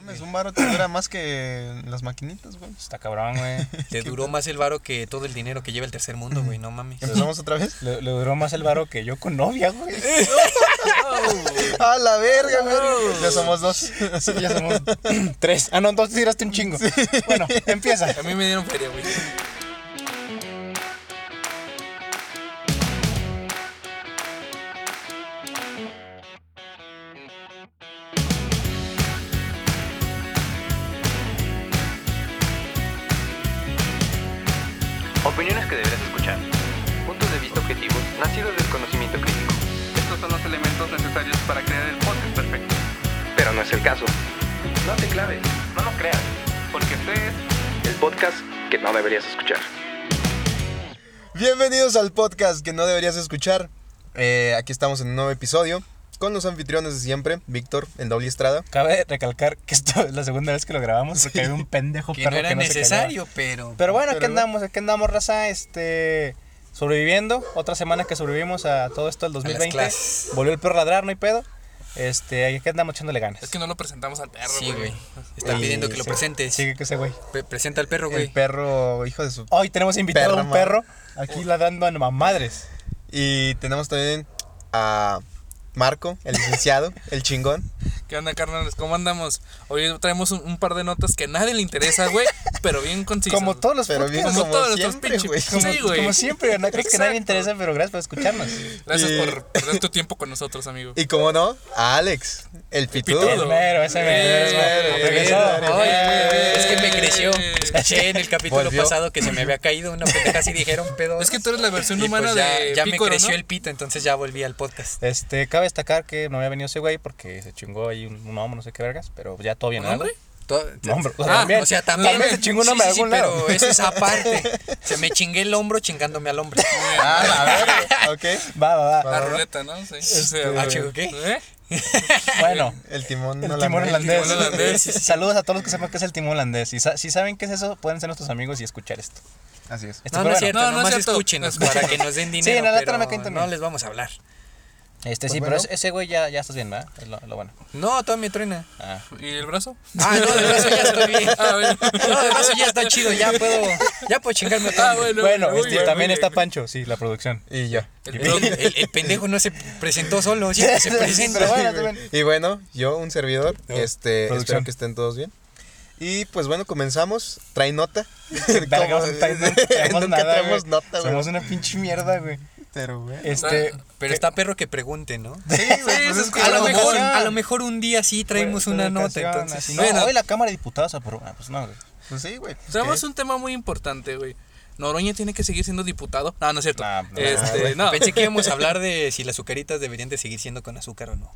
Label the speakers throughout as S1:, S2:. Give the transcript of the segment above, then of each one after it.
S1: mames, un varo te dura más que las maquinitas, güey.
S2: Está cabrón, güey.
S3: Te duró más el varo que todo el dinero que lleva el tercer mundo, güey. No mames.
S1: ¿Empezamos otra vez?
S2: Le, le duró más el varo que yo con novia, güey.
S1: A la verga, güey. Ya somos dos.
S2: Sí, ya somos tres. Ah, no, entonces tiraste un chingo. Bueno, empieza.
S3: A mí me dieron feria, güey.
S4: Oh,
S5: Opiniones que deberás escuchar. Puntos de vista objetivos nacidos del conocimiento crítico. Estos son los elementos necesarios para crear el podcast perfecto. Pero no es el caso. No te claves, no lo creas, porque este es el podcast que no deberías escuchar.
S1: Bienvenidos al podcast que no deberías escuchar. Eh, aquí estamos en un nuevo episodio con los anfitriones de siempre, Víctor, el doble Estrada.
S2: Cabe recalcar que esto es la segunda vez que lo grabamos porque había un pendejo
S3: Que no
S2: perro
S3: era
S2: que no se callaba.
S3: necesario, pero.
S2: Pero bueno, aquí
S1: Pero-
S2: andamos, aquí andamos, raza, este... Sobreviviendo, otra semana que sobrevivimos a todo esto del
S3: las
S2: 2020.
S3: clases.
S2: Volvió el perro a ladrar, no hay pedo. Este, aquí andamos echándole ganas.
S4: Es que no lo presentamos al perro,
S3: Sí, güey.
S4: güey.
S3: Están
S1: Y
S3: pidiendo que lo
S2: Sí,
S3: presentes.
S2: Sigue que ese güey.
S3: Pre- presenta al perro,
S1: El
S3: güey.
S1: perro, hijo de su...
S2: Hoy tenemos invitado
S1: Perra
S2: a un
S1: madre.
S2: perro aquí ladrando a mamadres.
S1: Y tenemos también a Marco, el licenciado, el chingón.
S4: ¿Qué onda, carnales? ¿Cómo andamos? Hoy traemos un, un par de notas que a nadie le interesa, güey, pero bien concisas.
S2: como todos los
S1: Pero bien
S2: podcasts.
S1: como,
S4: Como todos nuestros
S1: siempre,
S4: pinches-
S1: güey.
S4: Sí,
S2: Como,
S4: güey.
S2: como siempre, no creo que nadie
S4: Exacto.
S2: interesa, pero gracias por escucharnos.
S4: Gracias
S1: Y-
S4: por perder tu tiempo con nosotros, amigo.
S1: Y como no, a Alex, el pitudo.
S2: El mero, ese mero.
S4: Eh,
S2: ese mero.
S1: eh,
S2: Regresó.
S1: eh,
S3: Ay,
S4: eh,
S3: es que me creció.
S4: eh.
S3: Escuché en el capítulo
S1: Volvió.
S3: pasado que se me había caído una pendeja así dijeron, pero.
S4: Es que tú eres la versión
S3: Y
S4: humana
S3: pues ya,
S4: de
S3: ya
S4: Pícoro,
S3: me creció
S4: ¿no?
S3: el pito, entonces ya volví al podcast.
S2: Este, cabe destacar que no había venido ese güey porque se chingó ahí un, un hombro, no sé qué vergas, pero ya todo bien.
S4: ¿Un
S2: ¿verdad,
S4: hombre?
S2: güey?
S3: Todo-
S2: No, hombre,
S3: Ah,
S2: también.
S3: o sea, también.
S2: También se chingó un hombre de algún
S3: pero
S2: lado.
S3: eso es aparte. Se me chingué el hombro chingándome al hombre.
S1: Ah, a ver, ok.
S2: Va, va, va.
S4: La ruleta, ¿no? Sí.
S3: Ah, chico, ¿qué?
S4: ¿Eh?
S2: Bueno,
S1: El timón
S2: el
S1: no
S2: timón holandés.
S4: timón holandés.
S2: Saludos a todos los que sepan qué es el timón holandés. Si, sa- si saben qué es eso, pueden ser nuestros amigos y escuchar esto.
S1: Así es.
S2: Este,
S3: No,
S2: pero
S3: no
S2: bueno,
S3: es cierto,
S4: No, no es
S3: nomás
S4: cierto.
S3: escúchenos
S4: No es
S3: para
S4: cierto.
S3: que nos den dinero.
S2: Sí, en la letra
S3: pero
S2: me caen también.
S3: No les vamos a hablar.
S2: Este sí,
S1: Pues bueno.
S2: pero ese, ese güey ya, ya estás bien, ¿verdad? Es lo, lo bueno.
S3: No, toda mi truena.
S2: Ah.
S4: ¿Y el brazo?
S3: Ah, no, de brazo ya estoy bien.
S4: Ah, bueno.
S3: No, de brazo ya está chido, ya puedo, ya puedo chingarme todo.
S4: Ah, bueno.
S2: Bueno,
S4: muy
S2: este,
S4: bien,
S2: también
S4: muy
S2: está
S4: bien.
S2: Pancho, sí, la producción.
S1: Y yo.
S4: El
S3: El,
S4: pro-
S3: el- el pendejo no se presentó solo, siempre se
S2: Pero
S3: presenta.
S2: bueno, también.
S1: Y bueno, yo, un servidor, este,
S2: producción.
S1: espero que estén todos bien. Y pues bueno, comenzamos. Trae nota.
S2: Verga,
S1: Como-
S2: no traemos
S1: Nunca
S2: nada,
S1: traemos
S2: güey.
S1: nota, güey.
S2: Somos una pinche mierda, güey.
S1: Pero, güey.
S2: Este,
S3: Pero está perro que pregunte, ¿no?
S1: Sí, güey, pues
S4: eso
S1: es
S4: es
S1: que
S3: A
S4: Pero
S3: lo
S4: no,
S3: mejor,
S2: no.
S3: a lo mejor un día sí traemos una nota,
S2: Educación,
S3: entonces.
S2: así, No,
S4: Bueno.
S2: hoy la Cámara de Diputados aprobó. Ah, pues no, güey.
S1: Pues sí, güey. pues
S4: Traemos
S1: que-
S4: un tema muy importante, güey. Noroña tiene que seguir siendo diputado. No, no es cierto.
S2: Nah, no,
S4: este, no.
S3: Pensé que íbamos a hablar de si las azucaritas deberían de seguir siendo con azúcar o no.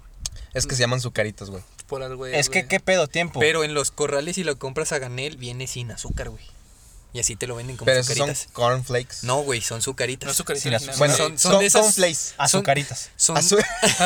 S1: Es que se llaman sucaritos, güey.
S4: Por algo,
S2: Es que
S4: güey.
S2: qué pedo tiempo.
S3: Pero en los corrales si lo compras a ganel viene sin azúcar, güey. Y así te lo venden como
S1: Pero esos son
S3: azucaritas.
S1: cornflakes.
S3: No, güey, son azucaritas.
S4: No es su carita
S2: Sí, las-
S4: original.
S1: Bueno,
S3: son-
S1: son,
S3: son de esas-
S1: cornflakes.
S2: Azucaritas.
S3: Son
S1: Azu-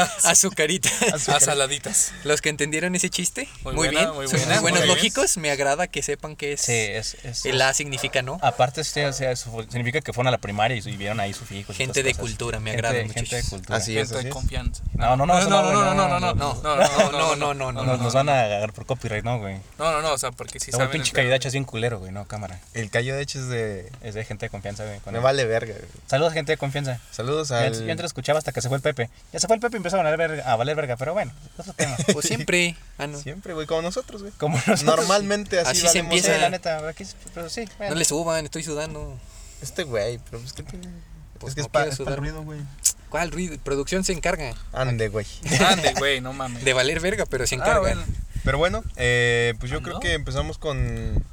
S3: azucaritas.
S4: A saladitas.
S3: Los que entendieron ese chiste, muy,
S4: Muy buena,
S3: bien.
S4: muy
S3: son
S4: buena,
S3: muy buenos
S4: muy bien.
S3: lógicos. Me agrada que sepan que es.
S2: Sí, es. es-
S3: El A significa no.
S2: Aparte, sí, o sea, eso fue- significa que fueron a la primaria y, y vieron ahí sus hijos. y
S3: Gente
S2: todas
S3: de
S2: esas cosas.
S3: cultura, me
S2: Gente
S3: agrada,
S2: de-
S3: muchachos.
S2: Gente de cultura.
S1: Así es,
S4: Gente
S1: así
S4: de
S1: es.
S4: confianza.
S2: No, no, no, eso
S4: no,
S2: güey,
S4: no, no, no, no, no, no,
S3: no, no, no, no,
S2: Nos, nos van a agarrar por copyright, no, güey.
S4: No, no, no, o sea, porque si
S2: Luego
S4: saben.
S2: el pinche
S4: el-
S2: calidad es bien culero, güey, no, cámara.
S1: El callo de hecho es de.
S2: Es de gente de confianza, güey. con
S1: Me
S2: él.
S1: vale verga, güey.
S2: Saludos, gente de confianza.
S1: Saludos
S2: Yo
S1: al.
S2: antes- Yo antes lo escuchaba hasta que se fue el Pepe. Ya se fue el Pepe y empezó a valer verga, a valer verga pero bueno, otro tema.
S3: Pues siempre. Ah, no.
S1: Siempre, güey, como nosotros, güey.
S2: Como nosotros-
S1: Normalmente así,
S3: Así se
S1: valemos
S2: Sí,
S3: empieza.
S2: la neta, aquí es- pero sí. bueno.
S3: No le suban, estoy sudando.
S1: Este güey, pero pues que tiene.
S3: Pues
S1: es que
S3: no
S1: es para
S3: quiero sudar.
S1: ruido, güey.
S3: ¿Cuál ruido? Producción se encarga
S1: Ande, güey.
S4: Ande, güey, no mames.
S3: de valer verga, pero se encarga.
S4: Ah, bueno.
S1: Pero bueno, eh, pues yo creo
S4: ¿Ando?
S1: que empezamos con.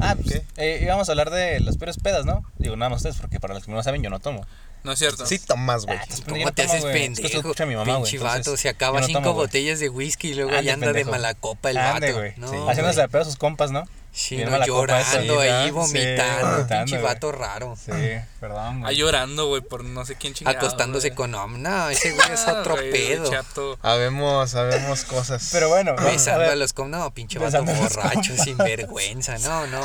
S2: Ah, pues,
S1: ¿Qué?
S2: eh, íbamos a hablar de las peores pedas, ¿no? Digo, nada más ustedes, porque para los que no saben, yo no tomo. Pues,
S4: No es cierto.
S1: Sí, tomas, güey.
S2: Yo
S3: Ah, pues, ¿Cómo
S2: no
S3: te
S2: tomo,
S3: haces
S2: güey. Es que
S3: pendejo?
S2: esto escucha mi mamá, güey,
S3: Pinche
S2: entonces,
S3: vato, se
S2: yo
S3: acaba
S2: no
S3: cinco
S2: tomo, güey.
S3: botellas de whisky y luego
S2: Ande,
S3: ya anda
S2: pendejo.
S3: de mala copa el
S2: Ande,
S3: vato.
S2: güey.
S3: No,
S2: Haciéndose la pedo a sus compas, ¿no?
S3: Sí,
S2: Bien
S3: no,
S2: mala copa esa.
S3: llorando
S2: Sí,
S3: ahí,
S2: ¿no? Sí,
S3: vomitando,
S2: vomitando,
S3: pinche
S2: güey.
S3: vato raro.
S2: Sí, perdón,
S4: Ah,
S2: güey.
S4: llorando, güey, por no sé quién chingado.
S3: acostándose
S4: güey.
S3: con Om. No, ese güey es
S4: Ah,
S3: otro
S4: güey,
S3: pedo.
S4: Chato.
S1: Habemos, habemos cosas.
S2: Pero bueno, vamos a
S3: Besando a,
S2: ver.
S3: los com, no, pinche vato
S2: Besando a los
S3: borracho, sin vergüenza, no, no,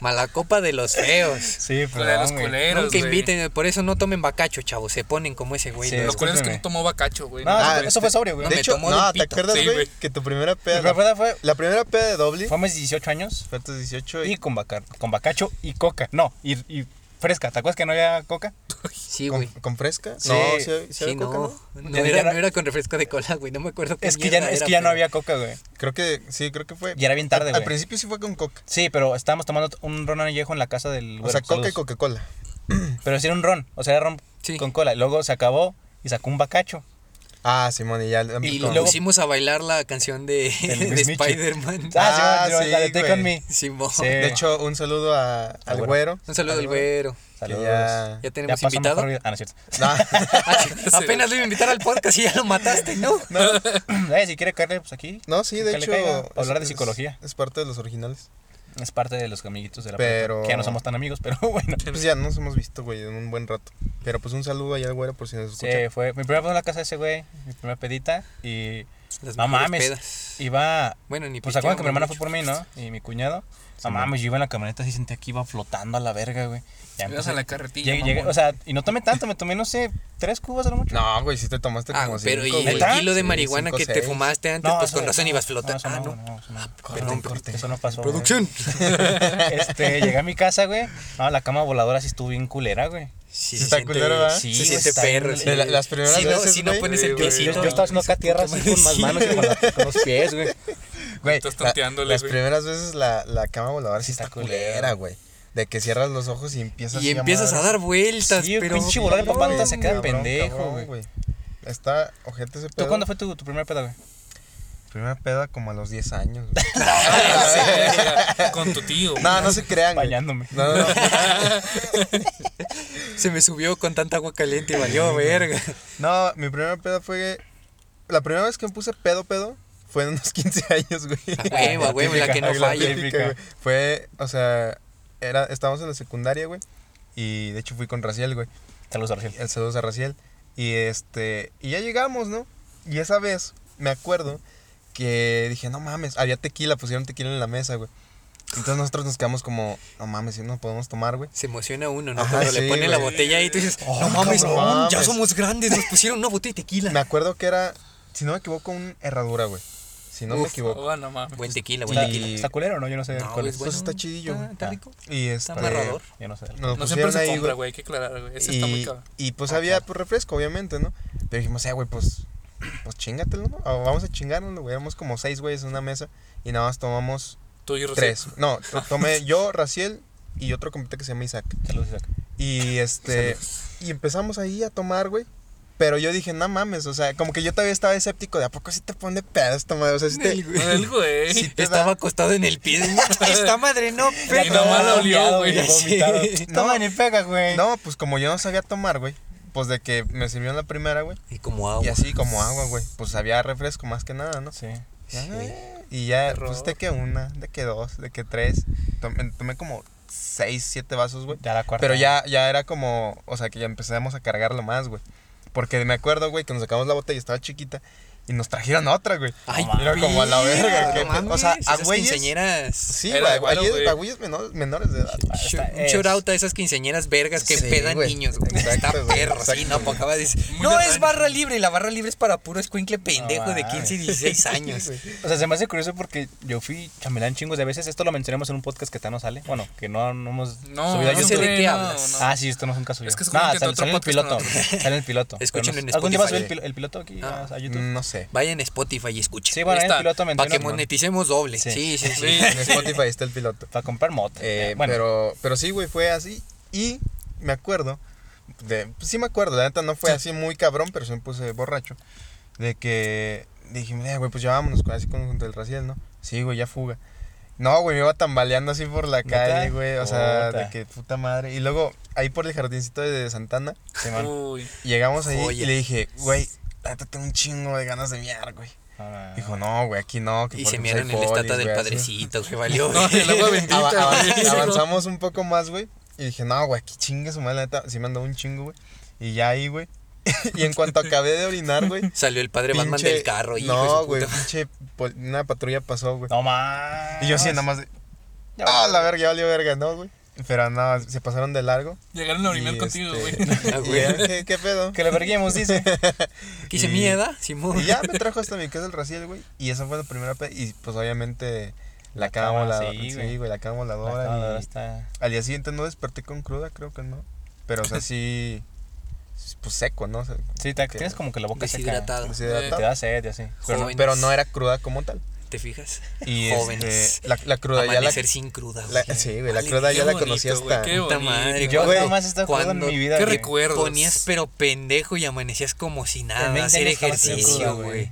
S3: mala copa de los feos.
S2: Sí,
S4: Lo de
S2: perdón,
S4: los
S2: güey.
S4: culeros.
S3: Nunca
S4: güey.
S3: inviten, por eso no tomen bacacho, chavos, se ponen como ese güey.
S2: Sí,
S3: ¿no?
S4: Los culeros que
S2: Discúlpeme.
S4: no tomó bacacho, güey.
S2: No,
S4: No,
S2: eso- eso fue sobre, güey.
S3: no
S1: Ah, este, de
S3: me
S1: hecho,
S3: tomó
S1: no, ¿te
S3: del pito.
S1: acuerdas,
S4: Sí,
S1: güey?
S4: güey.
S1: que tu primera
S2: Mi
S1: peda. La,
S2: primera fue,
S1: primera peda de doble.
S2: fue a mis 18 años
S1: Fue a tus 18 y,
S2: y con, bacar- con bacacho y coca. No, y, y fresca. ¿Te acuerdas que no había coca?
S3: Sí,
S1: con,
S3: güey.
S1: con fresca.
S2: Sí.
S1: no, sí, había- sí,
S3: Sí,
S1: había
S3: no,
S1: coca,
S3: no,
S1: ¿no?
S2: Ya
S3: era,
S2: era-
S3: no era con refresco de cola, güey, no me acuerdo qué
S2: Es que, ya,
S3: mierda
S2: es
S3: era,
S2: que ya no
S3: pero-
S2: había coca, güey.
S1: Creo que sí, creo que fue.
S2: Y era bien tarde,
S1: Al
S2: güey.
S1: principio sí fue con coca.
S2: Sí, pero estábamos tomando un ron añejo en la casa del
S1: O sea,
S2: güero,
S1: coca y
S2: pues, saludos.
S1: Coca-Cola.
S2: Pero sí era un ron, o sea, era ron
S3: Sí.
S2: con cola. Y Luego se acabó y sacó un bacacho.
S1: Ah, Simón, y ya.
S3: Y
S1: con-
S3: lo pusimos a bailar la canción de,
S2: Del
S3: de
S2: Luis Michi.
S3: Spider-Man.
S1: Ah,
S2: Ah, sí,
S1: sí,
S2: la de Take
S1: güey.
S2: On Me.
S3: Simón.
S2: Sí.
S1: De hecho, un saludo a, al güero.
S3: Un saludo al güero.
S1: Que
S2: Saludos.
S1: ya.
S3: Ya tenemos
S2: pasó
S3: invitado.
S2: mejor vida. Ah, no es cierto.
S1: Ah,
S3: Ah, Apenas lo iba a invitar al podcast y ya lo mataste, ¿no?
S2: Eh, si quiere caerle, pues aquí.
S1: no, sí, de
S2: Que le
S1: hecho.
S2: caiga,
S1: es-
S2: hablar de
S1: es-
S2: psicología.
S1: Es, parte de los originales.
S2: Es parte de los amiguitos de la
S1: Pero-
S2: prepa, Que ya no somos tan amigos, pero bueno.
S1: Pues ya nos hemos visto, güey, en un buen rato. Pero pues un saludo allá al güero por si nos
S2: Sí,
S1: escucha.
S2: fue mi primera vez en la casa de ese güey. Mi primera pedita. Y.
S3: Las
S2: No
S3: mejores
S2: mames.
S3: pedas.
S2: Iba.
S3: Bueno, ni
S2: Pues se acuerdan que mi hermana fue
S3: pisteamos
S2: por mí, ¿no? Y mi cuñado. No mames, yo iba en la camioneta y sentía que iba flotando a la verga, güey. Ya
S4: Ibas
S2: empecé-
S4: a la carretilla.
S2: Llegué, llegué,
S4: mamón.
S2: o sea, y no tomé tanto, me tomé, no sé, tres cubas a lo mucho.
S1: No, güey, sí te tomaste
S3: Ah,
S1: como
S3: pero
S1: cinco,
S3: y
S1: güey.
S3: el
S2: ¿Neta?
S3: kilo de
S1: Sí,
S3: marihuana
S1: cinco,
S3: que te
S1: seis.
S3: fumaste antes, pues
S2: eso
S3: con
S2: no,
S3: razón ibas
S2: No,
S3: flotando.
S2: eso
S3: Ah,
S2: no,
S3: no.
S2: no, eso no.
S3: perdón,
S2: Eso-
S3: corte.
S2: Eso no pasó. güey.
S3: Producción.
S2: Este, llegué a mi casa, güey. No, la cama voladora sí estuvo bien culera, güey.
S3: Sí,
S1: Sí está culero, ¿verdad?
S3: Sí,
S2: Sí,
S3: se siente
S2: está
S3: perro.
S2: bien-
S3: sí.
S1: De la- las primeras
S3: Si no-
S1: veces,
S3: Si no
S1: güey.
S3: pones el
S4: Sí, güey.
S2: Yo,
S3: piecito.
S2: yo estaba haciendo acá tierra así con más manos y con, la- con los pies, güey.
S1: Güey,
S4: Estás
S1: la-
S4: tanteándole,
S1: las
S4: güey.
S1: primeras veces la, la cama voladora sí
S2: Está
S1: está
S2: culera.
S1: culera, güey. De que cierras los ojos y empiezas
S3: Y
S1: así
S3: empiezas a
S1: madre.
S3: dar vueltas,
S2: Sí,
S3: pero.
S2: pinche volar en papanta se queda
S1: Cabrón,
S2: pendejo,
S1: cabrón,
S2: güey.
S1: Está ojete ese pedo.
S2: ¿Tú cuándo fue tu, tu primer pedo, güey?
S1: Primera peda como a los 10 años, güey.
S4: con tu tío.
S1: No, no se crean, güey.
S2: Bañándome.
S1: No, no, no.
S3: Se me subió con tanta agua caliente y valió verga.
S1: No, mi primera peda fue... La primera vez que me puse pedo, pedo, fue en unos 15 años, güey.
S3: A huevo, a huevo, la que no
S1: Ay, la
S3: falla.
S1: típica, güey. Fue, o sea, era, estábamos en la secundaria, güey. Y de hecho fui con Raciel, güey.
S2: Saludos, Argel.
S1: El saludos a Raciel. Y este, y ya llegamos, ¿no? Y esa vez, me acuerdo que dije, no mames, había tequila, pusieron tequila en la mesa, güey. Entonces nosotros nos quedamos como, no mames, si no podemos tomar, güey.
S3: Se emociona uno, ¿no?
S1: Ajá,
S3: Cuando
S1: sí,
S3: le ponen la
S1: güey.
S3: botella ahí y tú dices,
S1: Ay,
S3: no mames,
S1: cabrón,
S3: ya
S1: mames.
S3: somos grandes, nos pusieron una botella de
S1: Me
S3: tequila.
S1: acuerdo que era, si no me equivoco, un herradura, güey. Si no me
S3: Uf,
S1: equivoco.
S4: Oh, no mames.
S3: Buen tequila, buen
S2: ¿Está,
S3: tequila.
S2: ¿Está culero o no? Yo no sé
S3: No,
S2: cuál
S3: güey,
S2: es.
S3: es bueno.
S1: está chidillo,
S3: Está
S1: güey.
S3: está
S2: Ah.
S3: rico.
S1: Y este,
S3: Está amarrador.
S2: Yo no sé.
S1: Nos
S4: No siempre
S1: pusieron
S4: se
S1: ahí,
S4: compra,
S1: güey.
S4: güey, hay que aclarar, güey. Ese está muy
S1: Y,
S4: cabrón.
S1: y, pues
S3: Ah,
S1: había pues, refresco, obviamente, ¿no? Pero dijimos, eh, güey, pues, pues chingatelo, ¿no? O vamos a chingarnos, güey. Éramos como seis güeyes en una mesa y nada más tomamos
S4: Tú y Rocío.
S1: tres. No, to- tomé yo, Raciel y otro compita que se llama Isaac.
S2: Saludos, Isaac.
S1: Y este, y empezamos ahí a tomar, güey. Pero yo dije, no mames, o sea, como que yo todavía estaba escéptico de a poco sí te pone pedo esta madre, o sea, sí te-
S3: El güey.
S4: El güey.
S1: Sí, te
S3: Estaba
S1: da-
S3: acostado en el pie. Esta madre no
S4: Y nomás la olió, güey.
S2: Vomitado.
S3: Sí.
S2: Toma ni pega, güey.
S1: No, pues como yo no sabía tomar, güey, pues de que me sirvió en la primera, güey,
S3: Y como agua.
S1: y así como agua, güey, pues había refresco más que nada, ¿no?
S2: Sí.
S1: Ya,
S3: Sí.
S1: Y ya,
S4: Error.
S1: pues de que una, de que dos, de que tres, tomé, tomé como seis, siete vasos, güey.
S2: Ya la cuarta.
S1: Pero ya, ya era como, o sea, que ya empezamos a cargarlo más, güey. Porque me acuerdo, güey, que nos sacamos la botella, estaba chiquita, y nos trajeron otra, güey.
S3: Ay,
S1: Era como a la verga,
S3: no
S1: que-
S3: mames,
S1: o sea, a
S3: esas
S1: güeyes-
S3: quinceañeras.
S1: Sí,
S4: Era
S1: güey,
S4: de güero,
S1: ahí es-
S4: güey.
S1: a güeyes menores, menores de edad. güey.
S2: Está-
S3: Un
S2: es-
S3: shout out a esas quinceañeras vergas que
S1: Sí,
S3: pedan
S1: güey.
S3: niños, güey.
S1: Exacto,
S3: Está
S1: güey,
S3: perro, sí,
S1: exacto,
S3: no,
S1: güey.
S3: porque acaba de decir.
S4: Muy
S3: No,
S4: de
S3: es
S4: rancho".
S3: barra libre, y la barra libre es para puro escuincle pendejo de
S2: mames.
S3: 15 y 16 años.
S2: O sea, se me hace curioso porque yo fui chambelán chingos de veces. Esto lo mencionamos en un podcast que tal no sale. Bueno, que no, no hemos
S4: No,
S2: subido a
S4: no
S3: sé
S2: YouTube.
S3: de qué
S4: no,
S3: hablas.
S4: no.
S2: Ah, sí, esto no es un caso.
S4: Es que es como
S2: Nada,
S4: que
S2: sale,
S4: otro
S2: sale el
S4: podcast
S2: piloto.
S4: con otro.
S2: Sale el piloto.
S3: Escúchenlo
S2: Pero
S3: en
S2: ¿Algún día va a
S1: Spotify.
S2: subir el, pil- el piloto aquí
S3: Ah.
S2: a, a YouTube?
S1: No sé.
S3: Vayan a Spotify y escuchen.
S2: Sí, bueno,
S4: ahí
S2: el
S4: está.
S2: piloto
S3: Para que
S2: mencionas, ¿no?
S3: moneticemos doble.
S2: Sí.
S3: Sí, sí, sí.
S4: Sí.
S1: En Spotify está el piloto.
S2: Para comprar moto.
S1: Eh,
S2: bueno,
S1: pero, pero sí, güey, fue así. Y me acuerdo, de, pues sí me acuerdo, la neta no fue así muy cabrón, pero sí me puse borracho. De que dije, "Eh, güey, pues ya vámonos con- así con, junto el Raciel, ¿no? Sí, güey, ya fuga. No, güey, me iba tambaleando así por la
S2: ¿Neta?
S1: calle, güey. O sea,
S2: Puta.
S1: de que puta madre. Y luego, ahí por el jardincito de Santana,
S2: Simón.
S4: Uy.
S1: llegamos ahí
S3: Joya.
S1: y le dije, güey, la neta tengo un chingo de ganas de miar, güey.
S2: Ah,
S1: Dijo, no, güey, aquí no. que
S3: Y
S1: porque, pues,
S3: se miran
S1: hay
S3: en la estatua
S1: polis,
S3: del
S1: güey, así.
S3: padrecito, güey. Valió,
S4: No,
S3: güey.
S4: el agua bendita.
S1: Ava- ava-
S4: güey.
S1: avanzamos un poco más, güey. Y dije, no, güey, aquí chingue su madre, la neta. Sí me andaba un chingo, güey. Y ya ahí, güey. y en cuanto acabé de orinar, güey.
S3: Salió el padre Batman
S1: pinche-
S3: del carro, hijo de
S1: No,
S3: su
S1: güey,
S3: puta
S1: pinche. pol- Una patrulla pasó, güey.
S2: No más.
S1: Y yo así, nada más de. Ah, la verga, ya valió verga, ¿no, güey? Pero no, se pasaron de largo.
S4: Llegaron a orinar
S1: y,
S4: contigo, güey.
S1: este,
S3: Ah,
S1: y
S3: güey.
S1: ya, ¿qué, qué pedo?
S2: Que le verguemos, dice.
S3: madre. Que hice
S1: Y-
S3: mierda, Simón.
S1: Y ya me trajo hasta mi casa el Raciel, güey. Y esa fue la primera peda. Y pues obviamente la,
S2: La
S1: cama
S2: cama,
S1: voladora.
S2: sí,
S1: Sí,
S2: güey.
S1: güey, la cama
S2: La
S1: voladora.
S2: cámara
S1: y-
S2: está-
S1: Al día siguiente no desperté con cruda, creo que no. Pero o sea, sí. Pues seco, ¿no? O sea,
S2: Sí, te-
S1: que-
S2: tienes como que la boca seca. Te
S3: Deshidratado.
S1: deshidratado.
S2: da sed y así.
S1: Pero, no,
S3: Jóvenes.
S1: pero no era cruda como tal.
S3: ¿Te fijas?
S1: Y
S3: Jóvenes.
S1: este, la, la cruda ya la.
S3: Amanecer sin cruda, güey.
S1: la- sí, güey, la cruda ya la conocí hasta.
S4: Qué
S3: Puta
S4: bonito,
S3: madre,
S2: Yo
S1: güey,
S2: nada más estaba jugando en
S3: cuando-
S2: mi vida.
S4: Qué
S2: güey.
S4: recuerdos.
S3: Ponías pero pendejo y amanecías como si
S2: En
S3: nada,
S2: 20
S3: hacer
S2: años estaba haciendo cruda,
S3: ejercicio,
S2: güey.
S3: güey.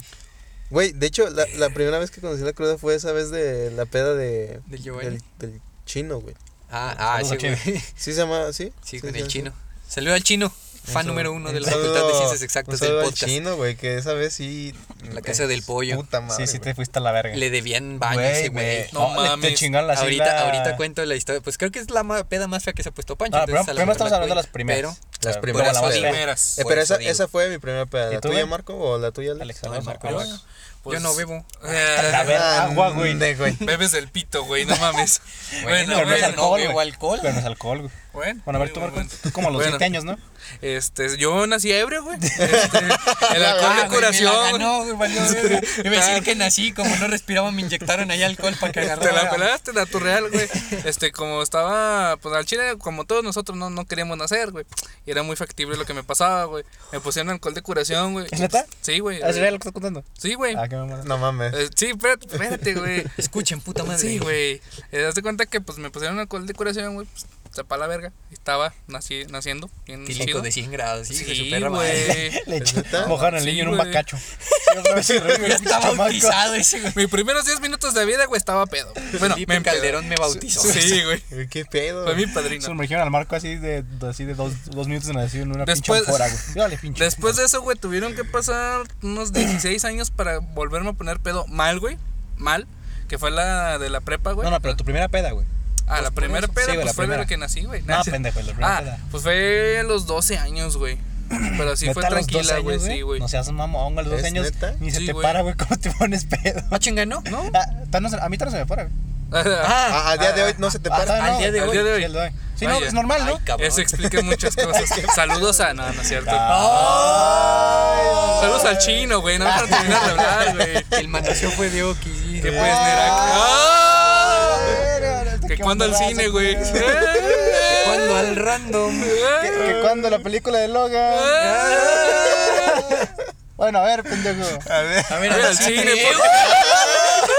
S1: Güey, de hecho, la, la primera vez que conocí la cruda fue esa vez de la peda de.
S3: Del Giovanni.
S1: del chino, güey.
S3: Ah, ah,
S2: Saludos
S3: sí,
S2: al
S3: güey.
S1: Sí se llamaba así.
S3: Sí, con el chino. Salió al chino, fan número uno de la
S1: Un
S3: Facultad de
S1: saludo-
S3: Ciencias
S1: un
S3: Exactas del
S1: saludo al
S3: podcast.
S1: chino, güey, que esa vez sí.
S3: La casa del pollo.
S1: Puta madre.
S2: Sí, sí,
S1: güey.
S2: te fuiste a la verga.
S3: Le debían baño a
S2: me-
S3: ese güey.
S4: No
S2: no, le- Te
S4: mames.
S2: chingaron la
S3: ahorita,
S2: sigla-
S3: ahorita cuento la historia. Pues creo que es la ma- peda más fea que se ha puesto Pancho.
S2: No,
S3: entonces,
S2: primero,
S3: a la
S2: primero
S3: mejor
S2: estamos
S3: la
S2: hablando de las
S3: cuento.
S2: primeras.
S1: Las
S2: Pero
S1: primeras,
S2: la más
S3: sí.
S2: fea.
S4: Primeras.
S1: Eh,
S3: Por
S1: pero
S3: eso
S1: esa,
S3: digo.
S1: esa fue mi primera peda.
S2: ¿Y
S1: ¿La
S2: tú,
S1: tuya,
S2: güey?
S1: Marco, o la tuya, Alex?
S2: Alex,
S3: No,
S2: saludos,
S3: Marco,
S2: Marco.
S3: Marco.
S4: Pues,
S3: Yo no bebo.
S4: eh,
S2: A ver,
S1: Ah,
S2: agua, güey.
S1: de, güey.
S4: Bebes del pito, güey, no mames.
S2: Bueno, pero
S4: bueno,
S2: no es
S4: bueno,
S2: alcohol,
S4: bebo
S2: güey.
S4: alcohol.
S2: Pero no es alcohol, güey.
S4: Bueno,
S2: Bueno, a ver,
S4: muy
S2: tú, Marco,
S4: bueno.
S2: tú como a los
S4: Bueno,
S2: 7 años, ¿no?
S4: Este, yo nací ebrio, güey. Este, el
S3: Ah,
S4: alcohol de curación.
S3: No, güey, valió verga. Iba a decir que nací, como no respiraba, me inyectaron ahí alcohol para que
S4: Te Este, la
S3: agarrara.
S4: pelaste, la real, güey. Este, como estaba, pues al chile, como todos nosotros, no, no queríamos nacer, güey. Y era muy factible lo que me pasaba, güey. Me pusieron alcohol de curación, güey.
S2: ¿Es neta?
S4: Sí, güey.
S2: ¿Es real lo que estás contando?
S4: Sí, güey.
S2: Ah, qué mamada.
S1: No mames.
S4: Eh, sí, espérate, espérate, güey.
S3: Escuchen, puta madre.
S4: Sí, güey. Eh, Hazte cuenta que pues me pusieron alcohol de curación, güey. Pues, tapa la verga. Estaba naci- naciendo. Bien
S3: Tílico
S4: chido.
S3: de 100 grados, sí,
S4: Sí,
S3: super
S4: güey.
S2: Le echaron- mojaron el
S4: Sí,
S2: niño en un
S4: güey.
S2: bacacho. Sí, otra vez se rió, güey,
S3: Está
S2: chamaco.
S3: bautizado ese güey.
S4: Mis primeros 10 minutos de vida, güey, estaba pedo. Bueno,
S3: Felipe
S4: empedó.
S3: Calderón me bautizó.
S4: Sí, güey.
S1: Eh, ¿Qué pedo?
S4: Fue mi
S2: Se
S4: padrino.
S2: sumergieron al marco así de, de- así de dos, dos minutos de nacido en una
S4: Después-
S2: pinche fora, güey. Dale, pinche.
S4: Después de eso, güey, tuvieron que pasar unos 16 años para volverme a poner pedo mal, güey. Mal. Que fue la de la prepa, güey.
S2: No, no, pero tu primera peda, güey.
S4: Ah, la primera
S2: eso.
S4: peda,
S2: Sí, güey,
S4: pues
S2: la
S4: fue
S2: primera.
S4: la que nací, güey.
S2: No, pendejo, la primera
S4: Ah,
S2: peda.
S4: pues fue a los 12 años, güey. Pero sí
S2: Neta,
S4: fue
S2: a los 12
S4: tranquila,
S2: años,
S4: güey, sí, güey.
S2: No seas mamón, a los 12
S1: ¿Es
S2: años
S1: neta?
S2: ni se
S4: Sí,
S2: te
S4: güey.
S2: para, güey, cómo te pones pedo.
S3: Ah, chinga, ¿no?
S4: ¿No?
S2: Ah, tal no se- a mí tal no se me para, güey.
S1: Ah, a día de hoy no se te
S2: Ah,
S1: para.
S2: tal no,
S3: al día de
S2: güey.
S4: hoy.
S2: Al día de hoy. Sí, no,
S4: Vaya.
S2: es normal, ¿no?
S3: Ay, cabrón.
S4: Eso explica muchas cosas. Saludos a. No, no es cierto.
S2: Ay.
S4: Saludos al chino, güey. No para terminar de hablar, güey.
S3: El manaseo fue de Oki.
S4: Que pues, Nerac. ¡Ah! Que cuando al cine, güey.
S3: Cuando al random.
S2: Que, que cuando la película de Logan.
S4: Ah.
S2: Bueno, a ver, pendejo.
S1: A ver.
S3: A ver,
S4: Voy al
S3: sí,
S4: cine, pues,
S3: creo.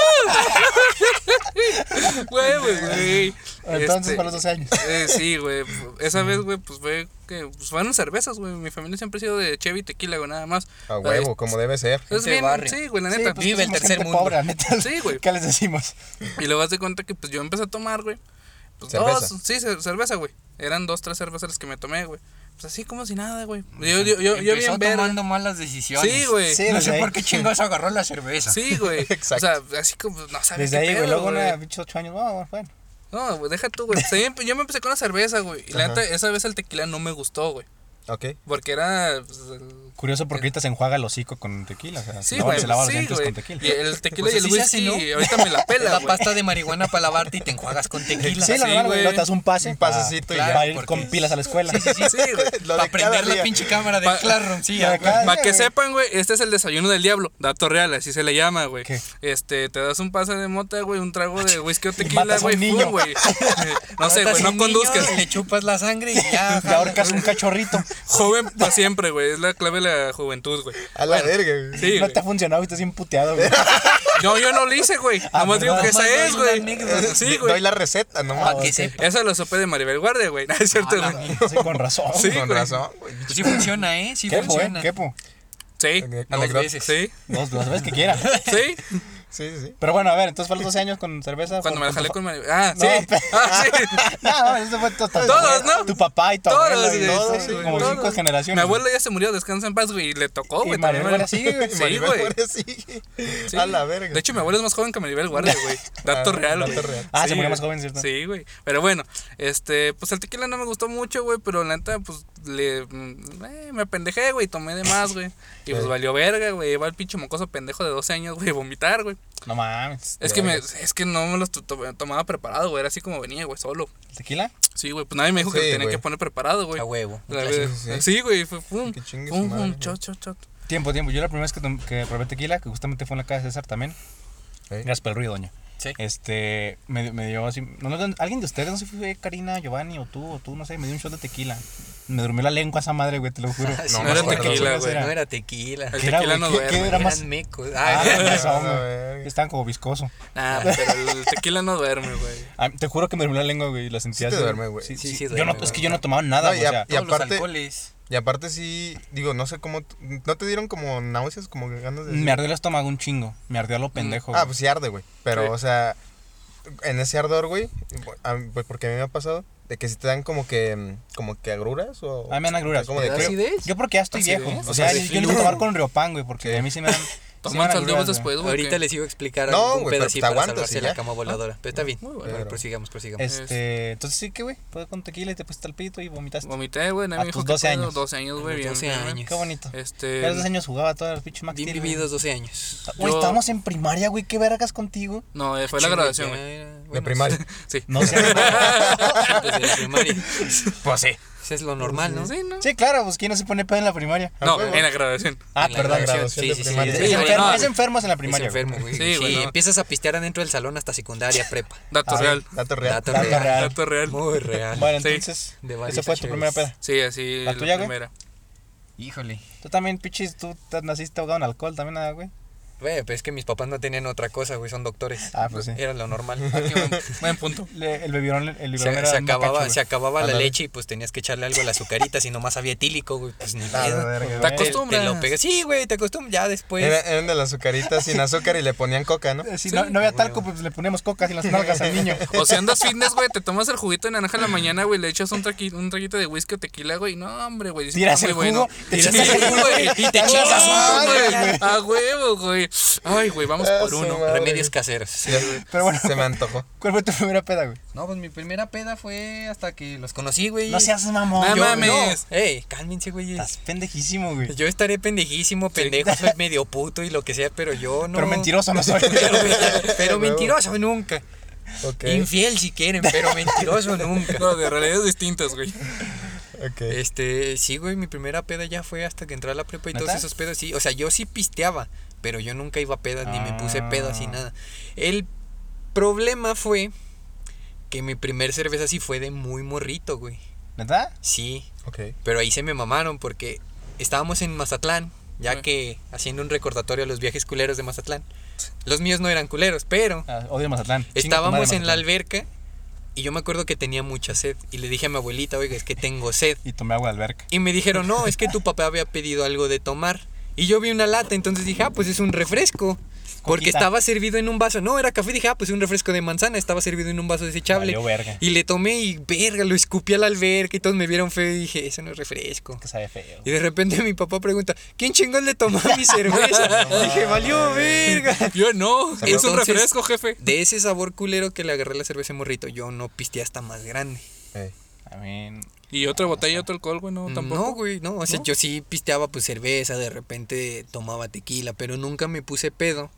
S4: por- Güey, güey, güey.
S2: Entonces,
S4: Este,
S2: para los 12 años.
S4: eh, sí, güey. Esa vez, güey, pues fue que pues, fueron cervezas, güey. Mi familia siempre ha sido de Chevy y tequila, güey, nada más.
S1: A huevo, como debe ser.
S4: Es
S3: Gente de
S4: bien,
S3: barrio.
S4: sí, güey, la
S2: Sí,
S4: neta.
S2: pues,
S3: vive
S2: que
S3: el
S2: somos
S3: tercer
S2: gente
S3: mundo.
S2: Pobre, la neta.
S4: Sí, güey.
S2: ¿Qué les decimos?
S4: Y luego haz de cuenta que pues yo empecé a tomar, güey. Pues
S1: Cerveza.
S4: dos, sí, cer- cerveza, güey. Eran dos, tres cervezas las que me tomé, güey. Pues así como si nada, güey. Yo, yo, yo,
S3: Empezó
S4: yo bien verga.
S3: tomando malas decisiones.
S4: Sí, güey.
S2: Sí,
S3: No
S2: desde
S3: sé
S2: ahí.
S3: por qué chingados agarró la cerveza.
S4: Sí, güey. o
S1: Exacto.
S4: sea, así como, no sabes
S2: Desde
S4: qué
S2: ahí, güey,
S4: pedo,
S2: luego
S4: güey.
S2: una bicho 8 años. Bueno, bueno.
S4: No, güey, deja tú, güey. Pues, también, pues, yo me empecé con la cerveza, güey. Y la
S1: Ajá.
S4: neta, esa vez el tequila no me gustó, güey.
S1: Ok.
S4: Porque era. pues, el-
S2: Curioso porque ahorita se enjuaga el hocico con tequila. O sea,
S4: Sí,
S2: no,
S4: güey.
S2: se lava los
S4: sí,
S2: dientes
S4: güey.
S2: con tequila.
S4: Y el tequila
S3: Pues
S4: y el
S3: así se hace,
S4: whisky,
S3: ¿no?
S4: ahorita me la
S3: Es
S4: pela,
S3: la
S4: güey.
S3: pasta de marihuana para lavarte y te enjuagas con tequila.
S2: Sí, la
S4: Sí,
S2: verdad,
S4: güey.
S2: güey. luego te das un pase.
S1: Un pasecito y
S2: para,
S1: ya.
S2: para ir
S3: Porque-
S2: con pilas a la escuela.
S4: Sí, sí, sí, güey.
S1: Lo
S3: Para
S1: de cada
S3: prender la
S1: día.
S3: pinche cámara de
S4: Pa-
S3: Classroom, sí,
S2: Ya,
S3: a huevo.
S2: Dale,
S4: Para que
S2: güey.
S4: sepan, güey, este es el desayuno del diablo. Dato real, así se le llama, güey.
S2: ¿Qué?
S4: Este, te das un pase de mota, güey, un trago de whisky o tequila,
S2: matas a un
S4: güey.
S2: niño.
S4: pum, güey. Eh, No sé,
S3: Matas
S4: güey, no
S3: un niño,
S4: conduzcas.
S3: Le chupas la sangre y ya.
S2: Y ahorcas un cachorrito.
S4: Joven para siempre, güey. Es la clave de la juventud, güey.
S1: A la verga, güey.
S4: Sí,
S2: no
S4: güey.
S2: te ha funcionado y estás bien puteado, güey.
S4: No, yo no lo hice, güey.
S2: Ah,
S4: Nomás digo
S2: perdón.
S4: que esa
S3: Nomás doy
S4: es,
S3: una
S4: güey. Eh,
S3: anécdota.
S4: Sí,
S1: Doy
S4: güey.
S1: la receta, no
S2: Ah,
S3: Para que
S1: mames.
S3: sepa.
S4: Esa la supe de Maribel Guardia, güey. No es cierto,
S3: Ah, la
S4: güey.
S2: Sí, con razón.
S4: Sí,
S2: güey.
S1: Con
S4: güey.
S1: razón, güey.
S3: Sí funciona, ¿eh? Sí
S2: Quepo, eh.
S3: funciona.
S2: Quepo.
S4: Sí.
S1: Dos
S4: Anécdota.
S3: veces.
S4: Sí.
S2: Dos, las veces que quiera.
S4: Sí.
S1: Sí, sí, sí.
S2: Pero bueno, a ver, entonces fue a los 12 años con cerveza. por-
S4: Cuando me la
S2: por
S4: jalé
S2: tu
S4: con Mari. Ah,
S2: No,
S4: sí.
S2: pe-
S4: Ah, sí.
S2: fa- No, eso fue tu, tu-
S4: Todos, ¿no?
S2: Tu papá y tu
S4: Todos,
S2: abuelo. y
S4: güey,
S1: todos,
S2: sí,
S1: güey,
S2: como
S4: todos.
S2: cinco generaciones.
S4: Mi abuelo ya se murió, descansa en paz, güey, y le tocó,
S2: Y
S4: güey.
S2: Maribel Guardia
S4: también,
S2: sigue, güey.
S4: Sí,
S1: Maribel
S4: güey.
S1: Guardia sigue.
S4: Sí.
S1: A la verga.
S4: De hecho, mi abuelo es más joven que Maribel Guardia, güey. Dato
S1: Ah,
S4: real,
S1: dato
S4: güey.
S1: real.
S2: Ah,
S4: Sí,
S2: se murió más
S4: güey.
S2: joven, ¿cierto?
S4: Sí, güey. Pero bueno, este, pues el tequila no me gustó mucho, güey, pero la neta, pues le, mm, eh, me pendejé, güey, tomé de más, güey. Y pues
S1: Sí.
S4: valió verga, güey. Va el pinche mocoso pendejo de 12 años, güey, a vomitar, güey.
S2: No mames.
S4: Es que me,
S2: vergas.
S4: es que no me los to- to- tomaba preparado, güey. Era así como venía, güey, solo.
S2: ¿Tequila?
S4: Sí, güey, pues nadie me dijo que
S1: Sí,
S4: lo tenía
S1: güey.
S4: que poner preparado, güey.
S3: A huevo.
S4: La
S3: Claro.
S4: verdad,
S1: sí, sí.
S4: Sí, güey, fue pum.
S1: Que chingue su
S4: Pum,
S1: madre,
S4: pum,
S1: güey.
S4: chot, chot, chot.
S2: Tiempo, tiempo. Yo la primera vez que, tom- que probé tequila, que justamente fue en la casa de César también.
S1: Ey.
S2: Gracias por el ruido, doña.
S3: Sí.
S2: Este, me, me dio así. no, no, alguien de ustedes, no sé si fue Karina, Giovanni o tú, o tú, no sé, me dio un shot de tequila. Me durmió la lengua esa madre, güey, te lo juro.
S3: Sí,
S1: No,
S4: no era
S3: me acuerdo.
S4: tequila, güey.
S3: No era tequila.
S4: El
S2: ¿Qué era,
S4: tequila
S2: güey?
S4: no
S2: ¿Qué-
S4: duerme.
S2: qué era
S3: Eran
S2: más-
S3: mecos.
S2: Ah,
S3: Ay,
S1: la
S2: eso, hombre.
S1: verga.
S2: Estaban como viscoso.
S4: Nah, pero el tequila no duerme, güey.
S2: Ah, te juro que me durmió la lengua, güey, y la sentía
S1: te
S2: así.
S1: duerme, güey.
S3: Sí, sí
S2: yo no,
S3: duerme, güey. pues,
S2: es que yo no tomaba nada,
S1: No,
S2: güey,
S1: ya-
S2: o sea,
S1: Y
S3: todos los
S1: aparte-
S3: alcoholes.
S1: Y aparte sí, digo, no sé cómo, t- ¿no te dieron como náuseas, como ganas de...
S2: me ardió el estómago un chingo, me ardió a lo pendejo.
S1: Ah,
S2: güey.
S1: pues sí arde, güey. Pero,
S4: Sí.
S1: o sea, en ese ardor, güey, a mí- pues porque a mí me ha pasado, de que si te dan como que, mm, como que agruras o...
S2: Ah, me dan agruras.
S1: Como
S3: ¿Te
S1: de
S3: da
S1: frío.
S3: acidez?
S2: Yo porque ya estoy
S4: Así
S2: viejo,
S4: es,
S2: o
S4: o
S2: sea,
S4: sea,
S2: yo
S4: sí.
S2: yo necesito tomar con Riopan, güey, porque
S1: Sí.
S2: a mí se me dan... sí me
S4: Toman
S2: dan
S4: saldeos
S2: agruras,
S4: después, güey.
S3: Ahorita
S4: que-
S3: les iba a explicar
S1: No,
S3: algún
S1: güey, pero
S3: pedacito
S1: te
S3: para
S1: aguantas
S3: salvarse
S1: y
S3: la
S1: ya.
S3: cama voladora. Pero está bien.
S4: Muy bueno.
S3: A ver,
S1: Pero-
S3: prosigamos, prosigamos.
S2: Este, entonces sí que, güey, fue con tequila y te pusiste al pito y vomitaste.
S4: Vomité, güey. nadie
S2: A
S4: me
S2: tus
S4: dijo qué
S2: 12
S4: pedo,
S2: años.
S4: 12 años, güey. bien,
S3: 12
S4: bien, bien.
S3: años.
S2: Qué bonito. Ya a los dos
S4: Este.
S2: años jugaba todas las pinches Max
S3: Bien
S2: Steel,
S3: vividos 12 años.
S2: Güey,
S4: Yo-
S2: estábamos en primaria, güey, qué vergas contigo.
S4: No, eh, fue la
S3: Chingue,
S4: graduación,
S3: Ah, ya
S4: güey.
S3: era-
S1: De
S3: bueno,
S1: primaria.
S4: Sí.
S2: No sé.
S3: Desde la primaria.
S1: Pues sí.
S3: Eso es lo normal, ¿no?
S4: Sí, ¿no?
S2: sí, claro, pues ¿quién no se pone pedo en la primaria?
S4: No,
S1: huevo.
S4: en la graduación.
S2: Ah,
S3: En la
S2: perdón.
S1: graduación.
S3: Sí, sí, sí.
S1: de primaria.
S2: Es,
S3: sí,
S2: enfermo-
S3: no,
S2: es enfermos en la
S3: Es
S2: primaria.
S3: enfermo, güey.
S4: Sí,
S3: Sí,
S4: güey, no.
S3: empiezas a pistear adentro del salón hasta secundaria, prepa.
S4: Dato
S2: Ah,
S4: real.
S1: Dato real.
S3: Dato
S2: Dato
S3: real.
S2: real.
S4: Dato real.
S3: Muy
S2: güey.
S3: real.
S2: Bueno,
S4: Sí.
S2: entonces,
S3: De
S2: esa
S3: varias
S2: fue tu
S3: chéveres.
S2: primera peda.
S4: Sí, así.
S2: ¿La tuya, güey?
S4: primera.
S3: Híjole.
S2: Tú también, pichis, tú te naciste ahogado en alcohol también, nada, güey.
S3: Güey, pues es que mis papás no tenían otra cosa, güey. Son doctores.
S2: Ah, pues sí.
S3: Era lo normal.
S4: Qué buen- Buen punto.
S2: Le- el bebirón, el biberón
S3: Se,
S2: era
S3: se
S2: un
S3: acababa,
S2: bacacho,
S3: se acababa la
S1: Ándale.
S3: leche y pues tenías que echarle algo a la azucarita si nomás había etílico, güey. Pues ni
S2: güey. Ah, la
S3: pedo.
S2: verga,
S4: Te
S2: güey.
S3: Te, te
S4: acostumbras.
S3: lo pegas. Sí, güey, te acostumbras. Ya después.
S1: Era- eran de las azucaritas sin azúcar y le ponían coca, ¿no?
S2: Eh, Si no, no había talco, pues le poníamos cocas y las nalgas al niño.
S4: O si andas fitness, güey, te tomas el juguito de naranja en la mañana, güey, le echas un, traqui- un traguito de whisky o tequila, güey. No, homey, güey. dicen que
S2: Tiras
S4: está
S2: el
S4: muy
S2: jugo, te
S4: Sí,
S2: echas el jugo,
S4: güey.
S3: y te
S4: Chingas
S3: chingas
S4: a su
S3: madre,
S4: madre,
S3: güey.
S4: A huevo, güey. Ay, güey, vamos
S1: Ah,
S4: por
S1: su
S4: uno.
S1: madre.
S3: Remedios caseros.
S2: Pero bueno.
S1: Se me antojó.
S2: ¿Cuál fue tu primera peda, güey?
S3: No, pues mi primera peda fue hasta que los conocí, güey.
S2: No seas mamón.
S4: Nada
S3: Yo-
S4: mames.
S3: no. Ey, cálmense, güey.
S2: Estás pendejísimo, güey.
S3: Yo estaré pendejísimo, pendejo, soy medio puto y lo que sea, pero yo no.
S2: Pero mentiroso no soy.
S3: Pero, pero mentiroso nunca.
S1: Ok.
S3: Infiel si quieren, pero mentiroso nunca.
S4: No, de realidades distintas, güey.
S1: ok.
S3: Este, sí, güey, mi primera peda ya fue hasta que entré a la prepa y todos
S2: ¿Neta?
S3: esos pedos, sí. O sea, yo sí pisteaba, pero yo nunca iba a pedas, ni me puse
S2: Ah.
S3: pedas ni nada. El problema fue que mi primer cerveza sí fue de muy morrito, güey.
S2: ¿Verdad?
S3: Sí,
S1: Ok.
S3: pero ahí se me mamaron porque estábamos en Mazatlán, ya
S4: Ah.
S3: que haciendo un recordatorio a los viajes culeros de Mazatlán. Los míos no eran culeros, pero
S2: Ah, odio Mazatlán. Chinga tu
S3: estábamos
S2: madre,
S3: en la
S2: Mazatlán.
S3: alberca y yo me acuerdo que tenía mucha sed y le dije a mi abuelita, oiga, es que tengo sed.
S2: Y tomé agua de alberca.
S3: Y me dijeron, no, es que tu papá había pedido algo de tomar. Y yo vi una lata, entonces dije, ah, pues es un refresco. Porque
S2: Coquita.
S3: estaba servido en un vaso. No, era café. Dije, ah, pues un refresco de manzana. Estaba servido en un vaso desechable.
S2: Valió verga.
S3: Y le tomé y verga, lo escupí a la alberca y todos me vieron feo y dije, eso no es refresco.
S2: Que sabe feo.
S3: Y de repente mi papá pregunta, ¿quién chingón le tomó a mi cerveza? dije,
S2: Ah,
S3: valió verga.
S4: Yo no. es un
S3: Entonces-
S4: refresco, jefe.
S3: De ese sabor culero que le agarré a la cerveza de morrito, yo no pisteé hasta más grande.
S1: Ey.
S2: A mí.
S4: Y otra botella, otro alcohol, güey, no, tampoco.
S3: No, güey, no. O sea, yo sí pisteaba pues cerveza, de repente tomaba tequila, pero nunca me puse pedo.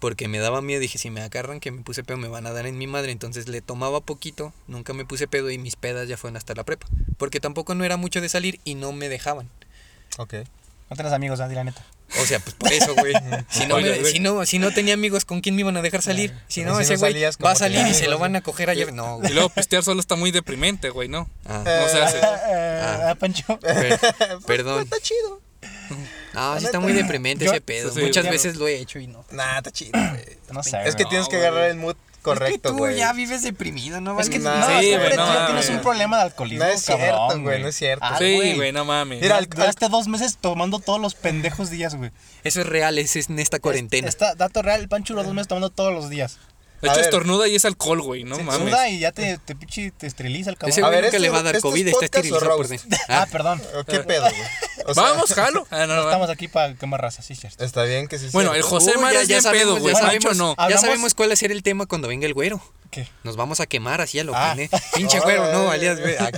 S3: Porque me daba miedo, dije, si me agarran que me puse pedo, me van a dar en mi madre. Entonces le tomaba poquito, nunca me puse pedo y mis pedas ya fueron hasta la prepa. Porque tampoco no era mucho de salir y no me dejaban.
S1: Ok.
S2: No tenés amigos, Andy, la neta.
S3: O sea, pues por eso, güey. Si no, me-
S4: Oye, güey.
S3: si, no, si no tenía amigos, ¿con quién me iban a dejar salir? Si
S1: Y
S3: no,
S1: si
S3: ese
S1: no
S3: güey
S1: salías, ¿cómo
S3: va a salir y
S1: tenías,
S3: se lo
S1: güey?
S3: van a coger ayer. No,
S4: Y
S3: güey.
S4: luego pistear solo está muy deprimente, güey, no.
S3: Ah,
S4: No se hace.
S2: Ah, ah, Pancho.
S3: per- perdón.
S1: Está chido.
S3: Ah, sí está muy deprimente
S2: Yo-
S3: ese pedo.
S4: sí,
S3: Muchas
S4: ya-
S3: veces lo he hecho y no.
S1: Nah, está chido, güey.
S2: No sé.
S1: Es que
S2: güey.
S1: tienes que
S4: güey.
S1: agarrar el mood
S3: es que
S1: correcto,
S3: tú
S1: güey.
S3: ya vives deprimido, ¿no?
S2: Es que
S1: No,
S2: no,
S4: sí,
S2: hombre,
S4: güey,
S2: tú
S4: no
S2: ya tienes
S4: mames.
S2: un problema de alcoholismo.
S1: No es cierto,
S2: cabrón,
S1: güey, no es cierto.
S2: Ah,
S4: Sí, güey, no mames.
S1: Mira, al-
S2: Duraste dos meses tomando todos los pendejos días, güey.
S3: Eso es real, es es en esta cuarentena.
S2: Está, dato real, el panchuro dos meses tomando todos los días.
S4: de
S1: a
S4: hecho,
S1: ver.
S4: estornuda y es alcohol, güey. No
S2: Se
S4: mames.
S2: suda y ya te, te, pinche te esteriliza el
S3: Ese
S2: cabrón.
S1: A
S3: güey
S1: ver,
S3: nunca le
S1: ¿esto-
S3: va a dar
S1: esto es
S3: COVID, está
S1: podcast o
S3: esterilizado por
S1: roast?
S3: dentro.
S2: Ah,
S3: Ah,
S2: perdón.
S1: ¿Qué pedo, güey? O sea,
S4: Vamos, jalo. Ah, no,
S2: No
S4: no,
S2: estamos aquí para quemar raza, sí, cierto.
S1: Está bien que sí.
S4: Bueno,
S1: sea.
S4: el José
S3: Uy,
S4: Mara es bien
S3: sabemos,
S4: pedo, güey.
S3: Ya
S4: Pancho
S3: sabemos,
S4: no.
S3: ya
S2: Hablamos-
S3: sabemos cuál va a ser el tema cuando venga el güero.
S2: ¿Qué?
S3: Nos vamos a quemar así a lo
S2: Ah.
S3: Cane. Pinche güero, no, alias. güey. Ah,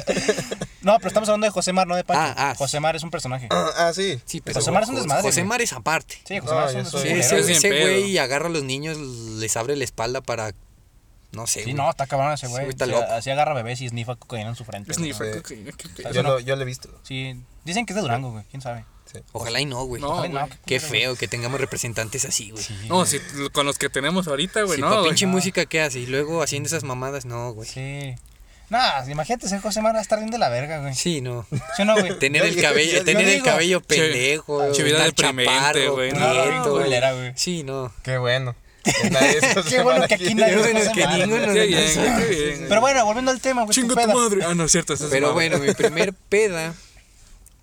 S2: No, pero estamos hablando de José Mar, no de Pancho.
S3: Ah, ah.
S2: José Mar es un personaje.
S1: Ah, sí.
S3: Sí, pero
S2: José Mar es un
S3: Jos-
S2: desmadre,
S3: José
S2: güey.
S3: Mar es aparte.
S2: Sí, José
S1: No,
S2: Mar es un
S1: yo
S2: es
S1: soy-
S2: un
S3: Sí,
S1: culero,
S2: culero,
S3: ese
S4: bien
S3: ese
S4: pedo.
S3: güey agarra a los niños, les abre la espalda para. No sé.
S2: Sí,
S3: güey.
S2: no, está cabrón ese
S3: Sí,
S2: güey.
S3: güey, está
S2: O sea,
S3: loco.
S2: Así agarra bebés y snifa cocaína en su frente.
S4: Es
S2: güey.
S4: ni
S1: Sí.
S4: cocaína, qué pedo.
S1: Yo lo, yo lo he visto.
S2: Sí, dicen que es de Durango, güey. ¿Quién sabe?
S1: Sí.
S3: Ojalá y no, güey.
S4: No,
S2: Ay,
S4: güey.
S3: Qué feo que tengamos representantes así, güey.
S4: No, si, con los que tenemos ahorita, güey,
S3: Sí,
S4: no,
S3: pa'
S4: güey.
S3: pinche música que hace y luego haciendo esas mamadas, no, güey.
S2: Sí. Nada, imagínate ser José Mar va a estar bien de la verga, güey.
S3: Sí, no.
S2: ¿Sí o no, güey?
S3: Tener
S1: Yo-
S3: el
S1: yo-
S3: cabello,
S1: yo
S3: tener el
S2: digo,
S3: cabello
S4: che,
S3: pendejo,
S4: che, vida
S3: estar
S4: deprimente,
S3: chaparro,
S4: güey, no,
S3: prieto,
S2: güey.
S3: güey.
S2: güey.
S3: Sí, no.
S1: Qué bueno. Que nadie se
S2: Qué bueno que aquí nadie
S1: mala
S2: es
S3: bueno
S2: José
S3: que
S2: Mar,
S3: ninguno
S2: güey.
S4: Ah, Qué bien, qué bien.
S2: Pero pues, bueno, volviendo al tema, güey. tu
S4: Chinga tu
S2: peda.
S4: madre. Ah, no, es cierto. eso es
S3: Pero
S4: mamá.
S3: bueno, mi primer peda,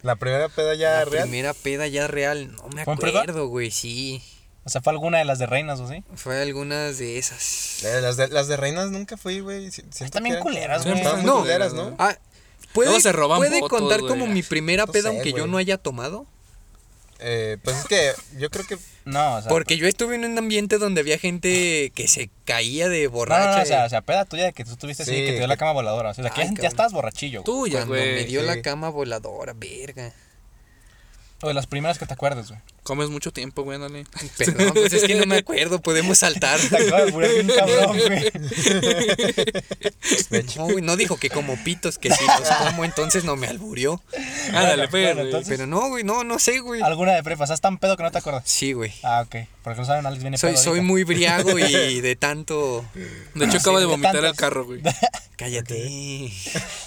S1: La primera peda ya
S3: la
S1: real.
S3: primera peda ya real, no me
S2: ¿Fue en prepa?
S3: acuerdo, güey, sí.
S2: O sea, fue alguna de las de reinas, ¿o sí?
S3: Fue algunas de esas.
S1: Eh, Las de, las de reinas nunca fui, güey. Si- siento
S2: Están bien
S1: que eran-
S2: culeras, güey.
S1: Estaban muy
S3: No.
S1: culeras, ¿no?
S3: Ah, ¿puede,
S4: Luego se roban
S3: puede
S4: fotos,
S3: contar
S4: güey.
S3: como mi primera
S1: No
S3: peda
S1: sé,
S3: aunque yo
S1: güey.
S3: no haya tomado?
S1: Eh, pues es que yo creo que.
S2: No, o sea.
S3: Porque yo estuve en un ambiente donde había gente que se caía de
S2: No, no,
S3: borracha.
S2: no, o sea,
S3: eh.
S2: o sea, peda tuya de que tú tuviste así,
S1: Sí,
S2: que te dio
S1: que-
S2: la cama voladora. O sea, que
S3: Ay,
S2: ya, ya
S3: cabrón.
S2: estabas borrachillo, güey.
S4: Tuya,
S3: Cuando me
S4: güey.
S3: dio la
S1: sí.
S3: cama voladora, verga.
S2: O de las primeras que te acuerdas, güey.
S4: Comes mucho tiempo, güey, dale.
S3: Perdón, pues es que no me acuerdo, podemos saltar.
S2: Te acabas de poner bien cabrón, güey.
S3: No, güey, no dijo que como pitos, que si los como, entonces no me alburió.
S4: Ándale,
S2: Bueno,
S4: pues, pero.
S2: bueno, entonces-
S3: Pero no, güey, no, no sé, güey.
S2: Alguna de prepa, estás tan pedo que no te acuerdas.
S3: Sí, güey.
S2: Ah, ok. Porque no saben, Alex viene
S3: Soy,
S2: pedo
S3: soy
S2: ahorita.
S3: muy briago y de tanto.
S4: De hecho, acaba de
S2: de
S4: vomitar
S2: tantas.
S4: el carro, güey.
S3: Cállate.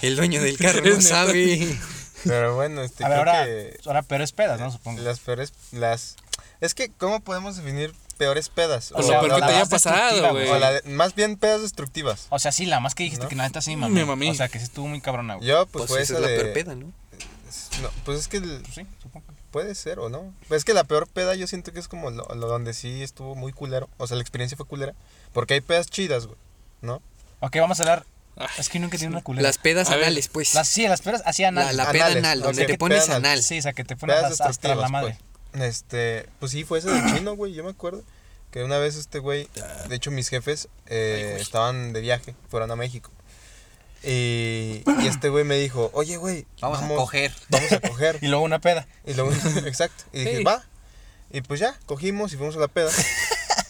S3: El dueño del carro
S4: Es
S3: no
S4: neta.
S3: sabe.
S1: Pero bueno, este,
S2: A ver,
S1: creo
S2: ahora,
S1: que
S2: ahora peores pedas, ¿no? Supongo.
S1: las peores. Las... Es que, ¿cómo podemos definir peores pedas?
S4: O
S2: O
S4: Pues lo
S2: sea,
S4: peor que
S1: la-
S4: te haya
S2: más destructiva,
S4: pasado, güey.
S2: güey.
S1: o la de- más bien pedas destructivas.
S2: O sea, sí, la más que dijiste
S1: ¿No?
S2: que la neta sí,
S4: Mm, Me
S2: mami.
S4: mamé.
S2: O sea, que sí estuvo muy cabrona, güey.
S1: Yo, pues,
S3: Pues,
S1: fue esa
S3: esa es la
S1: de.
S3: peor peda, ¿no?
S1: No, pues es que el-
S2: Sí, supongo.
S1: puede ser o no. Pues es que la peor peda yo siento que es como lo, lo donde sí estuvo muy culero. O sea, la experiencia fue culera. Porque hay pedas chidas, güey. ¿No?
S2: Ok, vamos a hablar.
S4: Ay,
S2: Es que nunca tiene una culera.
S3: Las pedas
S4: A ver,
S3: anales, pues.
S2: Las- sí, las pedas así
S3: la,
S2: anal.
S3: la peda
S1: Anales,
S3: anal, donde
S1: ok.
S3: te pones
S1: Peda
S3: anal.
S1: anal.
S2: Sí, o sea, que te pones
S1: Pedas
S2: hasta, hasta
S1: destructivas.
S2: la madre.
S1: Pues. Este, pues sí, fue ese del chino, güey. Yo me acuerdo que una vez este güey, de hecho mis jefes eh, estaban de viaje, fueron a México. Y, y este güey me dijo, oye, güey,
S3: Vamos a coger.
S1: Vamos a coger.
S2: Y luego una peda.
S1: y luego, exacto. Y dije,
S4: Sí.
S1: va. Y pues ya, cogimos y fuimos a la peda.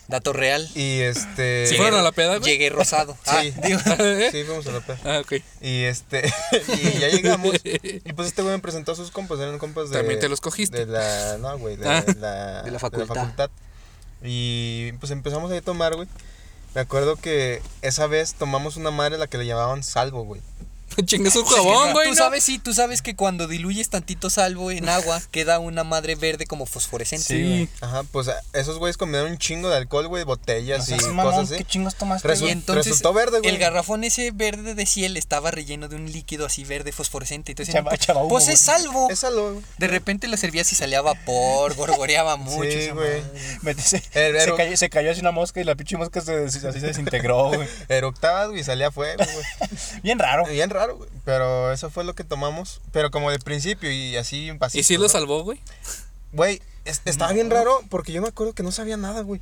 S3: Dato real.
S1: Y este.
S4: Sí, fueron a la peda, güey?
S3: Llegué rosado. Ah,
S1: Sí, sí, fuimos a la peda.
S4: Ah, ok.
S1: Y este, y ya llegamos. Y pues este güey me presentó a sus compas, eran compas de.
S4: También te los cogiste.
S1: De la, no, güey, de,
S4: Ah.
S1: de la,
S3: De la facultad.
S1: Y pues empezamos ahí a tomar, güey. Me acuerdo que esa vez tomamos una madre a la que le llamaban salvo, güey.
S4: Chingas un
S3: Es que
S4: jabón,
S3: no,
S4: güey.
S3: Tú
S4: ¿no?
S3: sabes, sí, tú sabes que cuando diluyes tantito salvo en agua, queda una madre verde como fosforescente.
S4: Sí.
S1: Ajá, pues a- esos güeyes comieron un chingo de alcohol, güey,
S2: O
S1: botellas
S2: sea,
S1: y
S2: sí,
S1: cosas
S2: mamón,
S1: así.
S2: ¿qué chingos tomaste?
S1: Resu-
S3: Y
S2: güey?
S3: entonces
S1: resultó verde, güey.
S3: el garrafón ese verde de ciel estaba relleno de un líquido así verde fosforescente. Entonces,
S2: Chava-
S3: pues,
S2: chava humo,
S3: pues es
S2: güey.
S3: salvo.
S1: Es salvo, güey.
S3: De repente lo servías y salía vapor, gorgoreaba mucho.
S1: Sí,
S3: esa
S1: güey.
S3: madre.
S2: Mete- se,
S1: El-
S2: se
S1: el-
S2: cayó, se cayó así una mosca y la pinche mosca se, des- así se desintegró, güey.
S1: Eructabas, güey, y salía fuego, güey.
S2: Bien raro.
S1: Bien raro, güey. Pero eso fue lo que tomamos. Pero como de principio y así un pasito.
S4: Y sí lo
S1: ¿no?
S4: salvó, güey.
S1: Güey, es- estaba bien raro porque yo me acuerdo que no sabía nada, güey.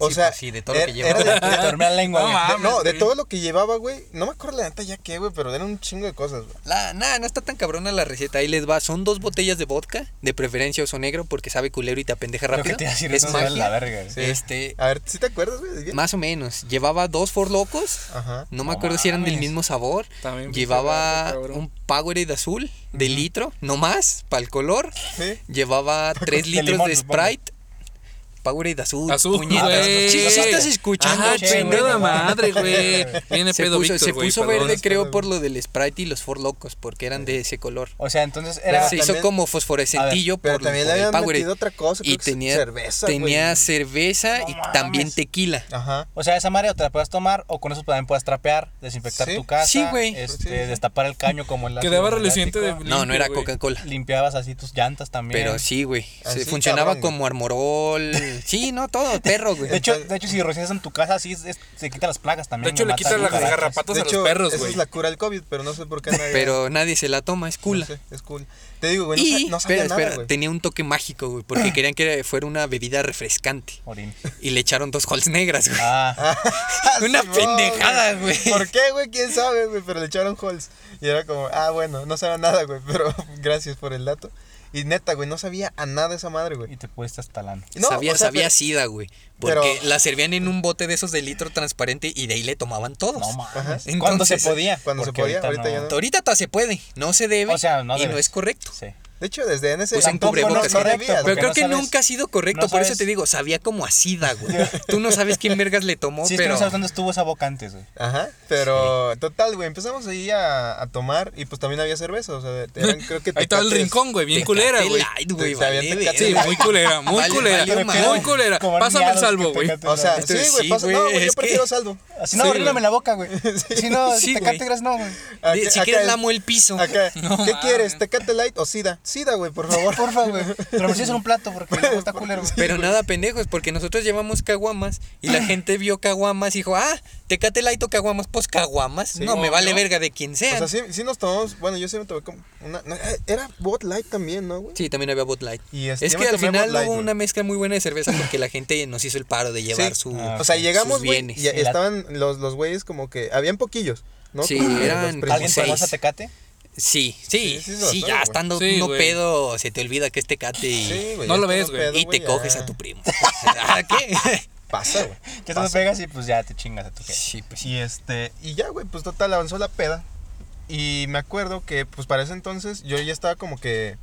S1: O
S3: Sí,
S1: sea,
S3: pues sí, de todo lo
S1: era-
S3: que
S1: era
S3: llevaba. Ah,
S1: de-
S2: Te dormí la lengua,
S4: No
S2: güey.
S4: mames.
S1: de- no, de
S4: güey.
S1: todo lo que llevaba, güey. No me acuerdo la neta ya qué, güey, pero eran un chingo de cosas, güey.
S3: La, nada, no está tan cabrona la receta. Ahí les va. Son dos botellas de vodka, de preferencia oso negro, porque sabe culero y te apendeja
S2: Lo
S3: rápido.
S2: que te iba a decir,
S3: es
S2: eso
S3: magia.
S2: es la verga, güey.
S1: Sí.
S3: Este,
S1: A ver, ¿sí te acuerdas, güey? Bien.
S3: más o menos. Llevaba dos forlocos.
S1: Ajá.
S3: No me
S2: No
S3: acuerdo si eran del
S2: mames.
S3: mismo sabor.
S4: También pinche
S3: Llevaba
S4: barco, cabrón.
S3: un Powerade azul de litro, no más, para el color.
S1: Sí.
S3: Llevaba 3
S2: de
S3: litros
S2: limón,
S3: de
S2: supongo.
S3: Sprite. Powerade azul.
S4: Azul,
S3: puñetas.
S4: güey.
S3: Sí, sí estás escuchando,
S4: Ajá,
S3: che, güey.
S4: chingada madre, güey. Viene
S3: Se
S4: pedo
S3: puso,
S4: Víctor,
S3: se
S4: güey,
S3: puso
S4: perdón.
S3: verde, creo, por lo del Sprite y los Four Locos, porque eran de ese color.
S2: O sea, entonces era.
S3: se
S1: también-
S3: hizo como fosforescentillo
S1: pero
S3: por,
S1: también
S3: por
S1: le
S3: el
S1: habían
S3: Powerade.
S1: metido otra cosa,
S3: y
S1: creo que
S3: tenía
S1: cerveza, güey.
S3: tenía cerveza y
S2: No mames.
S3: también tequila.
S1: Ajá.
S2: O sea, esa madre o te la puedes tomar o con eso también puedes trapear, desinfectar
S1: Sí.
S2: tu casa.
S3: Sí, güey.
S2: Este,
S1: Sí, sí.
S2: Destapar el caño como el.
S4: Quedaba
S2: ácido
S4: reluciente de.
S2: muriático.
S3: no, no
S4: limpio,
S3: era
S4: güey.
S3: Coca-Cola.
S2: Limpiabas así tus llantas también.
S3: Pero sí, güey. Se
S1: Así,
S3: funcionaba
S1: cabrón, güey.
S3: como armorol. Sí, no, todo, perro, güey.
S2: De hecho, de hecho, si rocias en tu casa, así es- es- se quita las plagas también.
S4: De hecho,
S2: y
S4: le
S2: mata
S4: quitan las
S2: cucarachas.
S4: garrapatas
S1: De
S4: a los
S1: hecho,
S4: perros,
S1: esa
S4: güey.
S1: es la cura del COVID, pero no sé por qué nadie...
S3: pero nadie se la toma, es cool.
S1: eh, No sé, es cool. Te digo, güey, no,
S3: y,
S1: sa- no sabía
S3: espera,
S1: nada,
S3: espera,
S1: güey.
S3: tenía un toque mágico, güey, porque querían que fuera una bebida refrescante.
S2: Orín.
S3: Y le echaron dos holes negras, güey.
S2: Ah,
S3: Una
S1: Simón,
S3: pendejada, güey.
S1: ¿Por qué, güey? ¿Quién sabe, güey? Pero le echaron holes. Y era como, ah, bueno, no sabía nada, güey. Pero gracias por el dato. Y neta, güey, no sabía a nada esa madre, güey.
S2: y te puestas hasta lana.
S1: No,
S3: sabía,
S1: o sea,
S3: sabía
S1: pero-
S3: sida, güey.
S1: pero-
S3: Porque la servían en un bote de esos de litro transparente y de ahí le tomaban todos.
S2: No
S1: Pues, Ajá.
S2: mames. Cuando se
S3: Entonces,
S2: podía.
S1: cuando se
S2: porque
S1: podía, ahorita ya no.
S3: Ahorita hasta se puede, no se debe
S2: O sea, no
S3: y
S2: debes.
S3: no es correcto.
S2: Sí.
S1: De hecho, desde NS
S3: Usen
S1: tampoco no-
S3: Pues cubrebocas,
S1: no,
S2: correcto,
S1: debías,
S3: Pero
S1: güey.
S2: porque
S3: creo
S2: no
S3: que
S2: sabes-
S3: nunca ha sido correcto,
S2: no
S3: por eso
S2: sabes-
S3: te digo, sabía como a sida, güey. Tú no sabes quién vergas le tomó,
S2: Sí, es que
S3: pero
S2: no sabes dónde estuvo esa boca antes, güey.
S1: Ajá, pero total, güey, empezamos ahí a, a tomar y pues también había cerveza, o sea, eran, creo que
S4: Ahí estaba el
S1: tecates.
S4: rincón, güey, bien
S3: Tecate
S4: culera, güey.
S3: Light, güey,
S1: Te- te
S3: vale,
S1: avienta-
S4: Sí,
S3: verga.
S4: muy culera, muy
S3: Vale,
S4: culera.
S3: valió madre.
S4: muy culera.
S2: Como
S4: Pásame el
S2: miados
S4: salvo,
S2: que
S4: güey.
S2: Tecate
S1: O sea,
S2: no-
S1: sí,
S3: Entonces,
S1: güey,
S3: Este, sí,
S1: pasa- no,
S3: güey,
S1: güey, yo
S3: es
S1: prefiero
S3: que-
S1: saldo.
S2: Así no,
S4: Sí,
S2: oríname
S4: güey.
S2: la boca, güey. Si no,
S3: Sí,
S2: te
S3: güey.
S2: cantegras, no, güey.
S1: Acá-
S3: De- si
S1: acá
S3: quieres
S1: es-
S3: lamo el piso.
S1: Acá,
S4: No
S1: ¿qué
S4: mames.
S1: quieres? ¿Tecate light o sida? Sida, güey, por favor.
S2: Porfa, güey. Pero me hiciste un plato porque luego está culero, güey.
S3: Pero nada, pendejos, porque nosotros llevamos caguamas y
S1: Ah.
S3: la gente vio caguamas y dijo, ah, tecate light o caguamas, pues caguamas. no, me
S4: obvio.
S3: vale verga de quien sea.
S1: O sea, sí, sí nos tomamos, bueno, yo sí me tomé como una, no, eh, era bot light también, ¿no, güey?
S3: Sí, también había Bot Light.
S1: Y este,
S3: es
S1: yo
S3: que
S1: me
S3: al
S1: tomé
S3: final
S1: Bud Light,
S3: hubo
S1: güey.
S3: una mezcla muy buena de cerveza porque la gente nos hizo el paro de llevar
S1: Sí.
S3: su...
S2: Ah,
S1: O sea, llegamos,
S3: Sus
S1: güey,
S3: bienes.
S1: y estaban los, los güeyes como que, habían poquillos, ¿no?
S3: Sí,
S1: Como que
S3: eran-
S1: los primos.
S2: ¿Alguien tomó
S3: seis.
S2: esa tecate?
S3: Sí,
S1: Sí, sí
S3: sí, sí,
S1: se las
S3: ya
S1: traigo, güey.
S3: estando
S4: Sí,
S3: uno
S4: güey.
S3: pedo, se te olvida que es tecate y,
S1: Sí, güey,
S4: No
S1: ya
S4: lo
S1: estando
S4: ves, güey.
S1: pedo,
S3: y te
S1: ya.
S3: coges a tu primo. ¿A qué?
S1: Pasa, güey.
S2: Que te lo pegas y pues ya te chingas a tu jefe.
S3: Sí, pues sí.
S1: Y este, y ya, güey, pues total, avanzó la peda. Y me acuerdo que, pues para ese entonces, yo ya estaba como que,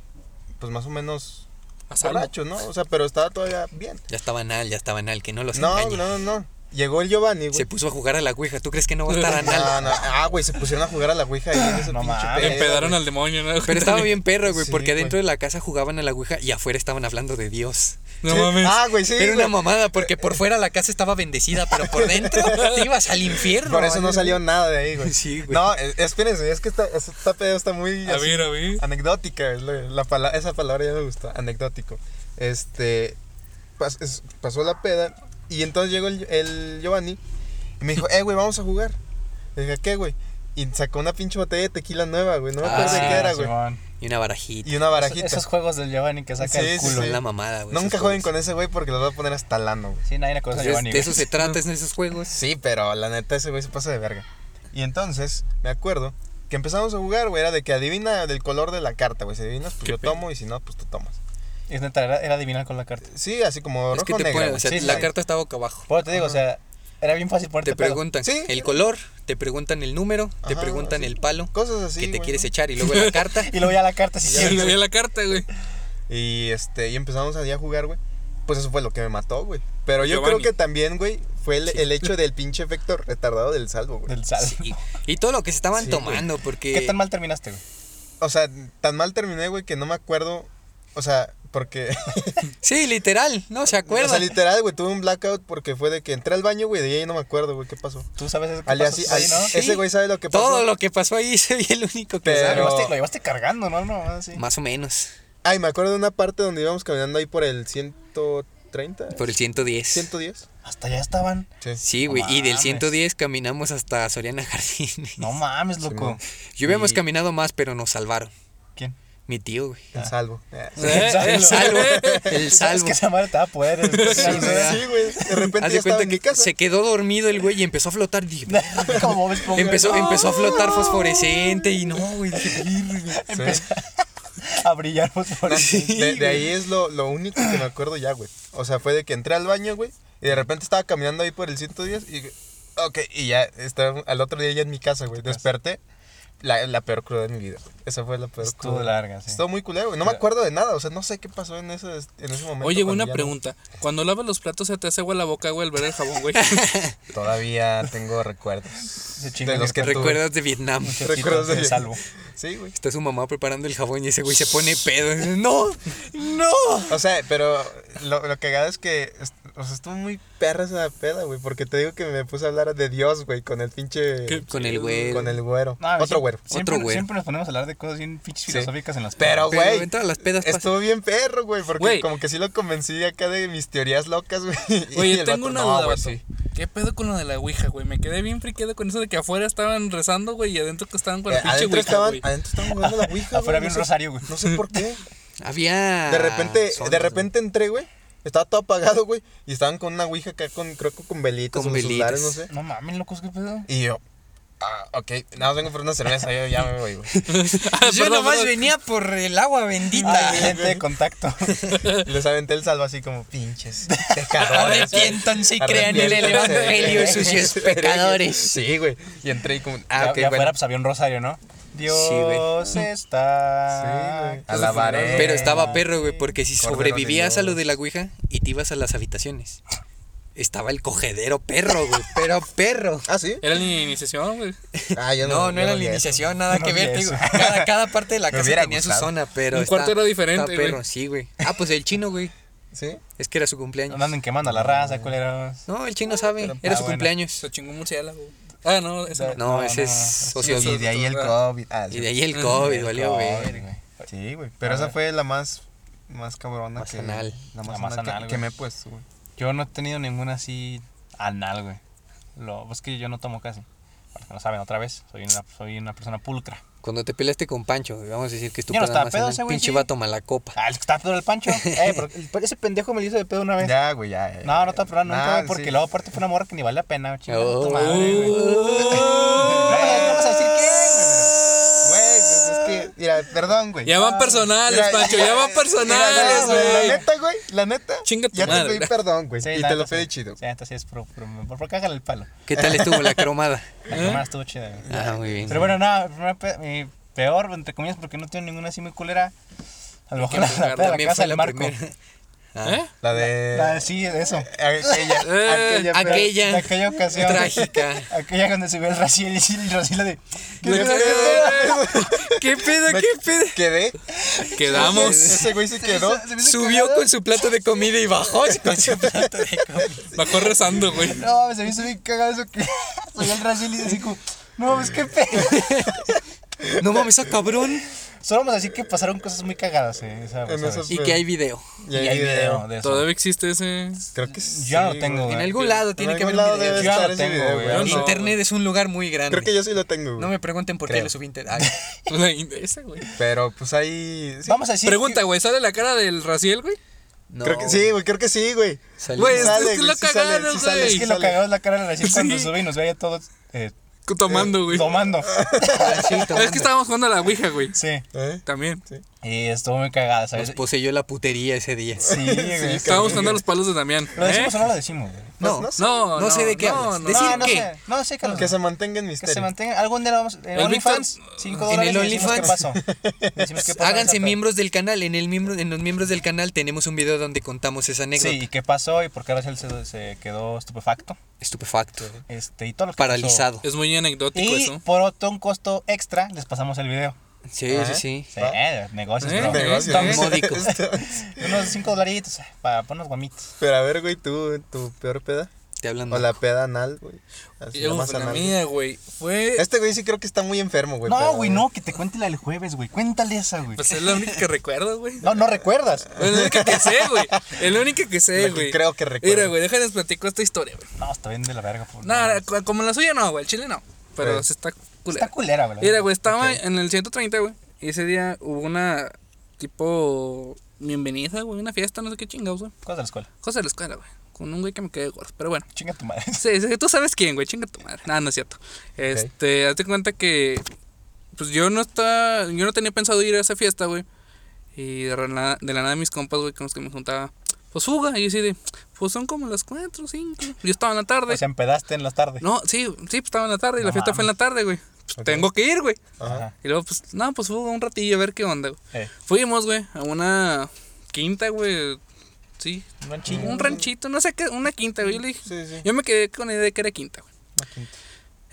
S1: pues más o menos
S4: A salvo.
S1: borracho, ¿no? O sea, pero estaba todavía bien.
S3: Ya estaba anal, ya estaba anal, que no los
S1: No,
S3: engañe.
S1: no, no. Llegó el Giovanni, güey.
S3: Se puso a jugar a la ouija, ¿tú crees que no va a estar anal?
S1: No, no. Ah, güey, se pusieron a jugar a la Ouija ahí en ese
S2: No
S1: pinche
S2: mames.
S1: pedo,
S4: Empedaron
S1: güey.
S4: al demonio, ¿no?
S3: Pero estaba bien perro, güey,
S1: Sí,
S3: porque
S1: güey.
S3: dentro de la casa jugaban a la ouija y afuera estaban hablando de Dios.
S4: No
S1: Sí.
S4: mames.
S1: Ah, güey, sí,
S3: Era una
S1: güey.
S3: mamada, porque por fuera la casa estaba bendecida, pero por dentro te ibas al infierno.
S1: Por eso no
S3: Ay,
S1: salió nada de ahí, güey.
S3: Sí, güey.
S1: No, eh, espérense, es que esta, esta pedo está muy...
S4: A
S1: así,
S4: ver, a ver.
S1: Anecdótica, es lo- la pala- esa palabra ya me gustó, anecdótico. Este, pas- es- pasó la peda y entonces llegó el, el Giovanni y me dijo, eh, güey, vamos a jugar. Le dije, "¿A ¿qué, güey? Y sacó una pinche botella de tequila nueva, güey, no me
S3: Ah,
S2: pues,
S1: acuerdo de
S3: sí,
S1: qué era, güey.
S2: Simón.
S3: Y una barajita.
S1: Y una
S2: Esos,
S1: barajita.
S2: esos juegos del Giovanni que saca
S1: Sí,
S2: el
S1: sí,
S2: culo.
S1: sí.
S3: la mamada, güey.
S1: Nunca
S3: esos
S1: jueguen
S3: juegos.
S1: con ese güey porque los va a poner hasta lano, güey.
S2: Sí, nadie le conoce a
S3: Entonces,
S2: Giovanni.
S3: de
S2: güey.
S3: eso se trata en esos juegos.
S1: Sí, pero la neta ese güey se pasa de verga. Y entonces, me acuerdo que empezamos a jugar, güey, era de que adivina del color de la carta, güey. Si adivinas, pues
S4: Qué
S1: yo
S4: pedo.
S1: tomo y si no, pues tú tomas.
S2: Es neta, era, era adivinar con la carta.
S1: Sí, así como
S3: Es
S1: rojo
S3: que te
S1: negra,
S3: ponen, o
S1: güey.
S3: sea,
S2: Sí,
S3: la
S2: sí.
S3: carta está boca abajo.
S2: Por eso te digo, o sea, era bien fácil ponerte
S3: Te
S2: pedo.
S3: preguntan
S1: Sí.
S3: el color, te preguntan el número, te
S1: Ajá,
S3: preguntan
S1: sí.
S3: el palo
S1: Cosas así.
S3: que te
S1: güey,
S3: quieres
S1: ¿no?
S3: echar y luego la carta.
S2: Y luego ya la carta, sí,
S4: Sí,
S2: sí.
S4: le vi la carta, güey.
S1: Y este, y empezamos allá a jugar, güey. Pues eso fue lo que me mató, güey. Pero yo
S4: Giovanni.
S1: creo que también, güey, fue el,
S3: Sí.
S1: el hecho del pinche efecto retardado del salvo, güey.
S2: Del sal.
S3: Sí. Y todo lo que se estaban
S1: Sí, güey.
S3: tomando, porque...
S2: ¿Qué tan mal terminaste, güey?
S1: O sea, tan mal terminé, güey, que no me acuerdo. O sea, porque.
S3: Sí, literal, no se
S1: o
S3: acuerda.
S1: sea, literal, güey, tuve un blackout porque fue de que entré al baño, güey, de ahí no me acuerdo, güey, qué pasó.
S2: Tú sabes eso que
S1: Al día
S2: pasó,
S1: si-
S2: ahí,
S1: al-
S2: ¿no?
S1: Ese güey sabe lo que pasó.
S3: Todo lo que pasó ahí, soy el único que
S1: Pero-
S2: Lo
S3: sabe.
S2: llevaste, lo llevaste cargando, ¿no? no así.
S3: Más o menos,
S1: Ay, me acuerdo de una parte donde íbamos caminando ahí por el 130.
S3: por el 110.
S1: 110.
S2: Hasta allá estaban.
S1: Sí.
S3: Sí, güey,
S2: No
S3: y del
S2: mames.
S3: 110 caminamos hasta Soriana Jardín.
S2: No mames, loco.
S3: Yo habíamos caminado más, pero nos salvaron.
S2: ¿Quién?
S3: Mi tío, güey.
S1: El salvo.
S4: Eh,
S2: salvo.
S4: el
S3: El salvo, el
S2: Tú sabes
S3: salvo.
S2: que esa madre te va a poder.
S1: Sí,
S2: Sí,
S1: güey. De repente
S3: Haz
S1: ya
S3: de
S1: estaba
S3: cuenta
S1: en mi
S3: que
S1: casa.
S3: se quedó dormido el güey y empezó a flotar. Dije,
S2: Como Bob Esponja.
S3: empezó,
S2: No.
S3: empezó a flotar fosforescente y no, güey. Dije,
S2: Empezó a brillar por
S1: De, de ahí es lo, lo único que me acuerdo ya, güey. O sea, fue de que entré al baño, güey, y de repente estaba caminando ahí por el 110 y... Ok, y ya estaba al otro día ya en mi casa, güey. Desperté, la, la peor cruda de mi vida. güey. Esa fue la peor
S2: Estuvo
S1: cruda.
S2: larga, sí.
S1: Estuvo muy culero, güey. No me acuerdo de nada. O sea, no sé qué pasó en ese, en ese momento.
S4: Oye, güey,
S1: cuando
S4: una
S1: ya no-
S4: pregunta. Cuando lavas los platos se te hace agua la boca, güey, al ver el jabón, güey.
S1: Todavía tengo recuerdos.
S2: Se chinga
S1: de los
S2: el
S1: que
S2: cuerpo.
S1: tú-
S3: Recuerdas de Vietnam.
S2: Muchachito,
S1: recuerdos de-
S2: te salvo.
S1: Sí, güey.
S3: Está su mamá preparando el jabón y ese güey se pone pedo. Y dice, No, no.
S1: O sea, pero lo, lo cagado es que est- o sea, estuvo muy perra esa peda, güey. Porque te digo que me puse a hablar de Dios, güey, con el pinche.
S4: ¿Qué?
S3: Con el güey.
S1: Con el güero.
S2: No,
S1: Otro
S2: siempre-
S1: güero.
S2: Siempre,
S3: Otro güero.
S2: siempre nos ponemos a hablar de cosas bien pinches
S1: Sí.
S2: filosóficas en las
S1: Pero,
S3: Pero
S1: güey.
S3: en todas las pedas pasa.
S1: Estuvo bien perro, güey, porque
S4: Güey.
S1: como que sí lo convencí acá de mis teorías locas, güey. y
S4: Oye,
S1: el
S4: tengo
S1: vato,
S4: una
S1: "No,
S4: duda,
S1: güey,
S4: vato.
S1: sí".
S4: ¿Qué pedo con lo de la ouija, güey? Me quedé bien friqueado con eso de que afuera estaban rezando, güey, y adentro que estaban con la
S1: Eh,
S4: pinche
S1: adentro,
S4: ouija,
S1: estaban,
S4: güey.
S1: adentro estaban jugando la ouija, güey,
S2: Afuera había
S1: no
S2: un
S1: sé-
S2: rosario, güey.
S1: No sé por qué.
S3: Había.
S1: De repente,
S3: zonas,
S1: de
S3: Ah, güey.
S1: repente entré, güey. Estaba todo apagado, güey. Y estaban con una ouija acá con, creo que con velitas
S3: Con
S1: o celulares, no
S3: velitas.
S1: sé.
S2: No mames, locos, qué pedo.
S1: Y yo, ah, ok, nada más vengo por una cerveza, yo ya me voy, güey.
S4: Ah,
S3: Yo
S4: perdón,
S3: nomás
S4: perdón.
S3: venía por el agua bendita.
S2: Ay, lente Ah, de contacto.
S1: Y Les aventé el salvo así como, pinches, pecadores. güey.
S3: Arrepiéntanse y crean en el
S1: Arrepiéntanse.
S3: evangelio, sucios pecadores.
S1: Sí, güey. Y entré y como,
S2: ya,
S1: ah, ok,
S2: ya
S1: bueno.
S2: afuera pues había un rosario, ¿no?
S3: güey.
S2: Dios está.
S1: Sí, güey.
S2: aquí.
S1: Alabaré.
S3: Pero estaba perro, güey, porque si
S1: Cordero de
S3: sobrevivías a lo
S1: Dios.
S3: de la Ouija y te ibas a las habitaciones, estaba el cogedero perro, güey. Pero perro.
S1: Ah, sí.
S4: Era ni iniciación, güey.
S1: Ah, yo
S3: No, no, era la
S1: olía eso.
S3: iniciación, nada
S2: No
S3: que ver.
S2: vi
S3: te digo,
S2: eso.
S3: cada, cada parte de la
S1: Me
S3: casa
S1: hubiera
S3: tenía su
S1: gustado.
S3: zona, pero.
S4: Un
S3: está-
S4: cuarto era diferente,
S3: está perro,
S4: güey.
S3: sí, güey. Ah, pues el chino, güey.
S1: Sí.
S3: Es que era su cumpleaños.
S2: No anden quemando a la raza, culeros.
S3: No, el chino sabe,
S2: Pero-
S3: era
S2: ah,
S3: su
S2: bueno.
S3: cumpleaños.
S4: Se chingó un murciélago. Ah, no, esa no.
S3: No,
S2: No,
S3: ese
S2: no,
S3: es
S4: no.
S3: ocioso.
S4: Sí,
S1: Y de ahí el
S4: Ah.
S1: COVID. Ah, sí.
S3: Y de ahí el COVID, valió,
S2: Joder,
S3: güey.
S2: güey.
S1: Sí, güey. Pero
S2: Ah.
S1: esa fue la más, más cabrona
S3: Ah. Más
S1: que.
S3: anal.
S1: La más,
S2: La más
S1: anal, que-
S2: anal,
S1: que,
S2: güey.
S1: me he puesto, güey.
S2: Yo no he tenido ninguna así anal, güey. Lo, es que yo no tomo casi. Para los que no saben, otra vez, soy una, soy una persona pulcra.
S3: Cuando te peleaste con Pancho, güey, vamos a decir que es tu
S2: Ya no
S3: peda
S2: estaba
S3: más
S2: pedo
S3: anal.
S2: ese güey,
S3: Pinche
S2: sí.
S3: vato mala copa.
S2: Ah, el que estaba pedo era el Pancho. Eh, pero el- pero ese pendejo me lo hizo de pedo una vez.
S1: Ya, güey, ya. ya,
S2: No, no te
S1: ya.
S2: voy a probar nunca,
S1: Nah,
S2: güey, porque
S1: sí.
S2: luego aparte fue una morra que ni vale la pena, chingada
S3: Oh.
S2: tu madre, güey. Eh, No vamos a decir qué, güey, pero-
S1: Güey, pues es que. Mira, perdón, güey.
S4: Ya van personales,
S1: Mira,
S4: Pancho, ya van
S1: Mira,
S4: personales,
S1: no, güey, La
S4: güey.
S1: neta, güey, la neta.
S4: Chinga tu
S1: ya
S4: madre.
S1: te pedí perdón, güey.
S2: Sí,
S1: y
S2: la
S1: te
S2: neta,
S1: lo pedí
S2: sí.
S1: chido.
S2: Sí, entonces es pro, pro, por, por cágale el palo.
S3: ¿Qué tal estuvo la cromada?
S2: La cámara estuvo chida, güey.
S3: Ah, muy bien.
S2: Pero bueno, no, primera pe- mi peor, entre comillas, porque no tengo ninguna así muy culera. A lo mejor la, la, peda de la
S3: también
S2: casa
S3: fue
S2: del
S3: la
S2: Marco.
S3: primera. Ah.
S4: ¿Eh?
S1: La de.
S2: La- Ah, sí, eso.
S1: Aquella.
S4: Eh,
S1: aquella.
S3: Aquella,
S2: De aquella ocasión.
S3: trágica.
S2: Aquella cuando se ve el Raciel y el Raciel de. ¿Qué
S1: Me-
S2: pedo?
S3: ¿Qué pedo?
S1: me-
S3: ¿Qué pedo?
S1: Quedé.
S4: Quedamos.
S1: Ese güey se quedó.
S2: Se me hizo
S3: Subió
S2: cagado.
S3: con su plato de comida y bajó con su plato de comida.
S4: Bajó rezando, güey.
S2: No, se me hizo bien cagado eso que. Se ve el Raciel y así como. No mames, qué pedo.
S3: No mames, a cabrón.
S2: Solo vamos a decir que pasaron cosas muy cagadas, eh. Esa,
S1: En
S2: esa
S1: esos-
S2: vez.
S3: Y que hay video.
S2: Y hay video de eso.
S4: Todavía existe ese.
S1: Creo que sí.
S2: Yo no lo
S1: güey.
S2: tengo,
S3: En
S2: güey.
S3: algún lado tiene
S1: En
S3: que
S1: algún
S3: haber
S1: lado
S3: un video.
S1: debe
S2: Yo
S1: estar
S2: lo
S1: ese
S2: tengo,
S1: video,
S2: güey.
S1: güey.
S4: Yo
S1: No,
S4: no.
S3: Internet es un lugar muy grande.
S1: Creo que yo sí lo tengo,
S3: No
S1: güey.
S3: me pregunten por qué
S1: Creo.
S3: lo subí a internet.
S4: la- Ese, güey.
S1: Pero pues ahí. sí.
S2: Vamos a decir.
S4: Pregunta, güey, ¿sale la cara del Raciel, güey?
S3: No.
S1: Creo que sí, güey, creo que sí, güey.
S3: Salió.
S4: Güey, Pues, es
S1: Sale,
S4: es que
S1: güey,
S4: lo
S1: sí sale,
S4: cagaron,
S1: sí sale,
S2: Es
S4: güey.
S2: que lo cagado es la cara de Raciel cuando
S4: Sí.
S2: sube y nos ve a todos eh,
S4: Tomando, güey.
S2: tomando.
S3: Sí,
S4: Es
S3: tomando.
S4: que estábamos jugando a la Ouija, güey.
S2: Sí.
S1: ¿Eh?
S4: También.
S2: Y estuvo muy cagada, ¿sabes?
S3: Nos poseyó la putería ese día.
S2: Sí, güey.
S4: Estábamos jugando a los palos de Damián.
S2: ¿Lo decimos
S4: ¿Eh?
S2: o no lo decimos? güey?
S3: No,
S1: no sé.
S4: No,
S3: no sé de qué
S4: no,
S3: hablas.
S4: no.
S3: Decir
S2: no, no
S3: qué.
S2: sé. No sé, Carlos.
S1: Que se mantenga en
S2: Que se
S1: misterio.
S2: mantenga. Algún día lo vamos. En
S4: El
S2: OnlyFans,
S4: Víctor-
S2: 5
S3: En
S2: dólares.
S3: el
S2: y decimos qué
S3: OnlyFans.
S2: pasó. Decimos qué pasó
S3: pues, Háganse
S2: en esa
S3: miembros del canal. En, el miembro, en los miembros del canal tenemos un video donde contamos
S2: peda.
S3: esa anécdota.
S2: Sí, y qué pasó y por qué Rachel se, se quedó estupefacto.
S3: Estupefacto. ¿eh?
S2: Este, y todo lo que pasó.
S3: Paralizado.
S4: Es muy anecdótico
S2: Y
S4: eso.
S2: por otro un costo extra, les pasamos el video.
S3: Sí,
S1: Ah,
S3: sí,
S1: ¿eh?
S3: sí.
S2: Sí,
S1: ¿Va?
S2: eh, negocios,
S4: Eh,
S2: bro.
S4: negocios.
S2: Estamos-
S3: Módico.
S2: Unos 5 dolaritos eh, para ponernos guamitos.
S1: Pero a ver, güey, tú, tu peor peda.
S3: Te hablan
S1: O la peda anal, güey. Así, la
S4: Uf,
S1: más
S4: pues, la
S1: anal.
S4: mía, güey. Fue.
S1: Este güey sí creo que está muy enfermo, güey.
S2: No,
S1: pero-
S2: güey, no, que te cuente la del jueves, güey. Cuéntale esa, güey.
S4: Pues es la única que recuerdo, güey.
S2: No, no recuerdas.
S4: Es la única que sé, güey. Es la única que
S1: La
S4: sé,
S1: que
S4: güey.
S1: creo que recuerdo.
S4: Mira, güey, déjales platico esta historia, güey.
S2: No, está bien de la verga. por-
S1: Ah.
S4: Nada, cu- como la suya no, güey. El chile no. Pero
S1: Güey.
S4: se está
S2: Está
S4: culera.
S2: culera, güey.
S4: Mira, güey, estaba en el 130, güey. Y ese día hubo una tipo bienvenida, güey, una fiesta, no sé qué chingados, güey.
S2: Cosas de la escuela.
S4: Cosa de la escuela, güey. Con un güey que me quedé gordo. Pero bueno.
S2: Chinga tu madre.
S4: Sí, sí, tú sabes quién, güey, chinga tu madre. Nada, no es cierto. Este, hazte cuenta que pues yo no estaba, yo no tenía pensado ir a esa fiesta, güey. Y de la, nada- de la nada mis compas, güey, con los que me juntaba, pues fuga. Y yo así de, pues son como las 4 o 5. Yo estaba en la tarde.
S2: O sea, empedaste en la tarde.
S4: no, sí, sí, pues estaba en la tarde y
S2: No
S4: la fiesta fue en la tarde, güey. Pues,
S1: Ok.
S4: tengo que ir, güey.
S1: Ajá.
S4: Y luego, pues, no, pues fugo un ratillo a ver qué onda, güey.
S2: Eh,
S4: Fuimos, güey, a una quinta, güey. Sí,
S2: un ranchillo.
S4: un ranchito, no sé qué, una quinta, güey. Yo le dije,
S1: Sí, sí.
S4: yo me quedé con la idea de que era quinta, güey.
S1: Una quinta.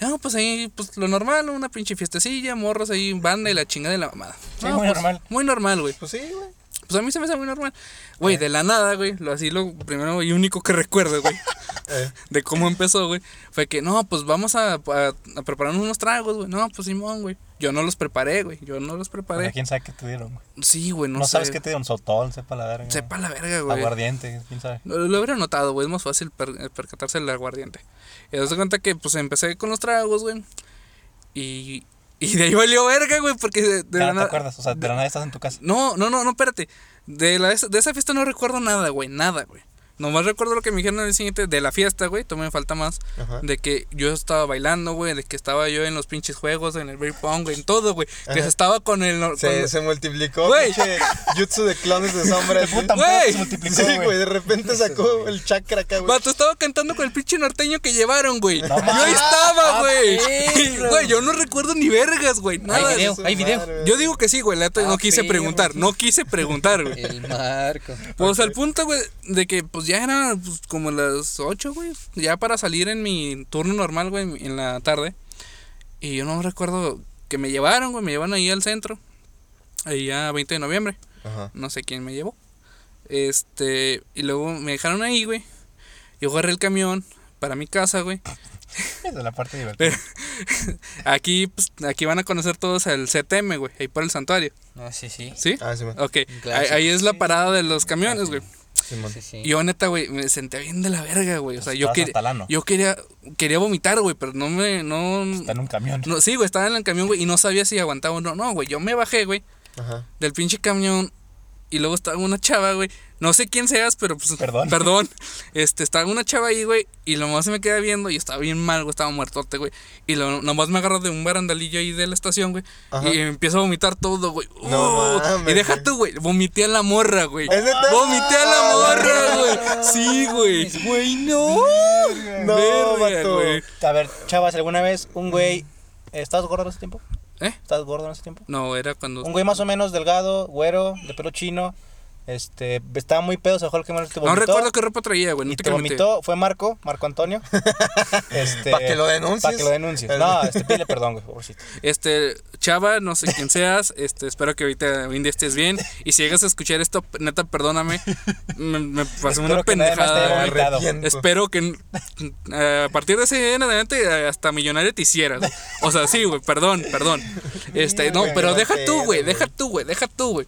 S4: No, pues ahí, pues lo normal, una pinche fiestecilla, morros ahí, banda y la chingada de la mamada.
S2: Sí,
S4: No,
S2: muy
S4: pues,
S2: normal.
S4: Muy normal, güey.
S1: Pues sí, güey.
S4: Pues a mí se me hace muy normal.
S2: Eh.
S4: Güey, de la nada, güey. Lo así lo primero y único que recuerdo, güey.
S1: Eh.
S4: de cómo empezó, güey. Fue que, no, pues vamos a, a, a prepararnos unos tragos, güey. No, pues Simón, güey. Yo no los preparé, güey. Yo no los
S2: Pero
S4: preparé.
S2: quién sabe qué te dieron, güey.
S4: Sí, güey, no,
S2: No,
S4: sé.
S2: sabes qué te dieron, sotol, sepa la verga.
S4: Sepa la verga, güey.
S2: Aguardiente, quién sabe.
S4: Lo, lo habría notado, güey. Es más fácil per- eh, percatarse del aguardiente. Y das cuenta que, pues, empecé con los tragos, güey. Y, y de ahí valió verga, güey, porque de,
S2: Ya
S4: de la
S2: no te
S4: nada-
S2: acuerdas, o sea, de la nada estás en tu casa.
S4: No, no, no, no, espérate. De, la, de esa fiesta no recuerdo nada, güey. Nada, güey. Nomás recuerdo lo que me dijeron el siguiente de la fiesta, güey. Todavía me falta más.
S1: Ajá.
S4: De que yo estaba bailando, güey. De que estaba yo en los pinches juegos, en el beer pong, güey. En todo, güey. Que
S1: Ajá.
S4: estaba con el. con-
S1: Se, se multiplicó,
S4: Güey.
S1: pinche jutsu de clones de sombra.
S2: De
S1: así.
S2: puta
S4: Güey.
S2: madre, se multiplicó,
S1: Sí, güey,
S2: güey.
S1: de repente sacó el chakra acá, güey.
S4: Vato, estaba cantando con el pinche norteño que llevaron, güey.
S2: No
S4: yo ahí
S2: mames.
S4: estaba,
S2: Ah,
S4: güey.
S2: perro.
S4: Güey, yo no recuerdo ni vergas, güey. Nada.
S3: Hay video,
S1: Su
S3: hay video.
S1: madre, güey.
S4: Yo digo que sí, güey. La neta,
S3: Ah,
S4: no quise
S3: perro,
S4: preguntar. No quise preguntar, güey.
S3: El Marco.
S4: Pues al punto, güey, de que pues ya era pues, como las 8, güey. Ya para salir en mi turno normal, güey, en la tarde. Y yo no recuerdo que me llevaron, güey. Me llevaron ahí al centro. Ahí ya 20 de noviembre.
S1: Ajá.
S4: No sé quién me llevó. Este, y luego me dejaron ahí, güey. Yo agarré el camión para mi casa, güey.
S2: Esa es la parte divertida.
S4: Aquí, pues, aquí van a conocer todos el CTM, güey. Ahí por el santuario.
S3: No, sí, sí.
S4: ¿Sí?
S1: Ah, sí, man.
S4: Ok.
S3: Un
S4: Ahí,
S3: clásico.
S4: ahí es la parada de los camiones, güey.
S1: Simón.
S3: Sí, sí.
S4: Yo neta, güey, me senté bien de la verga, güey. O sea,
S2: Pues
S4: yo
S2: estabas
S4: quería,
S2: hasta el ano.
S4: yo quería, quería vomitar, güey, pero no me, no,
S2: Está en un camión.
S4: no- sí, güey, estaba en el camión, güey, y no sabía si aguantaba o no. No, güey, yo me bajé, güey,
S1: Ajá.
S4: del pinche camión y luego estaba una chava, güey. No sé quién seas, pero pues,
S2: Perdón.
S4: perdón. Este, estaba una chava ahí, güey, y lo más se me queda viendo y estaba bien mal, güey, estaba muertote, güey. Y lo nomás me agarra de un barandalillo ahí de la estación, güey,
S1: Ajá.
S4: y empiezo a vomitar todo, güey.
S1: No
S4: Uh,
S1: mames,
S4: y deja
S1: güey.
S4: tú, güey, vomité a la morra, güey.
S1: ¿Es neta? Ah,
S4: Vomité a la morra, güey. Sí, güey.
S3: Güey, no.
S1: No,
S4: Verga,
S1: vato.
S4: güey.
S2: A ver, chavas, ¿alguna vez un güey... ¿Estás gordo en ese tiempo?
S4: ¿Eh?
S2: ¿Estás gordo en ese tiempo?
S4: No, era cuando.
S2: Un güey más o menos delgado, güero, de pelo chino. Este, estaba muy pedo, se dejó el camión, te
S4: No
S2: vomitó.
S4: recuerdo qué ropa traía, güey. No
S2: Y
S4: te
S2: te
S4: calmeté.
S2: vomitó, fue Marco, Marco Antonio. Este,
S1: Pa' que lo denuncies.
S2: Para que lo denuncies. No, este, pídele perdón, güey, pobrecito.
S4: Este, chava, no sé quién seas. Este, espero que ahorita hoy en día estés bien. Y si llegas a escuchar esto, neta, perdóname. Me, me pasó
S2: Espero
S4: una
S2: que nadie más te haya vomitado. Vomitado.
S4: pendejada.
S1: Arrepiento.
S4: Espero que n- eh, a partir de ese día en adelante eh, hasta millonario te hicieras. güey. O sea, sí, güey, perdón, perdón. Este, no,
S1: Güey,
S4: pero
S1: no
S4: deja tú,
S1: pedo,
S4: güey,
S1: güey.
S4: deja tú, güey, deja tú, güey.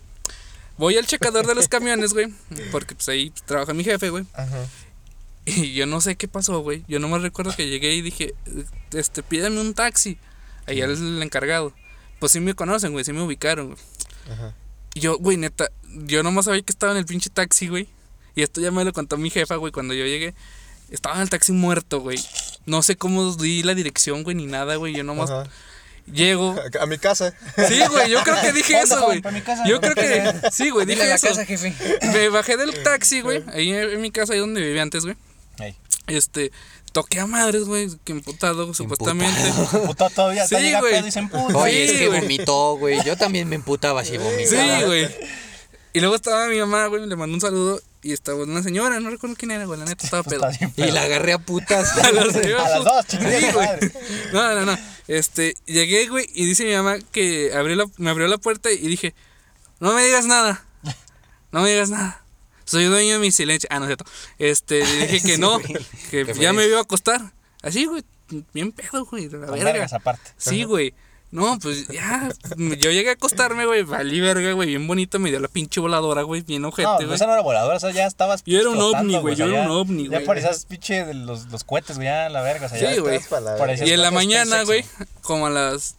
S4: Voy al checador de los camiones, güey, porque pues ahí trabaja mi jefe, güey.
S1: Ajá.
S4: Y yo no sé qué pasó, güey. Yo nomás recuerdo que llegué y dije, este, pídame un taxi. Ahí el encargado. Pues sí me conocen, güey, sí me ubicaron, güey.
S1: Ajá.
S4: Y yo, güey, neta, yo nomás sabía que estaba en el pinche taxi, güey. Y esto ya me lo contó mi jefa, güey, cuando yo llegué. Estaba en el taxi muerto, güey. No sé cómo di la dirección, güey, ni nada, güey. Yo nomás
S1: Ajá.
S4: llego.
S1: A- A mi casa.
S4: Sí, güey, yo creo que dije
S2: ¿Cuándo,
S4: eso,
S2: joven?
S4: güey.
S2: Para mi casa.
S4: Yo creo que. Sí, güey,
S3: Dile a
S4: dije
S3: la
S4: eso.
S3: casa, jefe.
S4: Me bajé del taxi, güey. Ahí en mi casa, ahí donde vivía antes, güey.
S2: Ey.
S4: Este, toqué a madres, güey, que emputado, supuestamente.
S2: Puto todavía,
S4: Sí,
S2: sí, llega
S4: güey.
S2: pedo y se emputa.
S4: Oye,
S3: Oye, es que
S4: güey.
S3: vomitó, güey. Yo también me emputaba si
S4: Sí,
S3: vomitaba.
S4: güey. Y luego estaba mi mamá, güey, le mandó un saludo y estaba una señora, no recuerdo quién era, güey, la neta estaba
S2: Pues
S4: pedo.
S2: está bien
S3: Y
S2: pedo.
S3: la agarré a putas.
S4: A las señoras,
S2: las dos, chingada
S4: Sí, güey.
S2: madre.
S4: No, no, no. Este, llegué, güey, y dice mi mamá que abrió la- me abrió la puerta y dije, no me digas nada. No me digas nada. Soy dueño de mi silencio. Ah, no es cierto. Este, le dije que
S3: Sí,
S4: no,
S3: güey.
S4: que
S3: Qué
S4: ya
S3: feo.
S4: me iba a acostar. Así, güey, bien pedo, güey, de la
S2: Con
S4: verga.
S2: vergas aparte.
S4: Sí, güey. No, pues ya, yo llegué a acostarme, güey, valí verga, güey, bien bonito, me dio la pinche voladora, güey, bien
S2: No,
S4: ojete, güey.
S2: esa pues, no era voladora, o sea, ya estabas.
S4: Yo era un
S2: flotando,
S4: ovni, güey, yo
S2: o sea,
S4: era
S2: ya-
S4: un ovni, güey.
S2: Ya parecías pinche de los, los cohetes, güey, ya la verga, o sea,
S4: Sí,
S2: ya.
S4: güey.
S1: Para la
S2: Parecía-
S4: y en la
S2: SpaceX,
S4: mañana,
S2: ¿no?
S4: güey, como a las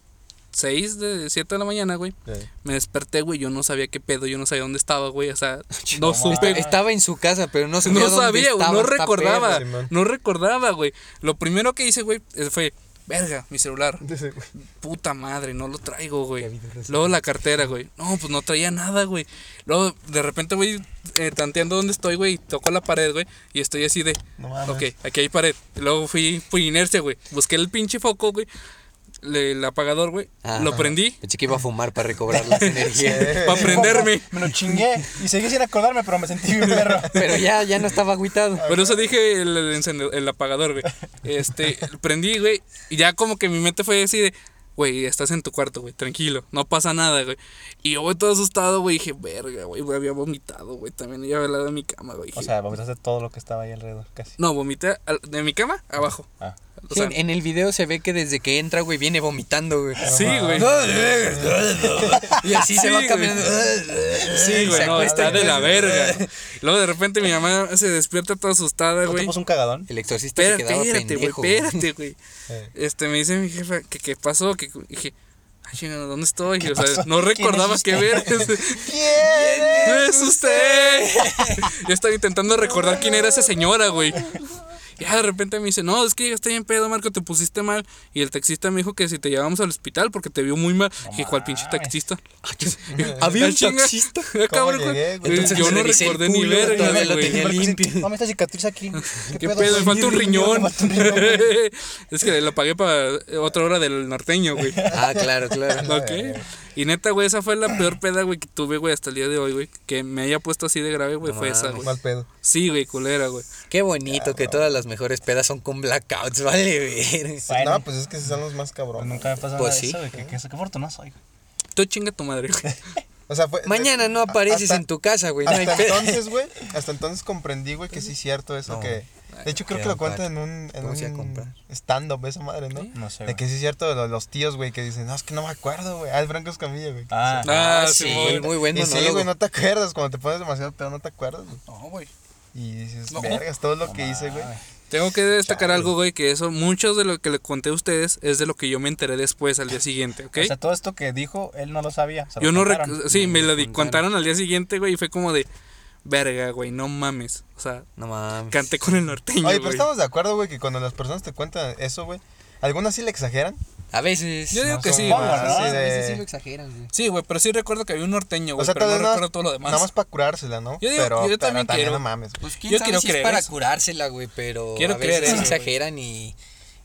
S4: 6 de 7 de la mañana, güey,
S1: verga.
S4: me desperté, güey, yo no sabía qué pedo, yo no sabía dónde estaba, güey, o sea, no
S2: mames.
S4: supe, güey.
S3: Estaba en su casa, pero no sabía
S4: No
S3: dónde
S4: sabía, güey,
S3: estaba,
S4: no
S3: está
S4: recordaba,
S3: perro.
S1: Simón.
S4: no recordaba, güey. Lo primero que hice, güey, eh, fue, verga, mi celular.
S1: Sí, güey.
S4: Puta madre, no lo traigo,
S3: Ya
S4: güey.
S3: vi de recién.
S4: Luego la cartera, güey. No, pues no traía nada, güey. Luego, de repente, güey, eh, tanteando donde estoy, güey, toco la pared, güey, y estoy así de,
S1: No mames.
S4: ok, aquí hay pared. Y luego fui por inercia, güey. Busqué el pinche foco, güey. le- el apagador, güey.
S3: Ah,
S4: lo prendí.
S3: Pensé que iba a fumar para recobrar las energías.
S4: Para prenderme.
S2: Me lo chingué y seguí sin acordarme, pero me sentí bien perro.
S3: Pero ya, ya no estaba agüitado.
S4: Por eso dije el, el encende- el apagador, güey. Este, prendí, güey. Y ya como que mi mente fue así de, güey, estás en tu cuarto, güey, tranquilo, no pasa nada, güey. Y yo, güey, todo asustado, güey, dije, verga, güey, güey, había vomitado, güey, también había hablado de mi cama, güey.
S2: O
S4: dije,
S2: sea, vomitaste todo lo que estaba ahí alrededor, casi.
S4: no, vomité al- de mi cama abajo.
S2: Ah.
S4: O
S3: Sí,
S4: sea,
S3: en, en el video se ve que desde que entra, güey, viene vomitando, güey.
S4: sí, güey.
S3: Y así se
S4: Sí,
S3: va
S4: güey.
S3: caminando.
S4: Sí, güey,
S3: se
S4: no,
S3: acuesta
S4: está
S3: y-
S4: de la verga. Luego de repente mi mamá se despierta toda asustada,
S2: ¿No te
S4: güey.
S2: puso un cagadón?
S3: El exorcista Pues se
S4: Espérate,
S3: quedaba
S4: espérate, güey,
S3: pendejo. güey.
S4: espérate, güey.
S1: Eh.
S4: Este, me dice mi jefa que qué pasó, que dije, ay, chinga, ¿dónde estoy? o sea,
S2: pasó?
S4: no
S2: ¿Quién es
S4: recordaba qué ver. este,
S2: ¿Quién?
S4: ¡No es usted! Yo estaba intentando recordar quién era esa señora, güey. Ya de repente me dice, no, es que está bien pedo, Marco, te pusiste mal. Y el taxista me dijo que si te llevábamos al hospital porque te vio muy mal. que ¿cuál pinche
S2: mames.
S4: taxista?
S3: Había
S4: Ah,
S3: un
S4: chinga.
S3: taxista.
S4: Ah, cabrón,
S1: llegué, güey?
S4: eh,
S3: Entonces
S4: Yo
S3: le
S4: no
S3: revisé el
S4: recordé ni
S3: culo,
S4: verga,
S3: todavía lo
S4: güey.
S3: tenía limpio.
S2: No, pues, "Oh, me está cicatriz aquí.
S4: ¿Qué pedo? Me falta un riñón.
S2: Me falta un riñón, güey.
S4: es que lo pagué para otra hora del norteño, güey.
S3: Ah, claro, claro.
S4: Ok. Y neta, güey, esa fue la peor peda, güey, que tuve, güey, hasta el día de hoy, güey. Que me haya puesto así de grave, güey,
S3: No
S4: fue esa,
S3: mames.
S4: güey.
S1: Mal pedo.
S4: Sí, güey, culera, güey.
S3: Qué bonito que todas las mejores pedas son con blackouts, vale, ver.
S2: Bueno,
S1: No, pues es que son los más
S2: pues
S1: cabrones.
S2: nunca me ha pasado
S3: Pues
S2: nada de
S3: sí.
S2: eso, güey. Qué, qué, qué fortuna soy, güey.
S4: Tú chinga tu madre, güey.
S1: O sea, fue-
S3: Mañana no
S1: a-
S3: apareces
S1: hasta-
S3: en tu casa, güey. No hay
S1: Hasta
S3: pedo.
S1: entonces, güey, hasta entonces comprendí, güey, que sí es cierto eso que... De hecho, creo que lo
S3: quedan
S1: cuentan en un, en
S3: Vamos a ir a
S1: un
S3: comprar.
S1: stand-up, esa madre, ¿no?
S2: No sé,
S1: De que
S2: güey.
S1: sí es cierto, lo- los tíos, güey, que dicen, no, es que no me acuerdo, güey. Ah, es Franco Escamilla, güey.
S2: Ah,
S4: Ah,
S3: Ah, sí,
S4: Simón.
S3: muy buen
S1: y sí,
S3: monólogo.
S1: güey, no te acuerdas. Cuando te pones demasiado pedo, no te acuerdas, güey.
S4: No, güey.
S1: Y dices,
S4: No.
S1: vergas, todo lo que hice, güey.
S4: Tengo que destacar algo, güey, que eso, muchos de lo que le conté a ustedes es de lo que yo me enteré después, al día siguiente, ¿ok?
S2: O sea, todo esto que dijo, él no lo sabía. se lo
S4: yo no... rec-
S2: contaron.
S4: Sí,
S3: No, me
S4: me lo
S3: lo
S4: di- contaron al día siguiente, güey, y fue como de... Verga, güey, no mames. O sea,
S3: No mames.
S4: canté con el norteño,
S1: Oye,
S4: güey.
S1: pero estamos de acuerdo, güey, que cuando las personas te cuentan eso, güey, algunas sí le exageran.
S3: A veces.
S4: Yo digo
S3: no,
S4: que sí,
S2: supongo,
S4: güey.
S2: ¿no?
S1: así
S3: A veces sí
S1: de...
S3: lo exageran, güey.
S4: Sí, güey, pero sí recuerdo que había un norteño, güey, pero
S1: tal
S4: no
S1: vez nada-
S4: recuerdo todo lo demás.
S1: Nada más para curársela, ¿no?
S4: Yo digo-
S1: pero,
S4: yo
S1: pero
S4: también quiero.
S1: no mames. güey.
S3: Pues quién
S4: Yo
S3: sabe
S4: quiero
S3: si
S4: creer
S3: es para
S4: eso.
S3: curársela, güey, pero
S4: Quiero
S3: a veces
S4: creer eso,
S3: sí exageran y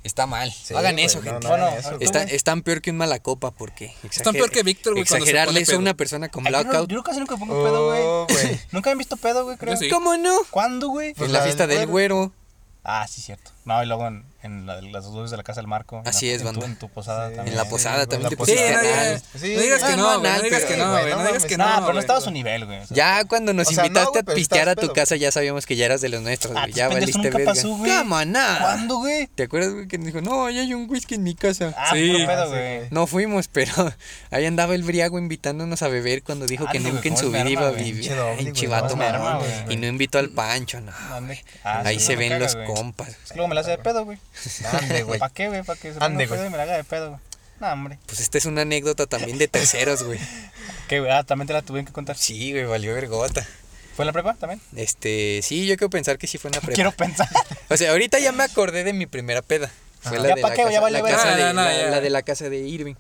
S3: está mal.
S1: Sí,
S3: no hagan
S1: güey,
S3: eso,
S1: no,
S3: gente.
S1: no hagan
S2: Bueno,
S1: eso, güey.
S3: Están, están peor que un mala copa porque
S4: Están peor que Víctor, güey, cuando se
S3: Exagerarle
S4: pone
S3: eso a
S4: pedo.
S3: una persona con
S2: Ay, yo no-
S3: blackout.
S2: Yo casi nunca pongo pedo,
S1: Oh,
S2: güey.
S1: güey.
S2: Nunca me han visto pedo, güey, creo.
S4: Yo sí.
S3: ¿Cómo no?
S2: ¿Cuándo, güey?
S1: Pues
S3: en la
S1: la
S3: fiesta
S1: del
S3: del güero.
S2: Ah, sí, cierto. No, y luego en, en la de las dos veces de la casa del Marco. en la-
S3: Así es,
S2: en tu-
S3: banda.
S2: En tu posada
S1: Sí.
S2: también.
S3: En la posada
S1: güey,
S3: también
S1: la
S3: te
S4: Sí,
S1: posada.
S3: pusiste
S4: no,
S3: anal.
S4: digas- no digas
S1: güey.
S4: que
S3: Ah,
S4: no,
S3: no,
S4: güey, no
S3: anal,
S4: digas
S1: Sí,
S3: pero-
S4: que no, güey,
S1: güey,
S4: no
S1: no
S4: digas
S1: mames.
S4: que
S2: No,
S4: no,
S2: pero no
S4: güey.
S2: estaba a su nivel, güey. o sea.
S3: Ya cuando nos
S1: O sea, no,
S3: invitaste
S1: güey,
S3: a
S1: pero
S3: pistear a
S1: estabas
S3: tu
S1: pedo.
S3: casa, ya sabíamos que ya eras de los nuestros,
S2: Ah,
S3: güey.
S2: tus
S3: Ya
S2: pendejos
S3: valiste
S2: nunca
S3: verga.
S2: pasó, güey.
S3: ¿Cómo no?
S2: ¿Cuándo, güey?
S3: ¿Te acuerdas, güey, que nos dijo, no, ya hay un whisky en mi casa?
S2: Ah,
S4: Sí.
S2: sí.
S4: Ah,
S2: pedo,
S1: sí,
S2: güey.
S1: güey.
S3: No fuimos, pero ahí andaba el briago invitándonos a beber cuando dijo que
S2: Ándale,
S3: nunca
S2: güey,
S3: en su
S2: ¿cómo es
S3: vida
S2: merma,
S3: iba a
S2: güey?
S3: vivir.
S1: Pinche doble,
S3: Ay,
S1: güey,
S3: chivato
S2: ¿cómo es merma,
S3: mamón.
S2: güey?
S3: Y no invitó al Pancho, no.
S2: ¿Dónde? Ah,
S3: Ahí
S2: sí,
S3: se
S2: me
S3: ven
S2: caga,
S3: los
S2: güey.
S3: compas.
S2: Es que luego me la hace de pedo, güey.
S1: Ande, güey.
S2: ¿Para qué, güey? ¿Para que se
S1: Ande,
S2: ponga
S1: güey.
S2: pedo y me la haga de pedo, güey? No, hombre.
S3: Pues esta es una anécdota también de terceros, güey.
S2: ¿Qué, güey? Ah, también te la tuvieron que contar.
S3: Sí, güey, valió vergota.
S2: ¿Fue en la prepa también?
S3: Este, sí, yo quiero pensar que sí fue una prepa.
S2: Quiero pensar.
S3: O sea, ahorita ya me acordé de mi primera peda. Fue
S2: Ah.
S3: la
S2: Ya
S3: de
S2: pa'
S3: la
S2: qué, ya
S3: casa-
S2: valió
S3: la
S2: verga.
S3: casa
S4: No,
S3: de-
S4: no, no,
S3: la-
S4: ya.
S3: la de la casa de Irving.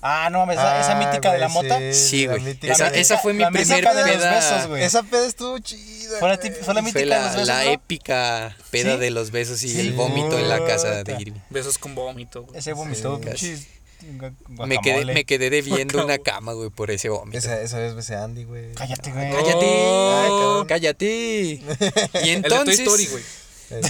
S2: Ah, no mames, esa, esa
S1: Ah,
S2: mítica de la
S1: güey,
S2: mota.
S3: Sí, güey.
S1: mítica
S3: Esa,
S1: de-
S3: esa fue mi
S2: la mítica
S3: primera
S2: de los
S3: peda.
S2: besos, güey.
S1: Esa peda estuvo chida.
S2: Fue la,
S1: güey.
S2: tip- fue la mítica
S3: fue
S2: de los
S3: la,
S2: besos,
S3: la
S2: ¿no?
S3: épica peda
S2: Sí.
S3: de los besos y
S2: Sí.
S3: el vómito en la casa de
S2: Puta.
S3: Irving.
S4: Besos con vómito, güey.
S2: Ese vomitó,
S1: Sí.
S2: pinches.
S3: Me quedé,
S2: guacamole.
S3: me quedé debiendo una cama, güey, por ese vómito.
S1: Esa, esa vez besé a Andy, güey.
S2: Cállate, güey.
S3: ¡Cállate!
S4: Ay,
S1: cabrón.
S3: ¡Cállate! Y
S4: El de Toy
S3: entonces,
S4: Story, güey.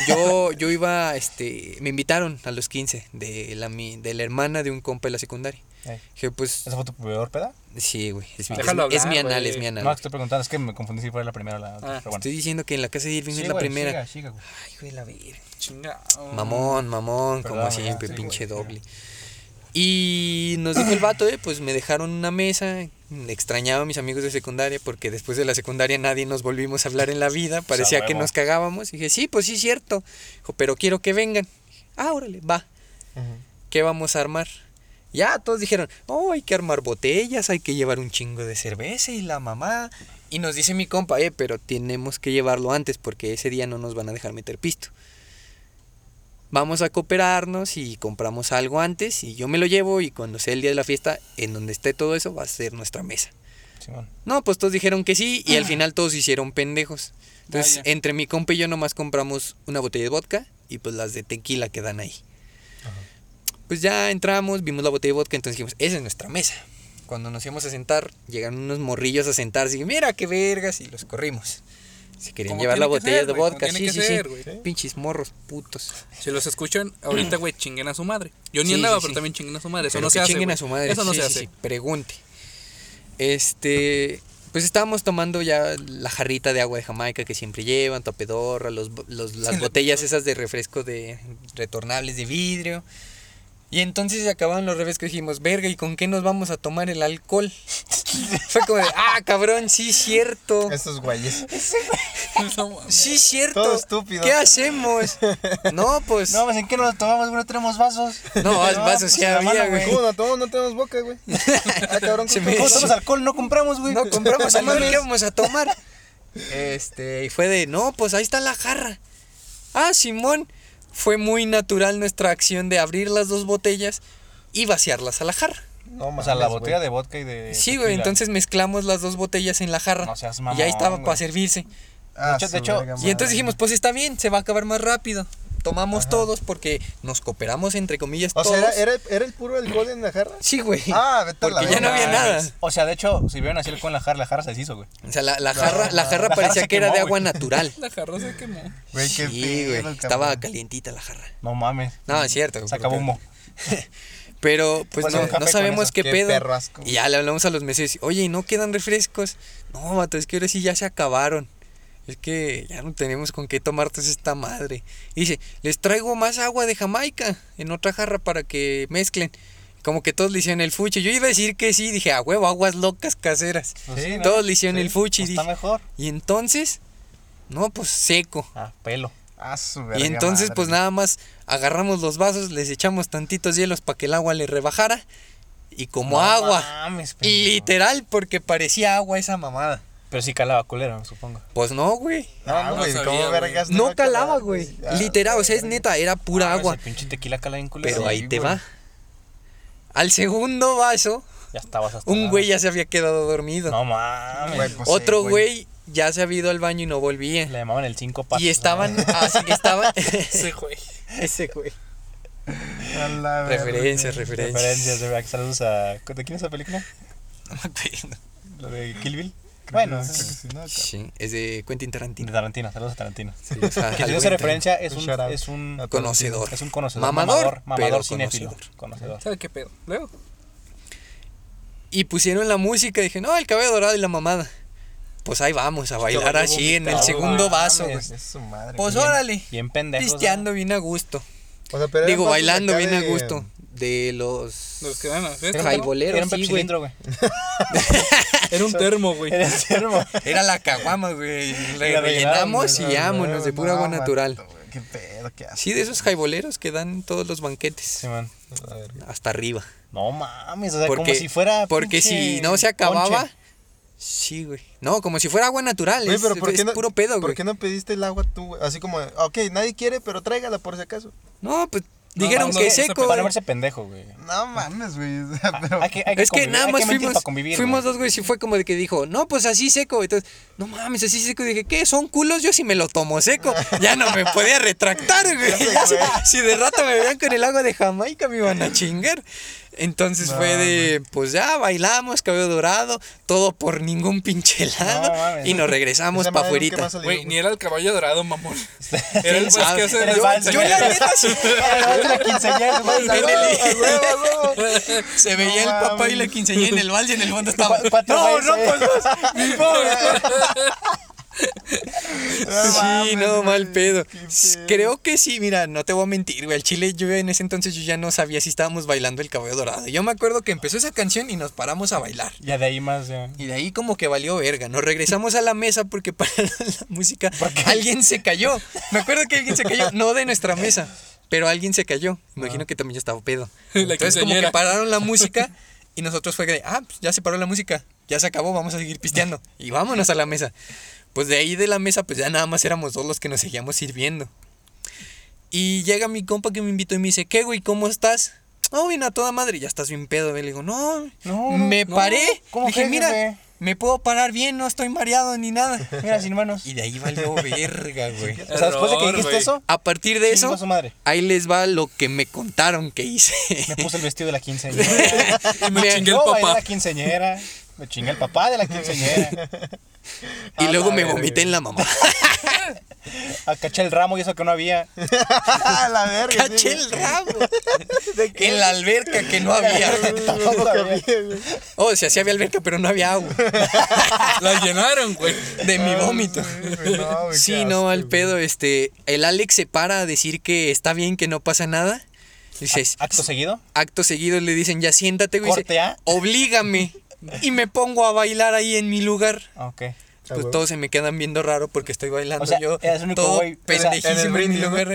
S3: yo, yo iba, este, me invitaron a los 15 de la, mi- de la hermana de un compa de la secundaria.
S2: Ey.
S3: Dije, pues,
S2: ¿Esa fue tu peor peda?
S3: sí, güey, es, mi- es,
S4: Déjalo
S3: es mi
S4: hablar,
S3: anal,
S4: güey.
S3: es mi anal.
S2: No, te estoy preguntando, es que me confundí si fue la primera o la otra.
S4: Ah,
S2: pero bueno.
S3: Estoy diciendo que en la casa de Irving
S2: Sí,
S3: es la
S2: güey,
S3: primera.
S2: siga, siga, güey.
S3: Ay, güey, la verga.
S4: Chinga. oh,
S3: Mamón,
S2: Perdón,
S3: mamón, como
S2: ¿verdad?
S3: siempre,
S2: Sí,
S3: pinche
S2: güey.
S3: doble. Y nos dijo el vato, eh, pues me dejaron una mesa, extrañaba a mis amigos de secundaria, porque después de la secundaria nadie nos volvimos a hablar en la vida, parecía que
S2: huevo.
S3: nos cagábamos. Y dije, sí, pues sí es cierto, Dijo, pero quiero que vengan. Ah, órale, va,
S1: Ujú.
S3: ¿qué vamos a armar? Ya, todos dijeron, oh, hay que armar botellas, hay que llevar un chingo de cerveza y la mamá. Y nos dice mi compa, eh, pero tenemos que llevarlo antes porque ese día no nos van a dejar meter pisto. Vamos a cooperarnos y compramos algo antes y yo me lo llevo y cuando sea el día de la fiesta, en donde esté todo eso, va a ser nuestra mesa.
S2: Simón.
S3: No, pues todos dijeron que sí y al final todos se hicieron pendejos. Entonces,
S4: Vaya.
S3: entre mi compa y yo nomás compramos una botella de vodka y pues las de tequila que dan ahí. Pues ya entramos, vimos la botella de vodka, entonces dijimos, esa es nuestra mesa. Cuando nos íbamos a sentar, llegaron unos morrillos a sentarse y mira qué vergas, y los corrimos. Se querían
S4: Como
S3: llevar la
S4: tiene que
S3: botella
S4: ser,
S3: de
S4: güey, como
S3: vodka,
S4: tiene
S3: sí,
S4: que
S3: sí,
S4: ser,
S3: sí.
S4: güey. ¿eh?
S3: Pinches morros, putos.
S4: Si los escuchan, ahorita, güey, chinguen a su madre. Yo ni
S3: Sí,
S4: andaba,
S3: sí,
S4: pero
S3: sí.
S4: también chinguen a su madre. Eso
S3: Pero
S4: no
S3: que
S4: se hace.
S3: chinguen
S4: güey.
S3: a su madre.
S4: Eso no
S3: Sí,
S4: se
S3: sí,
S4: hace.
S3: sí, pregunte. Este, pues estábamos tomando ya la jarrita de agua de Jamaica que siempre llevan, topedorra, los, bo- los- las
S4: la-
S3: botellas esas de refresco de retornables de vidrio. Y entonces se acababan los refrescos y dijimos, verga, ¿y con qué nos vamos a tomar el alcohol? Fue como de, ah, cabrón, sí, cierto.
S1: Estos güeyes.
S4: No mames.
S3: Sí, cierto.
S1: Todo estúpido.
S3: ¿Qué hacemos? No, pues.
S2: No,
S3: No,
S2: pues en qué nos tomamos, güey, no tenemos vasos. pues,
S3: vasos sí
S2: en la
S3: había,
S2: mano,
S3: güey.
S1: ¿Cómo no tomamos? No tenemos boca, güey. Ah, cabrón.
S3: Se
S1: ¿cómo
S3: me-
S2: ¿Cómo
S1: tomamos?
S3: Sí.
S2: tomamos alcohol? No compramos, güey.
S3: No compramos
S2: No
S3: alcohol,
S2: mames.
S3: ¿qué vamos pues, a tomar? Este, y fue de, no, pues ahí está la jarra. Ah, Simón, fue muy natural nuestra acción de abrir las dos botellas y vaciarlas a la jarra.
S1: No
S2: O sea, la
S1: mames,
S2: botella
S1: güey.
S2: de vodka y de.
S3: Sí, güey,
S2: tequila.
S3: entonces mezclamos las dos botellas en la jarra.
S2: No seas
S3: y ahí
S2: mamón,
S3: estaba
S2: güey.
S3: para servirse.
S1: Ah,
S2: de hecho-
S1: su
S2: de hecho-
S1: verga
S3: Y entonces
S1: madre.
S3: dijimos, pues está bien, se va a acabar más rápido. Tomamos todos porque nos cooperamos, entre comillas,
S1: O
S3: todos.
S1: sea, ¿era, era, era el puro alcohol en la jarra?
S3: Sí, güey.
S1: Ah, vete a la
S3: porque ya no
S1: verga.
S3: había nada.
S2: O sea, de hecho, si vieron así con la jarra, la jarra se deshizo, güey.
S3: O sea, la, la jarra, la jarra
S2: La jarra
S3: parecía
S2: se
S3: que era
S2: quemó,
S3: de agua
S2: güey.
S3: natural.
S4: La jarra se quemó.
S1: Güey, qué
S3: Sí,
S1: pedo,
S3: güey.
S1: cabrón.
S3: Estaba calientita la jarra.
S2: No mames.
S3: No, es cierto.
S2: Se acabó
S3: porque-
S2: humo.
S3: Pero pues
S2: Pues,
S3: no,
S2: un café
S3: no
S2: con
S3: sabemos
S2: eso.
S3: qué,
S1: Qué
S3: pedo.
S1: perro asco.
S3: Y ya le hablamos a los meses. Oye, ¿y no quedan refrescos? No, vato, es que ahora sí ya se acabaron. Es que ya no tenemos con qué tomar toda esta madre. Y dice, les traigo más agua de Jamaica en otra jarra para que mezclen. Como que todos le hicieron el fuchi. Yo iba a decir que sí, dije, a huevo, aguas locas caseras.
S2: Pues sí, ¿no?
S3: todos le hicieron el fuchi.
S2: Pues Está
S3: dije.
S2: mejor.
S3: Y entonces, no, pues seco.
S2: Ah, pelo.
S1: Ah, su
S3: Y
S1: verga
S3: entonces
S1: madre.
S3: pues nada más agarramos los vasos, les echamos tantitos hielos para que el agua le rebajara y como
S2: No
S3: agua.
S2: mames, pendejo.
S3: Literal, porque parecía agua esa mamada.
S2: Pero sí calaba culero, supongo.
S3: Pues no, güey.
S1: Ah, No,
S4: no
S1: güey,
S4: sabía,
S1: ¿cómo
S4: güey.
S1: vergas?
S3: No
S1: va a calar,
S3: calaba, güey.
S1: Ah,
S3: Literal, o sea, es neta, era pura
S2: Ah,
S3: agua.
S2: Ese pinche tequila cala bien culero.
S1: sí,
S3: Pero ahí te
S1: güey.
S3: va. Al segundo vaso,
S2: Ya estabas hasta.
S3: un
S2: la-
S3: güey ya se había quedado dormido.
S2: Ah. No
S1: Güey,
S2: mames.
S1: pues sí,
S3: Otro güey ya se había ido al baño y no volvía.
S2: Le llamaban el cinco pasos.
S3: Y estaban así, estaban...
S4: Ese güey.
S3: Ese güey.
S1: A la verga.
S3: Referencias, referencias.
S2: Referencias, de Saludos a. ¿De quién es esa película?
S3: No me acuerdo.
S2: ¿La de Kill Bill?
S1: Creo que
S2: Bueno,
S1: sí, creo que sí, no, cabrón.
S3: Sí, es de Quentin Tarantino.
S2: de Tarantino, saludos a Tarantino.
S3: Sí, o sea,
S2: Que si
S3: algo
S2: no se
S3: entre-
S2: referencia, es
S1: Un
S2: un,
S1: shout out.
S2: es un
S3: Conocedor.
S2: Es un conocedor.
S3: Mamador,
S2: Mamador,
S3: pero
S2: mamador cinéfilo.
S3: conocedor.
S2: Conocedor.
S4: ¿Sabe qué pedo? Luego.
S3: Y pusieron la música, dije, no, el cabello dorado y la mamada. Pues ahí vamos a bailar
S1: voy a
S3: así en el
S1: vomitar,
S3: segundo
S2: no
S3: vaso,
S2: mames.
S3: güey.
S1: Es su madre.
S3: Pues
S1: güey.
S3: órale,
S2: Bien pendejo.
S3: pisteando bien a gusto.
S1: O sea, pero eran
S3: Digo,
S1: vasos
S3: bailando
S1: acá
S3: bien a
S1: de-
S3: gusto. De los...
S4: Nos quedan a
S3: Era
S4: fiesta.
S3: un
S4: ¿no?
S3: highball. Bolero,
S2: Era un
S3: sí,
S2: Pepsi
S3: güey.
S2: cilindro, güey.
S4: Era un termo, güey.
S2: Era el termo.
S3: Era la caguama, güey. Le
S2: La
S3: rellenamos
S2: rellenamos,
S3: y vámonos de pura
S1: No,
S3: agua
S1: vato,
S3: natural.
S1: güey, Qué pedo, qué asco.
S3: Sí, de esos jaiboleros que dan en todos los banquetes.
S2: Simón.
S1: A ver,
S3: Hasta arriba.
S2: No mames, o sea,
S3: Porque,
S2: como si fuera.
S3: porque
S2: pinche
S3: si no se acababa...
S2: ponche.
S3: Sí, güey. No, como si fuera agua natural.
S1: Güey,
S3: es
S1: pero ¿por
S3: es
S1: qué no,
S3: puro pedo,
S1: ¿Por
S3: güey.
S1: qué no pediste el agua tú, güey? Así como, ok, nadie quiere, pero tráigala por si acaso.
S3: No, pues
S4: No,
S3: dijeron
S4: no, no,
S3: que
S4: no, se
S3: seco.
S4: preparó
S2: Para
S3: güey.
S2: no verse pendejo, güey.
S1: No mames, güey. o sea, pero-
S2: Hay que, hay
S3: Es que
S2: convivir,
S3: nada
S2: hay
S3: más
S2: mentir
S3: fuimos,
S2: para convivir,
S3: fuimos
S2: güey.
S3: dos, güey, sí fue como de que dijo, no, pues así seco. Entonces, no mames, así seco. Dije, ¿qué? ¿Son culos? Yo si me lo tomo seco. Ya no me podía retractar, güey.
S1: Ya sé, güey.
S3: si de rato me veían con el agua de Jamaica, me iban a chingar. Entonces fue de, pues ya, bailamos, cabello dorado, todo por ningún pinche lado.
S2: No mames.
S3: y nos regresamos
S1: Esa
S3: para
S1: madre nunca
S3: afuerita.
S1: me ha salido,
S4: Güey, ni era el caballo dorado, mamón.
S3: ¿Quién
S4: Era el vals
S3: sabe?
S4: que pues,
S3: ah, Yo-
S4: hace en el vals,
S3: yo
S4: güey.
S3: la neta sí.
S2: Era la quinceañera, güey.
S3: En el-
S1: A huevo, a huevo.
S3: Se veía el
S1: mames.
S3: papá y la quinceañera en el vals y en el fondo estaba.
S2: Cu- cuatro
S3: No,
S2: güeyes,
S3: no,
S2: eh.
S3: pues dos, mi pobre.
S1: No
S3: Sí,
S1: mames,
S3: no,
S1: güey,
S3: mal pedo.
S1: qué
S3: S- Creo que sí, mira, no te voy a mentir, güey. Al chile yo en ese entonces yo ya no sabía si estábamos bailando el cabello dorado. Yo me acuerdo que empezó esa canción y nos paramos a bailar.
S2: Ya de ahí más, ya.
S3: Y de ahí como que valió verga. Nos regresamos a la mesa porque para la música
S2: qué?
S3: alguien se cayó. Me acuerdo que alguien se cayó, no de nuestra mesa, pero alguien se cayó. Imagino que también ya estaba pedo.
S4: Ah. La
S3: Entonces como que
S4: quinceañera.
S3: pararon la música y nosotros fue de, ah, pues ya se paró la música, ya se acabó, vamos a seguir pisteando. Y vámonos a la mesa. Pues de ahí de la mesa pues ya nada más éramos dos los que nos seguíamos sirviendo. Y llega mi compa que me invitó y me dice, ¿qué güey, cómo estás? No, bien a toda madre, ya estás bien pedo. güey". Le digo, no,
S2: No,
S3: me
S2: no,
S3: paré.
S2: ¿cómo
S3: dije,
S2: crees,
S3: mira,
S2: güey?
S3: me puedo parar bien, no estoy mareado ni nada.
S2: Mira, sin manos.
S3: Y de ahí valió verga, güey.
S2: O sea, después de que
S4: Error,
S2: dijiste
S4: güey.
S2: eso,
S3: A partir de
S2: chingó
S3: eso,
S2: a su madre.
S3: ahí les va lo que me contaron que hice.
S2: Me puse el vestido de la quinceañera.
S4: Y me chingué el
S2: No, bailé
S4: papá.
S2: la quinceañera. Me chingué el papá de la quinceañera.
S3: Y
S4: A
S3: luego
S4: la
S3: me
S4: verga.
S3: vomité en la mamá.
S2: Acaché el ramo y eso que no había.
S1: A la verga. sí,
S3: Caché
S1: güey.
S3: el rabo. En la alberca que no había.
S2: Tampoco había.
S3: Oh, o sea, sí había alberca, pero no había agua.
S4: La llenaron, güey.
S3: De mi vómito.
S1: Ah, Sí, güey, no, güey, qué
S3: Sí, no,
S1: asco,
S3: al
S1: güey.
S3: pedo, este, el Alex se para a decir que está bien, que no pasa nada. Dices,
S2: Acto seguido.
S3: acto seguido le dicen, ya siéntate, güey.
S2: Corte
S3: Dice,
S2: A.
S3: Oblígame. Y me pongo a bailar ahí en mi lugar.
S2: Ok.
S1: Ah,
S3: Pues
S1: güey.
S3: todos se me quedan viendo raro porque estoy bailando
S2: O sea,
S3: yo.
S2: eras el único
S3: todo
S2: güey, o sea,
S1: en el
S3: pendejísimo en mi
S1: brindis, ¿no?
S3: lugar.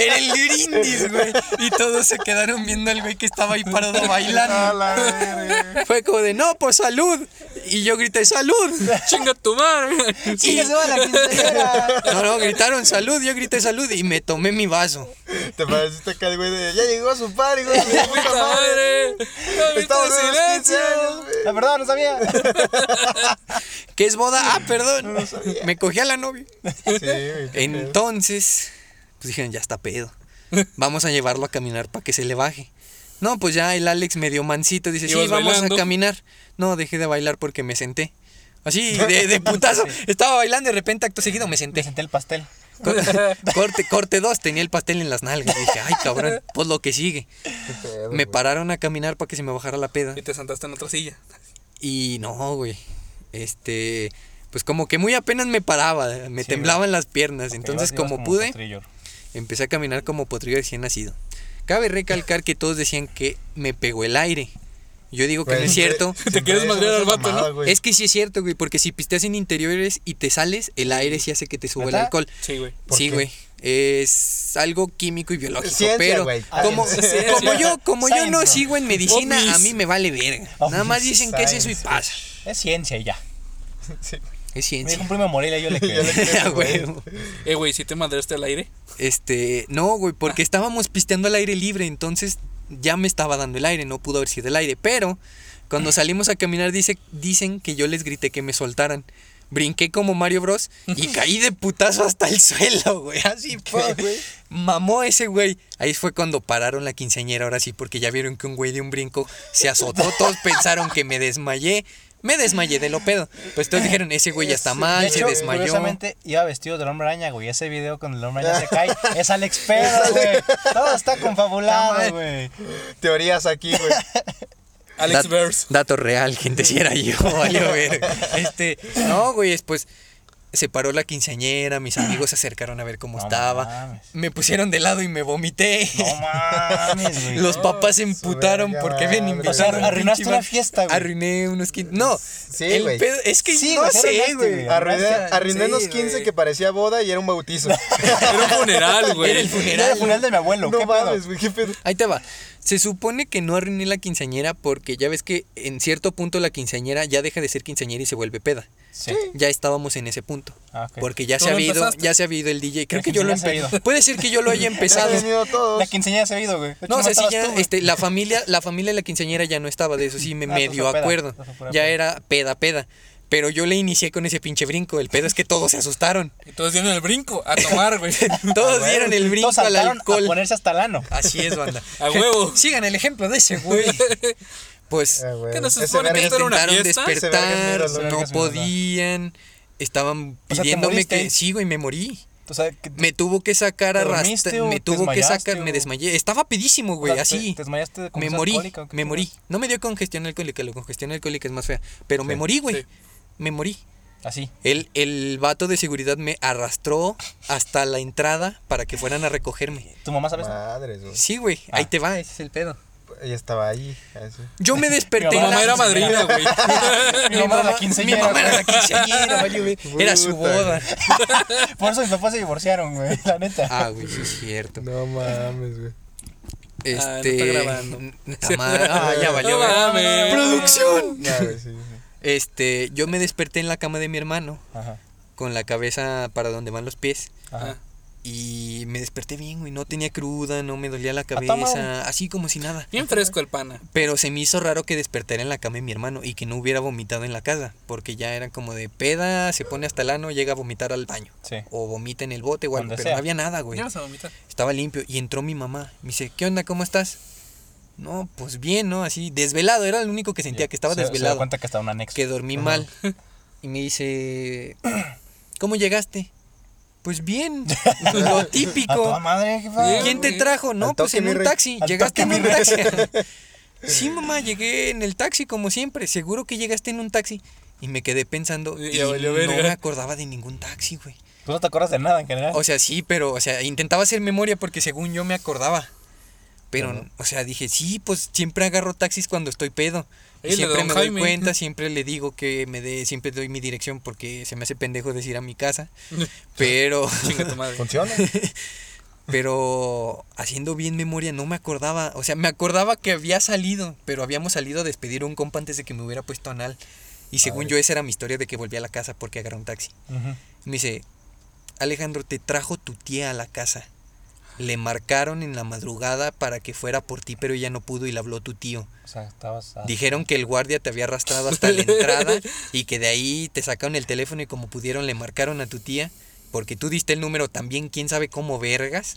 S3: Era el brindis, güey. Y todos se quedaron viendo al güey que estaba ahí parado
S1: A
S3: bailando.
S1: la verga.
S3: Fue como de, no, pues salud. Y yo grité, salud.
S4: Chinga tu madre.
S3: Sí,
S2: se va la quinceañera.
S3: No, no, gritaron salud, yo grité salud y me tomé mi vaso.
S1: Te pareciste acá el güey de. Ya llegó su padre, güey. su
S4: Puta
S1: puta madre.
S4: madre.
S1: Estamos
S4: Estamos
S1: en los 15
S4: silencio.
S1: años, güey.
S2: La verdad, no sabía.
S3: ¿Qué es boda? Ah, perdón. Me cogí a la novia.
S1: Sí, güey. qué pedo.
S3: Entonces, pues dijeron, ya está pedo. Vamos a llevarlo a caminar para que se le baje. No, pues ya el Alex medio mansito dice, sí,
S4: ¿Ibas
S3: vamos
S4: bailando?
S3: a caminar. No, dejé de bailar porque me senté. Así, de, de putazo. Estaba bailando y de repente acto seguido me
S2: Te
S3: senté.
S2: senté el pastel.
S3: Corte, corte dos, tenía el pastel en las nalgas. Dije, ay cabrón, pues lo que sigue. Me pararon a caminar para que se me bajara la peda.
S4: Y te sentaste en otra silla.
S3: Y no, güey. Este, pues como que muy apenas me paraba, eh, me
S2: Sí,
S3: temblaban las piernas. Entonces,
S2: Ibas- ibas
S3: como, pude,
S2: potrillo.
S3: empecé a caminar como potrillo recién nacido. Cabe recalcar que todos decían que me pegó el aire. Yo digo que
S1: Pues, Güey,
S3: no es
S1: siempre-
S3: cierto.
S1: siempre
S4: quieres
S1: dicen
S4: madrear
S1: esa
S4: al vato,
S1: mamada,
S4: ¿no?
S1: güey.
S3: Es que sí es cierto, güey, porque si pisteas en interiores y te sales, el aire sí hace que te suba el
S2: ¿Neta?
S3: alcohol.
S4: Sí, güey.
S1: ¿Por
S3: Sí,
S1: qué?
S3: güey. Es algo químico y biológico,
S1: Ciencia,
S3: pero
S1: güey.
S3: como,
S1: Ciencia.
S3: como yo, como yo no
S2: Science,
S3: sigo en medicina, a
S4: Obvious.
S3: mí me vale verga. Nada más
S1: Obvious
S3: dicen que es eso y
S1: science.
S3: pasa.
S2: Es ciencia y ya.
S1: Sí.
S3: Es
S2: Me dijo
S3: ciencia.
S2: un primo de Morelia, yo le
S1: Yo le
S2: creo.
S1: creo,
S3: A
S1: güey.
S3: huevo.
S4: Eh, güey, si te madreaste al aire.
S3: Este, no, güey, porque estábamos pisteando al aire libre, entonces ya me estaba dando el aire, no pudo haber sido el aire. Pero cuando salimos a caminar, dice, dicen que yo les grité que me soltaran. Brinqué como Mario Bros. y caí de putazo hasta el suelo, güey. Así fue. Mamó ese güey. Ahí fue cuando pararon la quinceañera, ahora sí, porque ya vieron que un güey de un brinco se azotó. Todos pensaron que me desmayé. Me desmayé de lo pedo. Pues todos dijeron, ese güey ya está mal,
S2: De
S3: se
S2: hecho,
S3: desmayó.
S2: curiosamente, iba vestido del hombre araña, güey. Ese video con el hombre araña se cae es Alex Pedro, güey. Todo está confabulado,
S3: Está mal.
S2: güey.
S1: Teorías aquí, güey.
S4: Alex
S3: Dat-
S4: Verse.
S3: Dato real, gente, si era yo, valió ver. Este, no, güey, después se paró la quinceañera, mis amigos se acercaron a ver cómo
S2: No
S3: estaba.
S2: mames.
S3: Me pusieron de lado y me vomité.
S2: No mames, güey.
S3: Los papás se emputaron
S1: verga
S3: porque me
S1: madre.
S3: invitaron.
S2: O sea, arruinaste
S3: Pinche bar.
S2: una fiesta, güey.
S3: Arruiné unos 15. No,
S1: Sí,
S3: el
S1: güey.
S3: pedo- es que
S2: Sí,
S3: no
S2: güey,
S3: sé,
S2: arruinaste,
S3: güey.
S2: güey.
S1: Arruiné,
S3: Gracias,
S1: arruiné
S3: sí,
S1: unos 15
S3: güey.
S1: que parecía boda y era un bautizo.
S4: Era un funeral, güey.
S3: Era el
S2: Era el funeral
S3: funeral.
S2: de mi abuelo,
S1: no
S2: ¿qué pedo?
S1: mames, güey, qué pedo.
S3: Ahí te va. Se supone que no arruiné la quinceañera porque ya ves que en cierto punto la quinceañera ya deja de ser quinceañera y se vuelve peda.
S2: Sí.
S3: ya estábamos en ese punto.
S2: Ah, ok.
S3: Porque ya
S4: Tú
S3: se, ha
S4: lo
S3: habido,
S4: empezaste.
S3: ya se ha habido el DJ. Creo
S2: La
S3: que yo lo
S2: quinceañera se ha
S3: empecé.
S2: ido.
S3: Puede ser que yo lo haya empezado.
S1: Han venido todos.
S2: La quinceañera se ha ido, güey. De hecho,
S3: No, o sea, sí,
S2: estabas
S3: ya,
S2: tú, güey.
S3: este, la familia, la familia de la quinceañera ya no estaba, de eso sí me
S2: Ah, entonces
S3: medio
S2: fue peda,
S3: acuerdo.
S2: entonces fue pura
S3: Ya
S2: peda.
S3: era peda, peda. Pero yo le inicié con ese pinche brinco. El pedo es que todos se asustaron.
S4: Y todos dieron el brinco a tomar, güey.
S3: Todos dieron el brinco
S2: Todos
S3: al
S2: saltaron
S3: alcohol.
S2: a ponerse hasta el ano.
S3: Así es, banda.
S4: A huevo.
S3: Sigan el ejemplo de ese güey. Pues
S1: Ah, güey.
S4: ¿Qué no se
S1: Ese
S4: supone que
S1: verga
S4: esto era una
S3: intentaron
S4: fiesta?
S1: Se verga es
S3: despertar,
S1: mi ídolo,
S3: no
S2: verga es mi ídolo.
S3: podían. Estaban
S2: O sea, ¿te
S3: pidiéndome
S2: moriste?
S3: que sigo y me morí.
S2: O sea, que
S3: Me tuvo que sacar
S2: ¿Te dormiste
S3: arrastra-
S2: o
S3: me
S2: te
S3: tuvo que
S2: desmayaste
S3: sacar, me
S2: o-
S3: desmayé. Estaba pedísimo, güey,
S2: O sea,
S3: así.
S2: te- te desmayaste de
S3: me
S2: congestión
S3: morí,
S2: alcohólica, ¿o qué
S3: me
S2: fue?
S3: morí. No me dio congestión alcohólica, la congestión alcohólica es más fea, pero me morí, güey.
S4: Sí.
S3: Me morí.
S2: Así.
S3: El, el vato de seguridad me arrastró hasta la entrada para que fueran a recogerme.
S2: ¿Tu mamá sabes?
S1: Madres, güey.
S3: Sí, güey, ahí
S2: Ah.
S3: te va, ese es el pedo.
S1: Ella estaba ahí. así.
S3: Yo me desperté.
S2: Mi
S4: Tu
S3: en la-
S4: mamá era madrina,
S2: quinceañera.
S4: güey.
S2: Mi mamá era la
S3: Mi
S2: quinceañera.
S3: mamá era la quinceañera, valió, güey. Era su
S1: Puta, güey.
S3: boda.
S2: Por eso mis papás se divorciaron, güey. La neta.
S3: Ah, güey, sí es cierto.
S1: No mames, güey.
S3: Este.
S4: Ah, no está grabando.
S3: puta madre. Ah, ya valió.
S4: No
S3: güey.
S4: mames.
S3: ¡Producción!
S1: Ya, güey, sí, sí.
S3: Este, yo me desperté en la cama de mi hermano
S2: Ajá.
S3: con la cabeza para donde van los pies
S2: Ajá.
S4: Ah,
S3: Y me desperté bien, güey. No tenía cruda, no me dolía la
S2: Ah, toma, güey.
S3: cabeza, así como si nada.
S4: Bien fresco el pana.
S3: Pero se me hizo raro que despertara en la cama de mi hermano y que no hubiera vomitado en la casa, porque ya era como de peda, se pone hasta el ano, llega a vomitar al baño.
S2: Sí.
S3: O vomita en el bote o algo,
S2: Donde
S3: pero
S2: sea.
S3: no había nada, güey.
S4: Ya vas a vomitar.
S3: Estaba limpio y entró mi mamá. Me dice, ¿qué onda? ¿Cómo estás? No, pues bien, ¿no? Así, desvelado. Era el único que sentía que estaba
S2: Se- Se da
S3: desvelado
S2: cuenta que estaba un anexo.
S3: que dormí
S2: Ajá.
S3: mal. Y me dice, ¿cómo llegaste? Pues bien, lo
S2: A toda
S3: típico.
S2: madre, jefa.
S3: ¿Quién te
S4: güey.
S3: trajo?
S1: Al
S3: No, pues
S1: toque,
S3: en
S1: mi
S3: un
S1: rey.
S3: taxi.
S2: Al
S3: Llegaste en
S2: toque,
S3: un
S2: mi
S3: taxi. Sí, mamá, llegué en el taxi como siempre. Seguro que llegaste en un taxi. Y me quedé pensando
S4: Y
S3: y
S4: ya valió
S3: no
S4: verga.
S3: me acordaba de ningún taxi, güey.
S2: Tú no te acuerdas de nada en general.
S3: O sea, sí, pero, o sea, intentaba hacer memoria porque según yo me acordaba. Pero, o sea, dije, sí, pues siempre agarro taxis cuando estoy pedo. Y
S4: Ey, le
S3: siempre
S4: don
S3: me doy
S4: Jaime.
S3: cuenta, siempre le digo que me dé, siempre doy mi dirección porque se me hace pendejo decir a mi casa. Pero,
S4: Chinga tu madre.
S1: Funciona.
S3: pero haciendo bien memoria no me acordaba. O sea, me acordaba que había salido, pero habíamos salido a despedir a un compa antes de que me hubiera puesto anal. Y según yo, esa era mi historia de que volví a la casa porque agarré un taxi.
S2: Ujú.
S3: Me dice, Alejandro, te trajo tu tía a la casa. Le marcaron en la madrugada para que fuera por ti, pero ella no pudo y le habló tu tío.
S2: O sea, estabas. a-
S3: Dijeron que el guardia te había arrastrado hasta la entrada y que de ahí te sacaron el teléfono y como pudieron le marcaron a tu tía, porque tú diste el número también, quién sabe cómo vergas.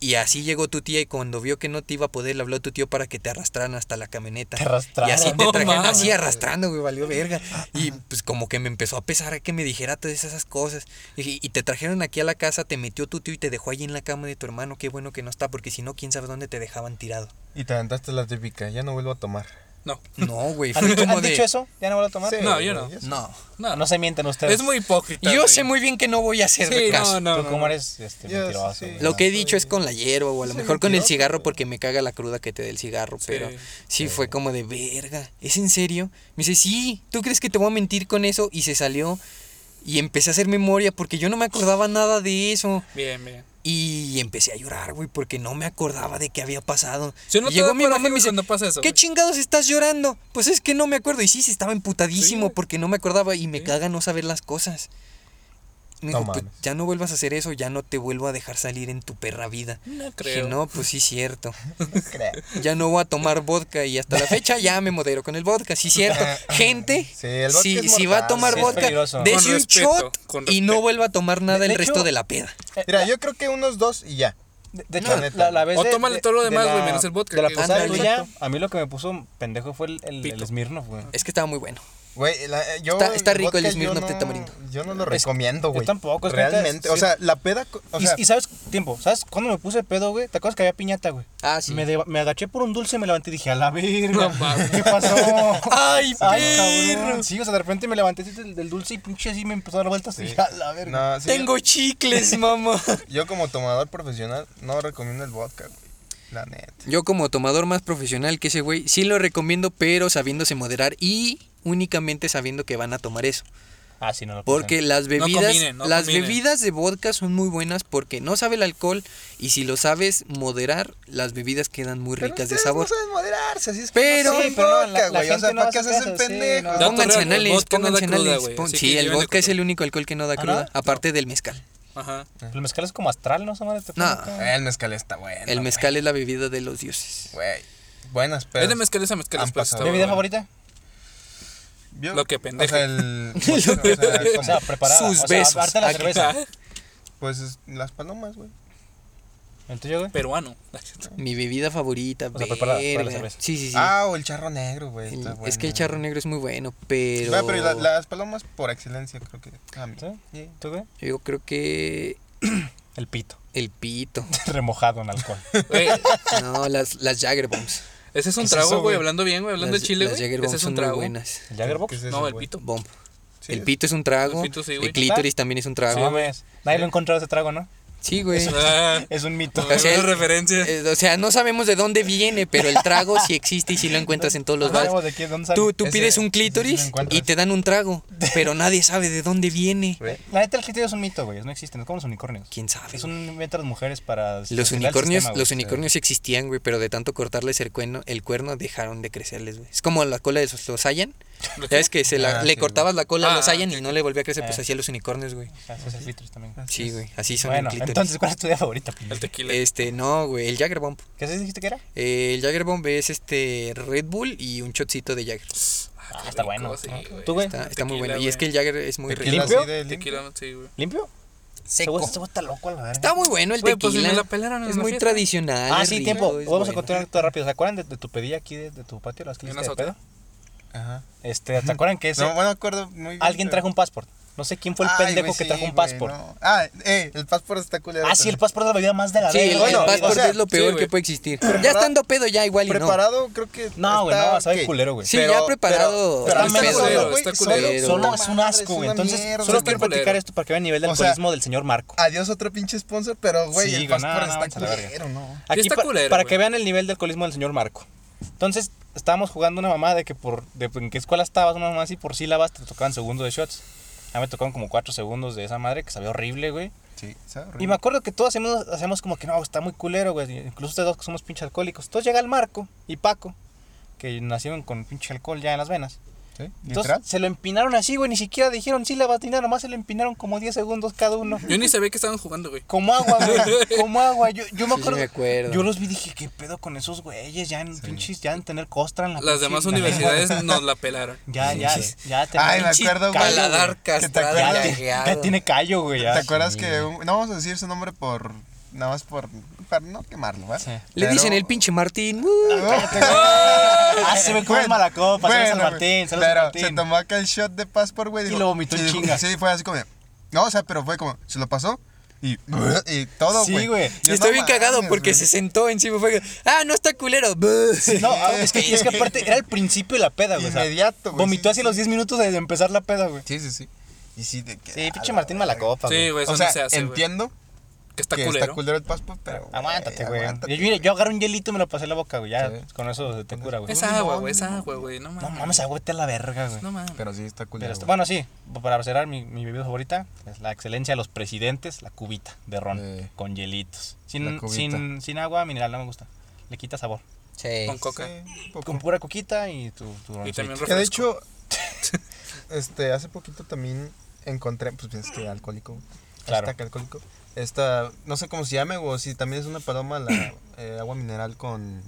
S3: Y así llegó tu tía y cuando vio que no te iba a poder, le habló a tu tío para que te arrastraran hasta la camioneta.
S2: Te arrastraron.
S3: Y así te
S4: No
S3: trajeron
S4: mames.
S3: así arrastrando, güey, valió verga. Y pues como que me empezó a pesar que me dijera todas esas cosas. Y, y te trajeron aquí a la casa, te metió tu tío y te dejó ahí en la cama de tu hermano. Qué bueno que no está, porque si no, quién sabe dónde te dejaban tirado.
S1: Y te aventaste la típica, ya no vuelvo a tomar.
S4: No,
S3: No, güey,
S2: ¿Han,
S3: fue
S2: dicho,
S3: como
S2: han
S3: de...
S2: dicho eso? ¿Ya no vuelvo a tomar?
S1: Sí,
S4: No, yo
S1: güey,
S4: no.
S1: ya sé.
S3: No.
S4: no.
S2: No se mienten ustedes.
S4: es muy hipócrita.
S3: Yo
S4: güey.
S3: sé muy bien que no voy a hacer
S4: Sí,
S3: caso.
S4: no, no.
S2: Tú
S4: no,
S2: como
S4: no.
S2: eres este,
S1: Ya,
S2: mentiroso,
S1: sí,
S2: güey.
S1: sí.
S3: Lo que he dicho es
S1: Soy-
S3: con la hierba o a lo
S1: soy
S3: mejor con el
S1: mentiroso,
S3: cigarro
S1: güey.
S3: porque me caga la cruda que te dé el cigarro, pero
S4: Sí.
S3: sí fue como de verga. ¿Es en serio? Me dice, sí, ¿tú crees que te voy a mentir con eso? Y se salió y empecé a hacer memoria porque yo no me acordaba nada de eso.
S4: Bien, bien.
S3: Y empecé a llorar, güey, porque no me acordaba de qué había pasado.
S4: Si no
S3: Y
S4: te da coraje,
S3: y
S4: güey, cuando pasa eso,
S3: ¿qué
S4: güey?"
S3: chingados estás llorando? Pues es que no me acuerdo. Y sí, sí, estaba emputadísimo
S4: Sí.
S3: porque no me acordaba y me
S4: Sí.
S3: caga no saber las cosas. Me
S1: No
S3: dijo, pues
S1: mames.
S3: ya no vuelvas a hacer eso, ya no te vuelvo a dejar salir en tu perra vida.
S4: No
S3: Dije,
S4: creo.
S3: no, pues sí, cierto.
S1: Creo.
S3: Ya no voy a tomar vodka y hasta la fecha ya me modero con el vodka, sí, cierto. Gente,
S1: Sí, el vodka
S3: si,
S1: es
S3: si va a
S1: mortal,
S3: tomar
S2: sí, es
S3: vodka,
S2: peligroso.
S3: dése
S4: Con
S3: un
S4: respeto, con
S3: shot y no
S4: respeto.
S3: vuelva a tomar nada
S2: De-
S3: el
S2: de
S3: resto
S2: hecho-
S3: de la peda.
S1: Mira, yo creo que unos dos y ya.
S2: De, de
S1: No,
S2: hecho,
S1: neta,
S2: la, la vez
S4: O
S2: de-
S4: tómale
S2: de-
S4: todo lo
S2: de
S4: demás,
S2: la-
S4: güey, menos el vodka,
S2: De la
S4: que-
S2: posada
S3: Ándale.
S2: tuya, a mí lo que me puso pendejo fue el, el, el Smirnoff, güey.
S3: Es que estaba muy bueno.
S1: Güey, la- eh, yo.
S3: Está- está rico el
S1: vodka yo
S3: Smirnoff
S1: no-
S3: de tamarindo.
S1: Yo no lo
S2: Es-
S1: recomiendo,
S2: yo
S1: güey.
S2: tampoco, es que
S1: Realmente.
S2: neta,
S1: O
S2: sí.
S1: sea, la peda. co- O
S2: Y-
S1: sea,
S2: y, sabes, tiempo, ¿sabes cuándo me puse pedo, güey? ¿Te acuerdas que había piñata, güey?
S3: Ah, sí.
S2: Me, deba- me agaché por un dulce, me levanté y dije, a la verga,
S4: No mames.
S2: ¿qué pasó?
S3: Ay,
S2: Ay,
S3: perro.
S2: cabrón. Sí, o sea, de repente me levanté del, del dulce y pinche así me empezó a dar vueltas y dije, a la verga.
S1: no, sí,
S3: Tengo chicles, mamá.
S1: Yo como tomador profesional no recomiendo el vodka, güey. La neta.
S3: Yo como tomador más profesional que ese güey, sí lo recomiendo, pero sabiéndose moderar y únicamente sabiendo que van a tomar eso.
S2: Ah, sí, no lo
S3: Porque las bebidas,
S4: combinen, no
S3: las
S4: combinen.
S3: bebidas de vodka son muy buenas porque no sabe el alcohol y si lo sabes moderar, las bebidas quedan muy ricas de
S1: ustedes
S3: sabor.
S1: No saben moderarse, así es
S3: Pero-
S1: que no
S2: Sí,
S1: saben
S2: pero no, la-
S1: vodka,
S2: la
S1: güey. O
S2: gente
S1: sea,
S2: no
S1: ¿para qué
S2: hace
S1: haces
S2: caso,
S1: el
S2: sí,
S1: pendejo?
S2: no.
S4: Dato
S3: Pónganse
S4: real, el
S3: anales,
S4: vodka no da
S3: pónganse
S4: cruda,
S3: anales.
S4: güey,
S3: pon-
S4: así que
S3: Sí, el
S4: llévenle
S3: vodka es
S4: cruda.
S3: el único alcohol que no da
S2: ¿Ah,
S3: cruda,
S2: no?
S3: aparte del mezcal.
S4: Ajá.
S2: El mezcal es como astral, ¿no? Esa madre te pone
S3: No. Eh,
S2: acá.
S1: El mezcal está bueno.
S3: El mezcal es la bebida de los dioses.
S1: Güey. Buenas, pero.
S4: Es de mezcal esa mezcal.
S1: Han
S4: después,
S1: pasado.
S4: está
S2: ¿Bebida
S4: bueno.
S2: favorita?
S1: Yo-
S4: pues, Lo que
S1: O
S4: pendeja.
S1: sea, el. o sea, como-
S2: O sea, preparada.
S3: Sus
S2: o sea,
S3: besos.
S2: aparte de la
S3: Aquí.
S2: cerveza.
S1: pues es- las palomas, güey.
S2: ¿El tuyo, güey?
S4: Peruano.
S3: Mi bebida favorita,
S2: O sea, preparada, preparada la
S3: verga.
S2: cerveza.
S3: Sí, sí, sí.
S1: Ah, o el charro negro, güey.
S3: El-
S1: está
S3: es que el
S1: bueno.
S3: charro negro es muy bueno, pero,
S1: Güey, pero la- las palomas por excelencia, creo que. a mí.
S2: ¿Sí?
S1: Sí.
S2: ¿Tú, güey?
S3: yo creo que
S2: El pito.
S3: el pito.
S2: Remojado en alcohol.
S4: Güey,
S3: No, las, las Jaggerbombs.
S4: ese es
S1: ¿Qué
S4: un
S1: es
S4: trago,
S1: eso, güey?
S4: güey. Hablando bien, güey. Hablando
S3: las,
S4: de Chile,
S3: Las
S4: güey. Ese
S3: Jaggerbombs
S4: es
S3: son
S4: un
S3: muy
S4: trago.
S3: buenas.
S2: ¿El
S1: ¿Qué
S2: Jaggerbox?
S1: es eso,
S4: No, el
S1: güey?
S4: pito.
S3: Bomb.
S1: Sí,
S3: el
S1: es-
S3: pito es un trago.
S4: El pito sí, güey.
S3: el clítoris también es un
S2: No
S3: trago.
S2: mames. Nadie lo ha encontrado ese trago, ¿no?
S3: Sí, güey.
S4: Ah,
S2: Es un mito.
S3: O sea,
S4: Buenas
S3: el-
S4: referencias.
S3: eh, o sea, no sabemos de dónde viene, pero el trago sí existe y sí lo encuentras en todos los
S2: No sabemos
S3: bares.
S2: de qué, dónde sale.
S3: Tú, tú
S1: Ese-
S3: pides
S1: ese sí
S3: un
S1: lo
S3: clítoris y
S1: encuentras.
S3: te dan un trago, pero nadie sabe de dónde viene.
S1: güey.
S2: La neta, el criterio es un mito, güey. No existen. Es como los unicornios.
S3: ¿Quién sabe?
S2: Es un invento de las mujeres para.
S3: Los
S2: facilitar el
S3: unicornios,
S2: sistema, güey.
S3: los unicornios existían, güey, pero de tanto cortarles el cuerno, el cuerno dejaron de crecerles, güey. Es como la cola de los, los Saiyan, Ya ves que se la-
S1: Ah,
S3: le
S1: sí,
S3: cortabas la cola a
S4: Ah,
S3: los Saiyan y no le volvía a crecer, pues
S2: Eh.
S3: hacía los unicornios, güey.
S2: Haces el clítoris también.
S1: Ah,
S3: Sí, güey, así son
S2: Bueno,
S3: el clítoris.
S2: entonces, ¿cuál es tu día favorito?
S4: El tequila.
S3: Este, no, güey, el Jaggerbomb.
S2: ¿Qué se dijiste que era?
S3: Eh, el Jaggerbomb es este Red Bull y un shotcito de Jagger.
S2: Ah, está bueno.
S4: sí,
S2: ¿no?
S4: güey.
S2: ¿Tú, güey?
S3: Está, está muy bueno.
S4: Tequila,
S3: Y
S4: güey.
S3: es que el Jagger es muy rico.
S1: Tequila
S2: ¿Limpio?
S1: así de limpio.
S4: Tequila, sí, güey.
S2: ¿Limpio?
S3: Seco.
S2: Este güey está loco, la verdad.
S3: Está muy bueno el
S4: Güey,
S3: tequila.
S4: pues, me la pelaron en
S3: es
S4: la
S3: muy
S4: fiesta.
S3: tradicional.
S2: Ah,
S3: es
S2: sí,
S3: rico,
S2: tiempo.
S3: es
S2: Vamos a
S3: bueno.
S2: contar todo rápido. ¿Se acuerdan de, de tu pedilla aquí de, de tu patio? Las que
S4: Y una
S2: hiciste de
S4: sota.
S2: pedo.
S1: Ajá.
S2: Este, ¿Se acuerdan que ese,
S1: No, no me acuerdo muy bien.
S2: alguien
S1: pero-
S2: trajo un passport? No sé quién fue el
S1: Ay,
S2: pendejo
S1: güey,
S2: que
S1: sí,
S2: trajo un
S1: güey,
S2: passport.
S1: no. Ah, eh, el passport está culero.
S2: Ah, sí, el
S1: también.
S2: passport es la bebida más de la
S3: Sí, el,
S2: verga,
S1: Bueno,
S3: el
S2: güey.
S3: passport
S1: o sea,
S3: es lo peor
S4: güey.
S3: que puede existir. Ya estando pedo, ya igual y no.
S1: Preparado, creo que.
S2: No, güey,
S1: está
S2: no, sabe
S1: ok.
S2: culero, güey.
S3: Sí, ya preparado.
S1: Pero,
S2: Está
S1: pero está
S2: menos,
S1: culero,
S4: güey,
S1: güey,
S4: está
S1: solo-
S3: culero.
S1: solo-
S2: Solo es un
S1: es
S2: asco, güey.
S1: una
S2: Entonces,
S1: mierda.
S2: solo
S4: Está
S2: quiero
S4: culero.
S2: platicar esto para que vean el nivel de
S1: O sea,
S2: alcoholismo del señor Marco.
S1: Adiós, otro pinche sponsor, pero, güey,
S2: Sí,
S1: el
S2: güey, no,
S1: passport
S2: no,
S1: está
S2: vete a la verga.
S1: culero, ¿no?
S2: Aquí
S4: está
S2: pa-
S4: culero,
S2: para
S4: güey.
S2: que vean el nivel de alcoholismo del señor Marco. Entonces, estábamos jugando una mamá de que por de en qué escuela estabas, una mamá así por sílabas te tocaban segundos de shots. A mí me tocaron como cuatro segundos de esa madre que sabía horrible, güey.
S1: Sí, está
S2: Y me acuerdo que todos hacemos, hacemos como que no, está muy culero, güey. Incluso ustedes dos que somos pinche alcohólicos. Entonces llega el Marco y Paco, que nacieron con pinche alcohol ya en las venas.
S1: Sí,
S2: Entonces
S1: literal.
S2: se lo empinaron así, güey. Ni siquiera dijeron sílabas ni nada, nomás se lo empinaron como 10 segundos cada uno.
S4: Yo ni sabía que estaban jugando, güey.
S2: Como agua, güey. Como agua. Yo, yo me
S3: Sí, sí
S2: acuerdo.
S3: me acuerdo.
S2: Yo los vi y dije, ¿qué pedo con esos güeyes? Ya en pinches, ya en tener costra en la
S4: Las
S2: pinche-
S4: demás
S2: en pues la lengua.
S4: universidades nos la pelaron.
S2: Ya, ya,
S3: Sí.
S2: ya. tener
S1: Ay, me
S2: pinche
S1: acuerdo, güey.
S2: callo,
S3: Paladar castrado,
S2: Ya,
S1: acuerdas?
S2: te- ya
S3: lagueado.
S2: tiene callo, güey. ya.
S1: ¿Te acuerdas que un- no vamos a decir su nombre por nada más por para no quemarlo, ¿verdad?
S2: Sí.
S3: Le
S1: Pero-
S3: dicen el pinche Martín.
S1: Ah,
S3: uh, ¡Oh!
S2: Ah, se ve como es mala copa. Saludos al
S1: bueno,
S2: Martín. Saludos
S1: Pero
S2: al Martín.
S1: se tomó acá el shot de passport, güey.
S2: Y
S1: dijo-
S2: lo vomitó en
S1: sí,
S2: chinga.
S1: Sí, fue así como. de- No, o sea, pero fue como, se lo pasó y, y todo,
S2: Sí,
S1: güey.
S2: güey.
S1: Yo,
S3: Y estoy
S1: no
S3: bien cagado
S1: mames,
S3: porque
S1: güey.
S3: se sentó encima. y Fue, ah, no está culero.
S2: Sí, No, ah, es que, es que aparte era el principio de la peda, güey. o sea,
S1: Inmediato, güey,
S2: Vomitó
S1: sí,
S2: así
S1: sí.
S2: los 10 minutos de empezar la peda, güey.
S1: Sí, sí, sí. Y sí, de que.
S2: Sí, pinche Martín Malacopa,
S4: Sí, güey, eso
S1: o sea,
S4: no se hace. güey.
S1: entiendo
S4: Que está
S1: que
S4: culero.
S1: está culero el passport, pero.
S2: Aguántate, güey.
S1: aguántate,
S2: Yo, mira, yo agarré un hielito y me lo pasé en la boca, güey. Ya,
S1: Sí.
S2: con eso se te cura, güey.
S4: Es agua, güey, es agua, güey. No
S2: No
S4: mames.
S2: mames, agüete a la verga, güey.
S4: No mames.
S1: Pero sí, está culero.
S2: Pero está-
S1: güey.
S2: bueno, sí, para cerrar, mi, mi bebida favorita es la excelencia de los presidentes, la cubita de ron,
S1: Sí.
S2: con hielitos.
S1: La
S2: Sin,
S1: cubita.
S2: sin, sin agua mineral, no me gusta. Le quita sabor.
S3: Sí.
S4: Con coca.
S1: Sí, poco.
S2: Con pura coquita y tu, tu
S4: Y
S2: roncito.
S4: también
S1: Que de hecho,
S4: refresco.
S1: este, hace poquito también encontré, pues piensas que alcohólico,
S2: Claro.
S1: hashtag alcohólico, esta, no sé cómo se llame, o si también es una paloma, la eh, agua mineral con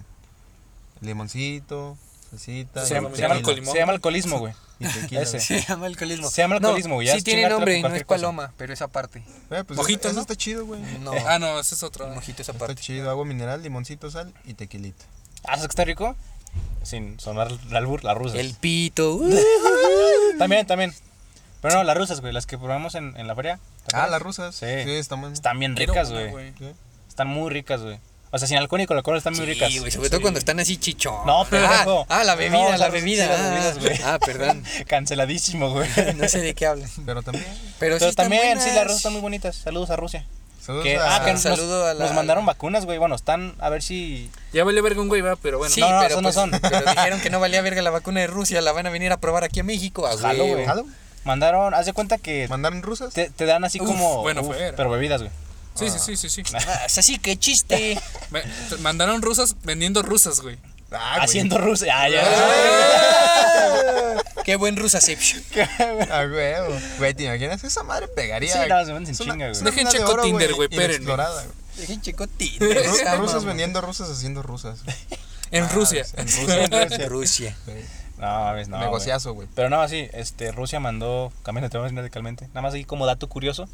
S1: limoncito, salsita,
S4: Se
S2: Se
S1: y
S2: llama, se
S1: tequila,
S2: llama
S4: alcoholismo.
S2: alcoholismo, se llama alcoholismo, güey.
S1: y tequila,
S2: ese.
S1: güey.
S3: Se llama alcoholismo.
S2: Se llama alcoholismo,
S3: no,
S2: ya
S3: Sí
S2: es
S3: tiene
S2: chingártela
S3: nombre
S2: con
S3: y no es
S2: cualquier cosa.
S3: paloma, pero esa parte.
S1: Güey, pues,
S4: Mojito,
S1: eso
S4: ¿no?
S1: está chido, güey.
S2: Mm,
S3: No.
S4: Ah, no, ese es otro.
S3: mojito esa
S1: Está
S3: parte.
S1: chido, agua mineral, limoncito, sal y tequilita.
S2: Ah, ¿sabes que está rico? Sin sonar la albur, las rusas.
S3: El pito. uh,
S2: También, también. Pero no, las rusas, güey, las que probamos en, en la feria. ¿te
S1: Ah,
S2: acuerdas?
S1: las rusas.
S2: Sí.
S1: Sí, están buenas.
S2: Están bien
S4: Quiero
S2: ricas,
S4: una,
S2: güey.
S1: ¿eh?
S2: Están muy ricas, güey. O sea, sin alcohol y con alcohol están muy ricas.
S3: Sí, güey, sobre todo
S2: Sí.
S3: cuando están así chichón.
S2: No,
S3: ah,
S2: pendejo.
S3: ah, la bebida,
S2: No, o sea,
S3: la bebida.
S2: sí, las
S3: ah,
S2: bebidas, güey.
S3: ah, perdón.
S2: Canceladísimo, güey.
S3: No sé de qué hablan.
S1: Pero también.
S3: Pero,
S2: Pero
S3: sí
S2: también,
S3: están
S2: sí, las
S3: buenas.
S2: rusas están muy bonitas. Saludos a Rusia.
S1: Saludos
S2: Que-
S1: a-
S2: ah, que
S3: Un
S2: nos,
S3: saludo a la-
S2: nos mandaron vacunas, güey. Bueno, están a ver si.
S4: Ya valió verga un güey, va, pero bueno.
S3: Sí,
S2: No, no,
S3: pero,
S2: son, no
S3: pues,
S2: son.
S3: pero dijeron que no valía verga la vacuna de Rusia, la van a venir a probar aquí a México. A
S2: Jalo,
S3: huevo.
S2: güey.
S1: ¿Jalo?
S2: Mandaron, haz de cuenta que
S1: ¿Mandaron rusas?
S2: te, te dan así
S4: Uf,
S2: como.
S4: buena
S2: uf,
S4: feria.
S2: pero bebidas, güey.
S4: Sí, sí, sí, sí, sí.
S3: Ah, o sea, sí, qué chiste.
S4: Me- te- mandaron rusas vendiendo rusas, güey.
S1: Ah, güey.
S2: Haciendo Rusia. Ah, ya.
S3: qué buen rusaception.
S1: A huevo. Güey, ¿te imaginas? Esa madre pegaría.
S2: Sí, no, se venden
S1: Es
S2: chinga, güey.
S1: es
S4: Dejen
S1: mina de
S4: checo
S1: oro,
S4: Tinder, güey, espérenme.
S1: inexplorada, güey.
S3: Dejen checo Tinder,
S1: Ru-
S3: esa
S1: Rusas
S3: mamá.
S1: vendiendo rusas haciendo rusas.
S4: En
S1: Ah,
S4: Rusia.
S1: en Rusia.
S3: Rusia.
S1: güey.
S2: No, ves, no. güey.
S1: Negociazo, güey.
S2: Pero no, sí, este, Rusia mandó cambios de tema radicalmente. Nada más aquí como dato curioso.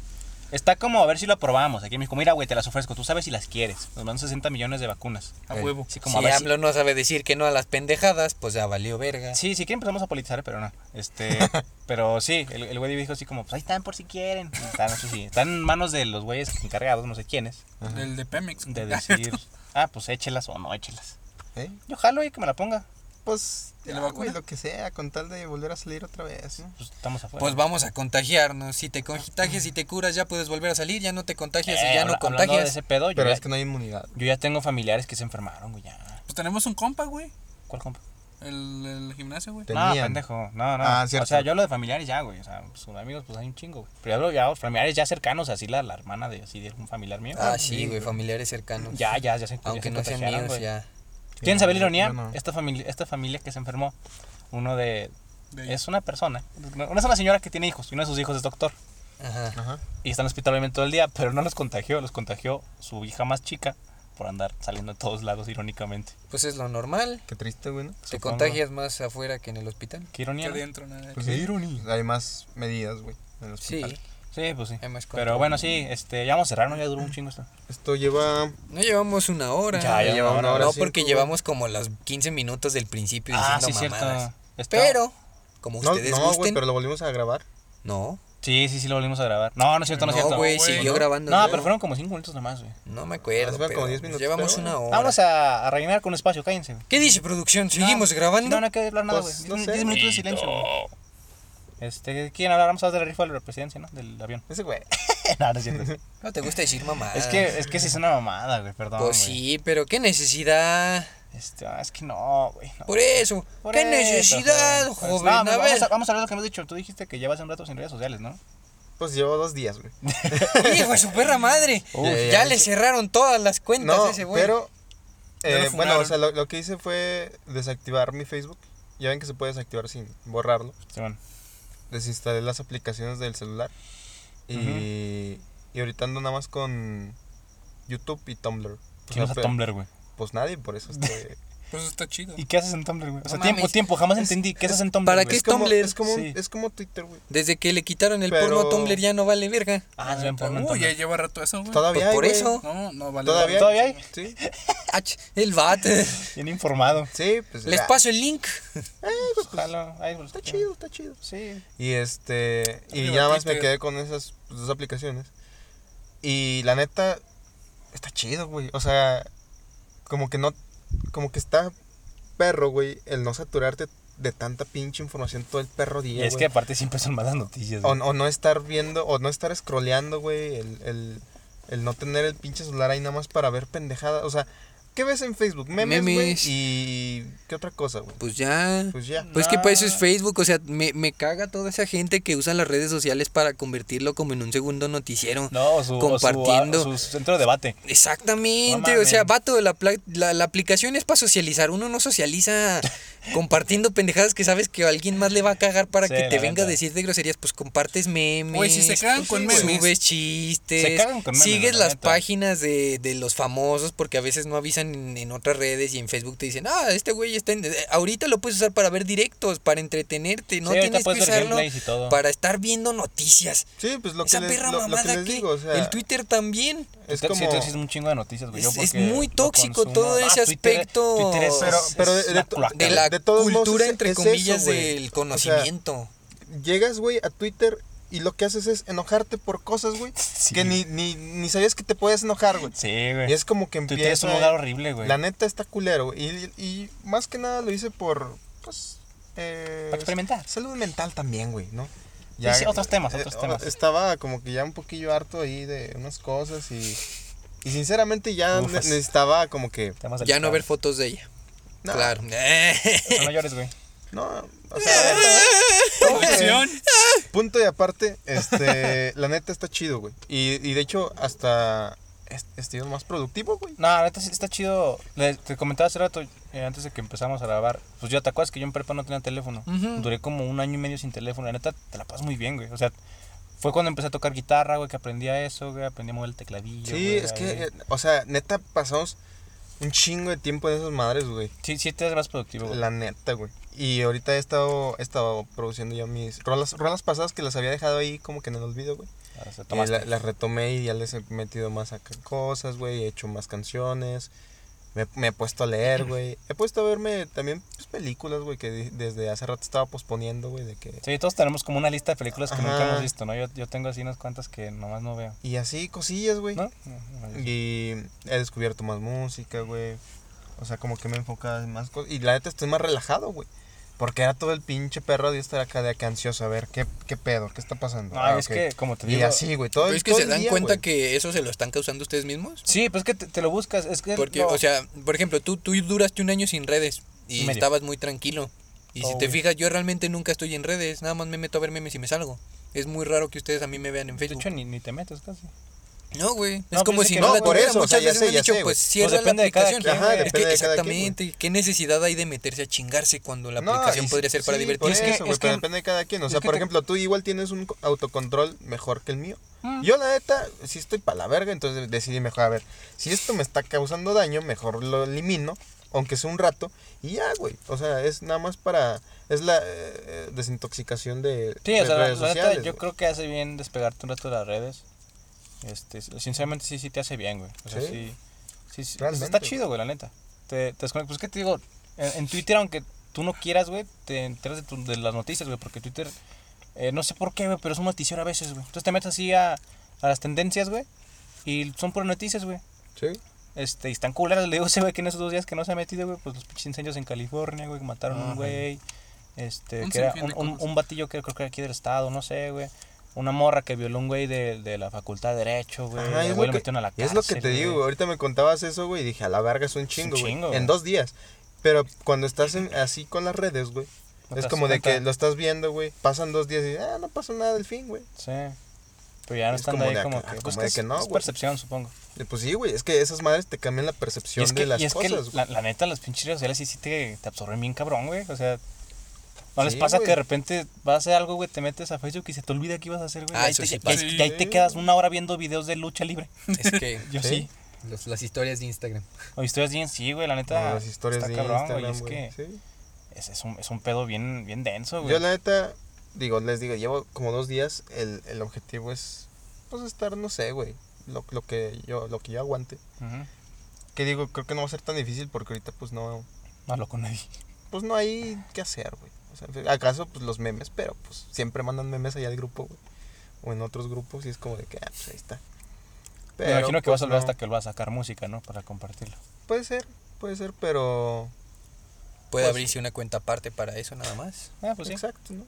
S2: Está como a ver si lo aprobamos. Aquí me dijo, mira, güey, te las ofrezco. Tú sabes si las quieres. Nos mandan 60 millones de vacunas.
S4: A
S1: Eh.
S4: huevo.
S2: Así como
S3: Si
S2: a ver si-
S3: AMLO no sabe decir que no a las pendejadas, pues ya valió verga.
S2: Sí, sí que empezamos a politizar, pero no. Este, pero sí, el, el güey dijo así como, pues ahí están por si quieren. Y Están, no sé si- están en manos de los güeyes encargados, no sé quiénes,
S4: El de Pemex.
S2: de decir, ah, pues échelas o no échelas.
S1: ¿Eh?
S2: Yo jalo y que me la ponga.
S1: Pues,
S4: ¿Y la
S1: ah,
S4: vacuna?
S1: güey, lo que sea, con tal de volver a salir otra vez. ¿no?
S2: Pues estamos afuera.
S3: Pues vamos a contagiarnos. Si te contagias y te curas, ya puedes volver a salir. Ya no te contagias
S2: Eh,
S3: y ya
S2: habla-
S3: no
S2: hablando de
S3: contagias.
S2: ese pedo, yo
S1: Pero
S2: ya,
S1: es que no hay inmunidad.
S2: yo ya tengo familiares que se enfermaron, güey, ya.
S4: Pues tenemos un compa, güey.
S2: ¿Cuál compa?
S4: El, el gimnasio, güey.
S2: No,
S1: Tenían.
S2: pendejo. No, no.
S1: Ah,
S2: O
S1: cierto.
S2: sea, yo lo de familiares ya, güey. O sea, pues, con amigos, pues hay un chingo, güey. Pero yo hablo ya, familiares ya cercanos, así la, la hermana de, así de un familiar mío.
S3: Ah, sí, güey, familiares cercanos.
S2: Ya, ya, ya se ya
S3: Aunque
S2: se
S3: no sean
S2: contagiaron,
S3: míos,
S2: güey.
S3: ya.
S2: ¿Quieren saber la ironía?
S1: Yo no.
S2: Esta, familia, esta familia que se enfermó, uno de,
S4: de ellos.
S2: Es una persona. Una es una señora que tiene hijos y uno de sus hijos es doctor.
S3: Ajá.
S1: Ajá.
S2: Y está en el hospital obviamente todo el día, pero no los contagió. Los contagió su hija más chica por andar saliendo de todos lados irónicamente.
S3: Pues es lo normal.
S1: Qué triste, güey, ¿no?
S3: Te
S2: Supongo.
S3: contagias más afuera que en el hospital.
S2: Qué ironía.
S4: Que
S2: ¿no?
S4: adentro, nada de
S1: Pues
S4: que-
S1: sí, Hay más medidas, güey. en el
S3: Sí.
S1: hospital.
S2: Sí, pues sí.
S3: Hay más
S2: Pero
S3: control.
S2: bueno, sí, este, ya vamos a cerrar, ¿no? Ya duró un chingo esto.
S1: Esto lleva.
S3: No llevamos una hora.
S2: Ya, ya. lleva una hora pues
S3: no,
S1: cinco,
S3: porque
S1: güey.
S3: llevamos como los 15 minutos del principio
S2: Ah, sí,
S3: diciendo mamadas.
S2: cierto. Está-
S3: Pero, como
S1: No,
S3: ustedes
S1: no, güey,
S3: gusten.
S1: pero lo volvimos a grabar.
S3: No,
S2: Sí, sí, sí, lo volvimos a grabar. No, no es cierto, no, es
S3: no,
S2: cierto.
S3: güey,
S4: güey,
S3: siguió
S4: ¿no?
S3: grabando.
S2: No,
S3: güey.
S2: pero fueron como 5 minutos nomás, güey.
S3: No me acuerdo.
S1: Ah, fueron
S3: pero
S1: como 10 minutos,
S3: Llevamos
S1: pero-
S3: una hora.
S2: Vámonos a, a rellenar con espacio, cállense, güey.
S3: ¿Qué dice producción? ¿Seguimos
S2: No,
S3: grabando?
S2: No, no hay que hablar nada, güey.
S1: Pues, no
S2: 10
S1: sé.
S2: minutos de silencio, güey. Este, ¿quién hablar? Vamos a hablar de la rifa de la presidencia, ¿no? Del avión.
S1: Ese güey.
S2: No, no es cierto.
S3: No te gusta decir mamadas.
S2: Es que, es que sí es una mamada, güey, perdón.
S3: Pues
S2: güey.
S3: sí, pero qué necesidad.
S2: Este, ah, es que no, güey. no.
S3: Por eso.
S2: Por
S3: Pues, ¿Qué
S2: eso,
S3: necesidad,
S2: pues,
S3: joven?
S2: no,
S3: a
S2: pues,
S3: ver.
S2: vamos, a, vamos a hablar de lo que hemos dicho. Tú dijiste que llevas un rato sin redes sociales, ¿no?
S1: Pues llevo dos días, güey.
S3: Hijo de su perra madre.
S1: Uy.
S3: ya
S1: Ya, ya,
S3: le cerraron todas las cuentas a
S1: No,
S3: ese güey.
S1: pero.
S4: Ya lo
S1: eh, bueno, o
S4: funaron.
S1: sea, lo, lo que hice fue desactivar mi Facebook. Ya ven que se puede desactivar sin borrarlo.
S2: Sí, bueno.
S1: Desinstalé las aplicaciones del celular. Y, y ahorita ando nada más con YouTube y Tumblr. O sea,
S2: ¿Quién usa
S1: pe-
S2: Tumblr, güey?
S1: Pues nadie, por eso este,
S4: Pues está chido.
S2: ¿Y qué haces en Tumblr, güey? O sea,
S3: No
S2: tiempo,
S3: mames.
S2: tiempo, jamás entendí. ¿Qué haces en Tumblr?
S3: ¿para
S2: güey?
S3: qué
S1: como-
S3: Tumblr?
S1: Es como,
S2: Sí.
S1: es como Twitter, güey.
S3: Desde que le quitaron el
S1: Pero-
S3: porno a Tumblr ya no vale verga.
S2: Ah, se ven
S1: pues,
S2: porno en
S4: Uy, ya
S2: Tumblr.
S4: lleva rato eso, güey.
S1: Todavía
S3: Pues por
S1: hay, güey.
S3: eso.
S4: No, no vale.
S1: Todavía,
S2: ¿Todavía hay?
S1: Sí,
S3: Ach, el VAT.
S2: Bien informado.
S1: sí, pues.
S3: Les
S1: ya.
S3: paso el link.
S2: Ojalá. Ay, pues,
S1: Está chido, está chido.
S2: Sí.
S1: Y este. Y
S4: Digo,
S1: ya más me
S4: Twitter.
S1: quedé con esas pues, dos aplicaciones. Y la neta. Está chido, güey. O sea. Como que no. Como que está perro, güey. El no saturarte de tanta pinche información todo el perro
S2: Y
S1: día.
S2: es que
S1: güey.
S2: aparte siempre son malas noticias,
S1: O,
S2: güey.
S1: o no estar viendo. O no estar scrolleando, güey. El, el, el no tener el pinche celular ahí nada más para ver pendejadas. O sea, ¿qué ves en Facebook? Memes, güey.
S3: Memes.
S1: Y. ¿Qué otra cosa, güey?
S3: Pues ya.
S1: Pues ya.
S3: Pues que para eso es Facebook, o sea, me, me caga toda esa gente que usa las redes sociales para convertirlo como en un segundo noticiero.
S2: No, o su,
S3: compartiendo.
S2: compartiendo. su, centro de debate.
S3: Exactamente,
S2: No
S3: o sea,
S2: mames.
S3: vato, la, pla- la, la aplicación es para socializar, uno no socializa compartiendo pendejadas que sabes que a alguien más le va a cagar para
S2: Sí,
S3: que
S2: la
S3: te
S2: neta.
S3: venga a decir de groserías, pues compartes memes.
S4: Güey, si se cagan con memes.
S3: Subes chistes.
S2: Se cagan con memes,
S3: Sigues
S2: la
S3: las
S2: neta.
S3: páginas de, de los famosos porque a veces no avisan en, en otras redes y en Facebook te dicen, ah, este güey está en... Ahorita lo puedes usar para ver directos, para entretenerte, no
S2: Sí, ahorita
S3: tienes que
S2: puedes ver
S3: usarlo
S2: gameplays y todo.
S3: para estar viendo noticias.
S1: Sí, pues lo que
S3: Esa
S1: les,
S3: perra
S1: lo- lo que
S3: mamada
S1: les
S3: que
S1: digo. O sea,
S3: el Twitter también.
S1: es
S2: Sí,
S1: como.
S2: sí, existe un chingo de noticias, güey. Yo
S3: Es- es
S2: porque
S3: muy
S2: lo
S3: tóxico
S2: consumo. Ah,
S3: todo ese
S2: Twitter-
S3: aspecto.
S2: Twitter es-
S1: Pero-
S2: es-
S1: pero
S2: es
S1: de-
S2: una
S1: de to-
S2: cloaca,
S3: de
S2: güey.
S3: la
S1: De todos modos,
S3: cultura
S1: es-
S3: entre
S1: es eso,
S3: comillas
S1: güey.
S3: del
S1: O sea,
S3: conocimiento.
S1: llegas, güey, a Twitter y lo que haces es enojarte por cosas, güey,
S2: Sí.
S1: que ni, ni, ni sabías que te podías enojar, güey.
S2: Sí, güey.
S1: Y es como que
S2: Twitter es
S1: empieza... eh,
S2: un lugar horrible, güey.
S1: La neta está culero, güey. Y, y más que nada lo hice por, pues... eh,
S2: Para experimentar.
S1: Salud mental también, güey, ¿no? eh,
S2: sí, otros temas, otros temas.
S1: Estaba como que ya un poquillo harto ahí de unas cosas y... Y sinceramente ya
S2: Ufas.
S1: ne- necesitaba como que...
S2: Temas
S3: ya no
S2: delicados.
S3: ver fotos de ella.
S1: No,
S3: Claro.
S2: No, no llores, güey.
S1: No, o sea... como que-
S4: Producción.
S1: Punto y aparte, este, la neta está chido, güey. Y, y de hecho, hasta est- estoy más productivo, güey.
S2: No, la neta sí está chido. Le- te comentaba hace rato, eh, antes de que empezamos a grabar. Pues yo, ¿te acuerdas que yo en prepa no tenía teléfono?
S3: Ujú.
S2: Duré como un año y medio sin teléfono. La neta, te la pasas muy bien, güey. O sea, fue cuando empecé a tocar guitarra, güey, que aprendí a eso, güey. Aprendí a mover el tecladillo.
S1: Sí,
S2: güey,
S1: es
S2: ahí.
S1: que, eh, o sea, neta pasamos un chingo de tiempo en esas madres, güey.
S2: Sí, sí te haces más productivo, güey.
S1: La neta, güey. Y ahorita he estado, he estado produciendo ya mis rolas, rolas pasadas que las había dejado ahí como que en el olvido, güey.
S2: O sea,
S1: Y
S2: tomaste.
S1: la- las retomé y ya les he metido más a c- cosas, güey. He hecho más canciones. Me, me he puesto a leer, güey. He puesto a verme también pues, películas, güey, que de- desde hace rato estaba posponiendo, güey, de que...
S2: Sí, todos tenemos como una lista de películas que nunca
S1: Ajá.
S2: hemos visto, ¿no? Yo, yo tengo así unas cuantas que nomás no veo.
S1: Y así cosillas, güey.
S2: ¿No? No, no,
S1: Y he descubierto más música, güey. O sea, como que me enfocaba en más cosas. Y la neta estoy más relajado, güey. Porque era todo el pinche perro de estar acá de acá ansioso. A ver, ¿qué, qué pedo? ¿Qué está pasando? Ah,
S2: No, es
S1: ok.
S2: que, como te
S1: Y
S2: digo-
S1: así, güey. Todo,
S3: Pero
S1: el-
S3: es que
S1: todo
S3: se
S1: el
S3: dan
S1: día,
S3: cuenta
S1: güey.
S3: que eso se lo están causando ustedes mismos.
S2: Sí, pues es que te, te lo buscas. Es que.
S3: Porque,
S2: no.
S3: o sea, por ejemplo, tú, tú duraste un año sin redes y
S2: Medio.
S3: estabas muy tranquilo. Y si
S2: Oh,
S3: te
S2: güey.
S3: fijas, yo realmente nunca estoy en redes, nada más me meto a ver memes y me salgo. Es muy raro que ustedes a mí me vean en
S2: De hecho,
S3: Facebook.
S2: ni, ni te metes casi.
S3: No, güey.
S2: No,
S3: es como
S2: pues,
S3: si
S2: es que
S3: no,
S2: no,
S3: la
S1: por
S3: tuviera.
S1: eso, o sea,
S3: Muchas
S1: ya
S3: veces
S1: sé,
S3: me han
S1: ya
S3: dicho,
S1: sé, güey.
S3: pues cierra
S2: Pues, depende
S3: la
S2: de cada
S3: aplicación.
S2: quien,
S3: Ajá,
S2: güey.
S3: es
S1: depende
S3: que
S1: de cada quien, güey.
S3: exactamente, ¿qué necesidad hay de meterse a chingarse cuando la
S1: No,
S3: aplicación
S1: y-
S3: podría ser para
S1: sí,
S3: divertir?
S1: por
S2: Es que-
S1: eso, güey,
S2: es
S1: pero
S2: que-
S1: depende de cada quien. O sea,
S2: es que
S1: por
S2: te-
S1: ejemplo, tú igual tienes un co- autocontrol mejor que el mío. Yo, la neta, si estoy para la verga, entonces decidí mejor, a ver, si esto me está causando daño, mejor lo elimino, aunque sea un rato, y ya, güey. O sea, es nada más para. Es la eh, desintoxicación de,
S2: Sí,
S1: de
S2: o sea, la-
S1: redes
S2: la neta,
S1: sociales.
S2: yo
S1: güey.
S2: creo que hace bien despegarte un rato de las redes. Este, sinceramente sí, sí te hace bien, güey. O sea,
S1: Sí.
S2: sí. sí, sí,
S1: Realmente,
S2: está
S1: güey.
S2: chido, güey, la neta. Te, te desconectas. Pues que te digo, en, en Twitter, aunque tú no quieras, güey, te enteras de, tu- de las noticias, güey, porque Twitter, eh, no sé por qué, güey, pero es un noticiero a veces, güey. Entonces te metes así a, a las tendencias, güey, y son puras noticias, güey.
S1: Sí.
S2: Este, y están culeras, le digo ese güey que en esos dos días que no se ha metido, güey, pues los pinches incendios en California, güey, que mataron a un
S3: Ajá.
S2: güey. Este,
S4: Un
S2: que era
S4: sinfín
S2: un,
S4: de
S2: un-
S4: cosas.
S2: un batillo que creo que era aquí del estado, no sé, güey. Una morra que violó a un güey de, de la facultad de Derecho, güey.
S1: Ajá,
S2: el
S1: es,
S2: güey
S1: lo
S2: lo
S1: que,
S2: metieron a Pues, la cárcel.
S1: es lo que te
S2: güey.
S1: digo, güey. ahorita me contabas eso, güey, y dije, a la verga es un chingo, güey,
S2: chingo,
S1: en
S2: güey.
S1: dos días. Pero cuando estás en- así con las redes, güey,
S2: No te
S1: es
S2: das
S1: como de
S2: cuenta.
S1: que lo estás viendo, güey, pasan dos días y, ah, no pasó nada del fin, güey.
S2: Sí. Pero ya no
S1: Es
S2: están
S1: como
S2: ahí
S1: de
S2: como
S1: acá,
S2: que.
S1: como
S2: pues,
S1: de
S2: es-
S1: que no,
S2: es
S1: güey.
S2: percepción, supongo.
S1: Y Pues sí, güey, es que esas madres te cambian la
S2: Y
S1: percepción
S2: es que,
S1: de las
S2: y es que
S1: cosas,
S2: la,
S1: güey.
S2: la neta, las pinches redes sociales sí, sí te, te absorben bien cabrón, güey. O sea, ¿no les
S1: Sí,
S2: pasa
S1: güey.
S2: que de repente vas a hacer algo, güey, te metes a Facebook y se te olvida qué ibas a hacer, güey?
S3: Ah,
S2: y ahí,
S3: eso
S2: te,
S3: sí
S2: y ahí-
S1: pasa.
S2: y ahí te quedas una hora viendo videos de lucha libre.
S3: Es que
S2: Yo
S1: Sí.
S2: sí.
S3: los- las historias de Instagram.
S2: O historias bien, sí, güey, la neta.
S1: No, las historias
S2: está
S1: de
S2: cabrón, güey,
S1: Instagram,
S2: es
S1: güey.
S2: que
S1: sí.
S2: es, es un, es un pedo bien, bien denso, güey.
S1: Yo la neta, digo, les digo, llevo como dos días, el, el objetivo es, pues, estar, no sé, güey, lo, lo, que yo, lo que yo aguante.
S2: Ujú.
S1: Que digo, creo que no va a ser tan difícil porque ahorita, pues, no,
S2: No hablo con nadie.
S1: pues no hay que hacer, güey. O sea, en fin, acaso pues los memes, pero pues siempre mandan memes allá al grupo, güey. O en otros grupos y es como de que, ah, pues ahí está.
S2: Me imagino que vas a
S1: hablar
S2: hablar hasta que lo vas a sacar música, ¿no? Para compartirlo.
S1: Puede ser, puede ser, pero...
S3: Puede
S1: Pues-
S3: abrirse una cuenta aparte para eso nada más.
S2: Ah, pues sí.
S1: exacto, ¿no?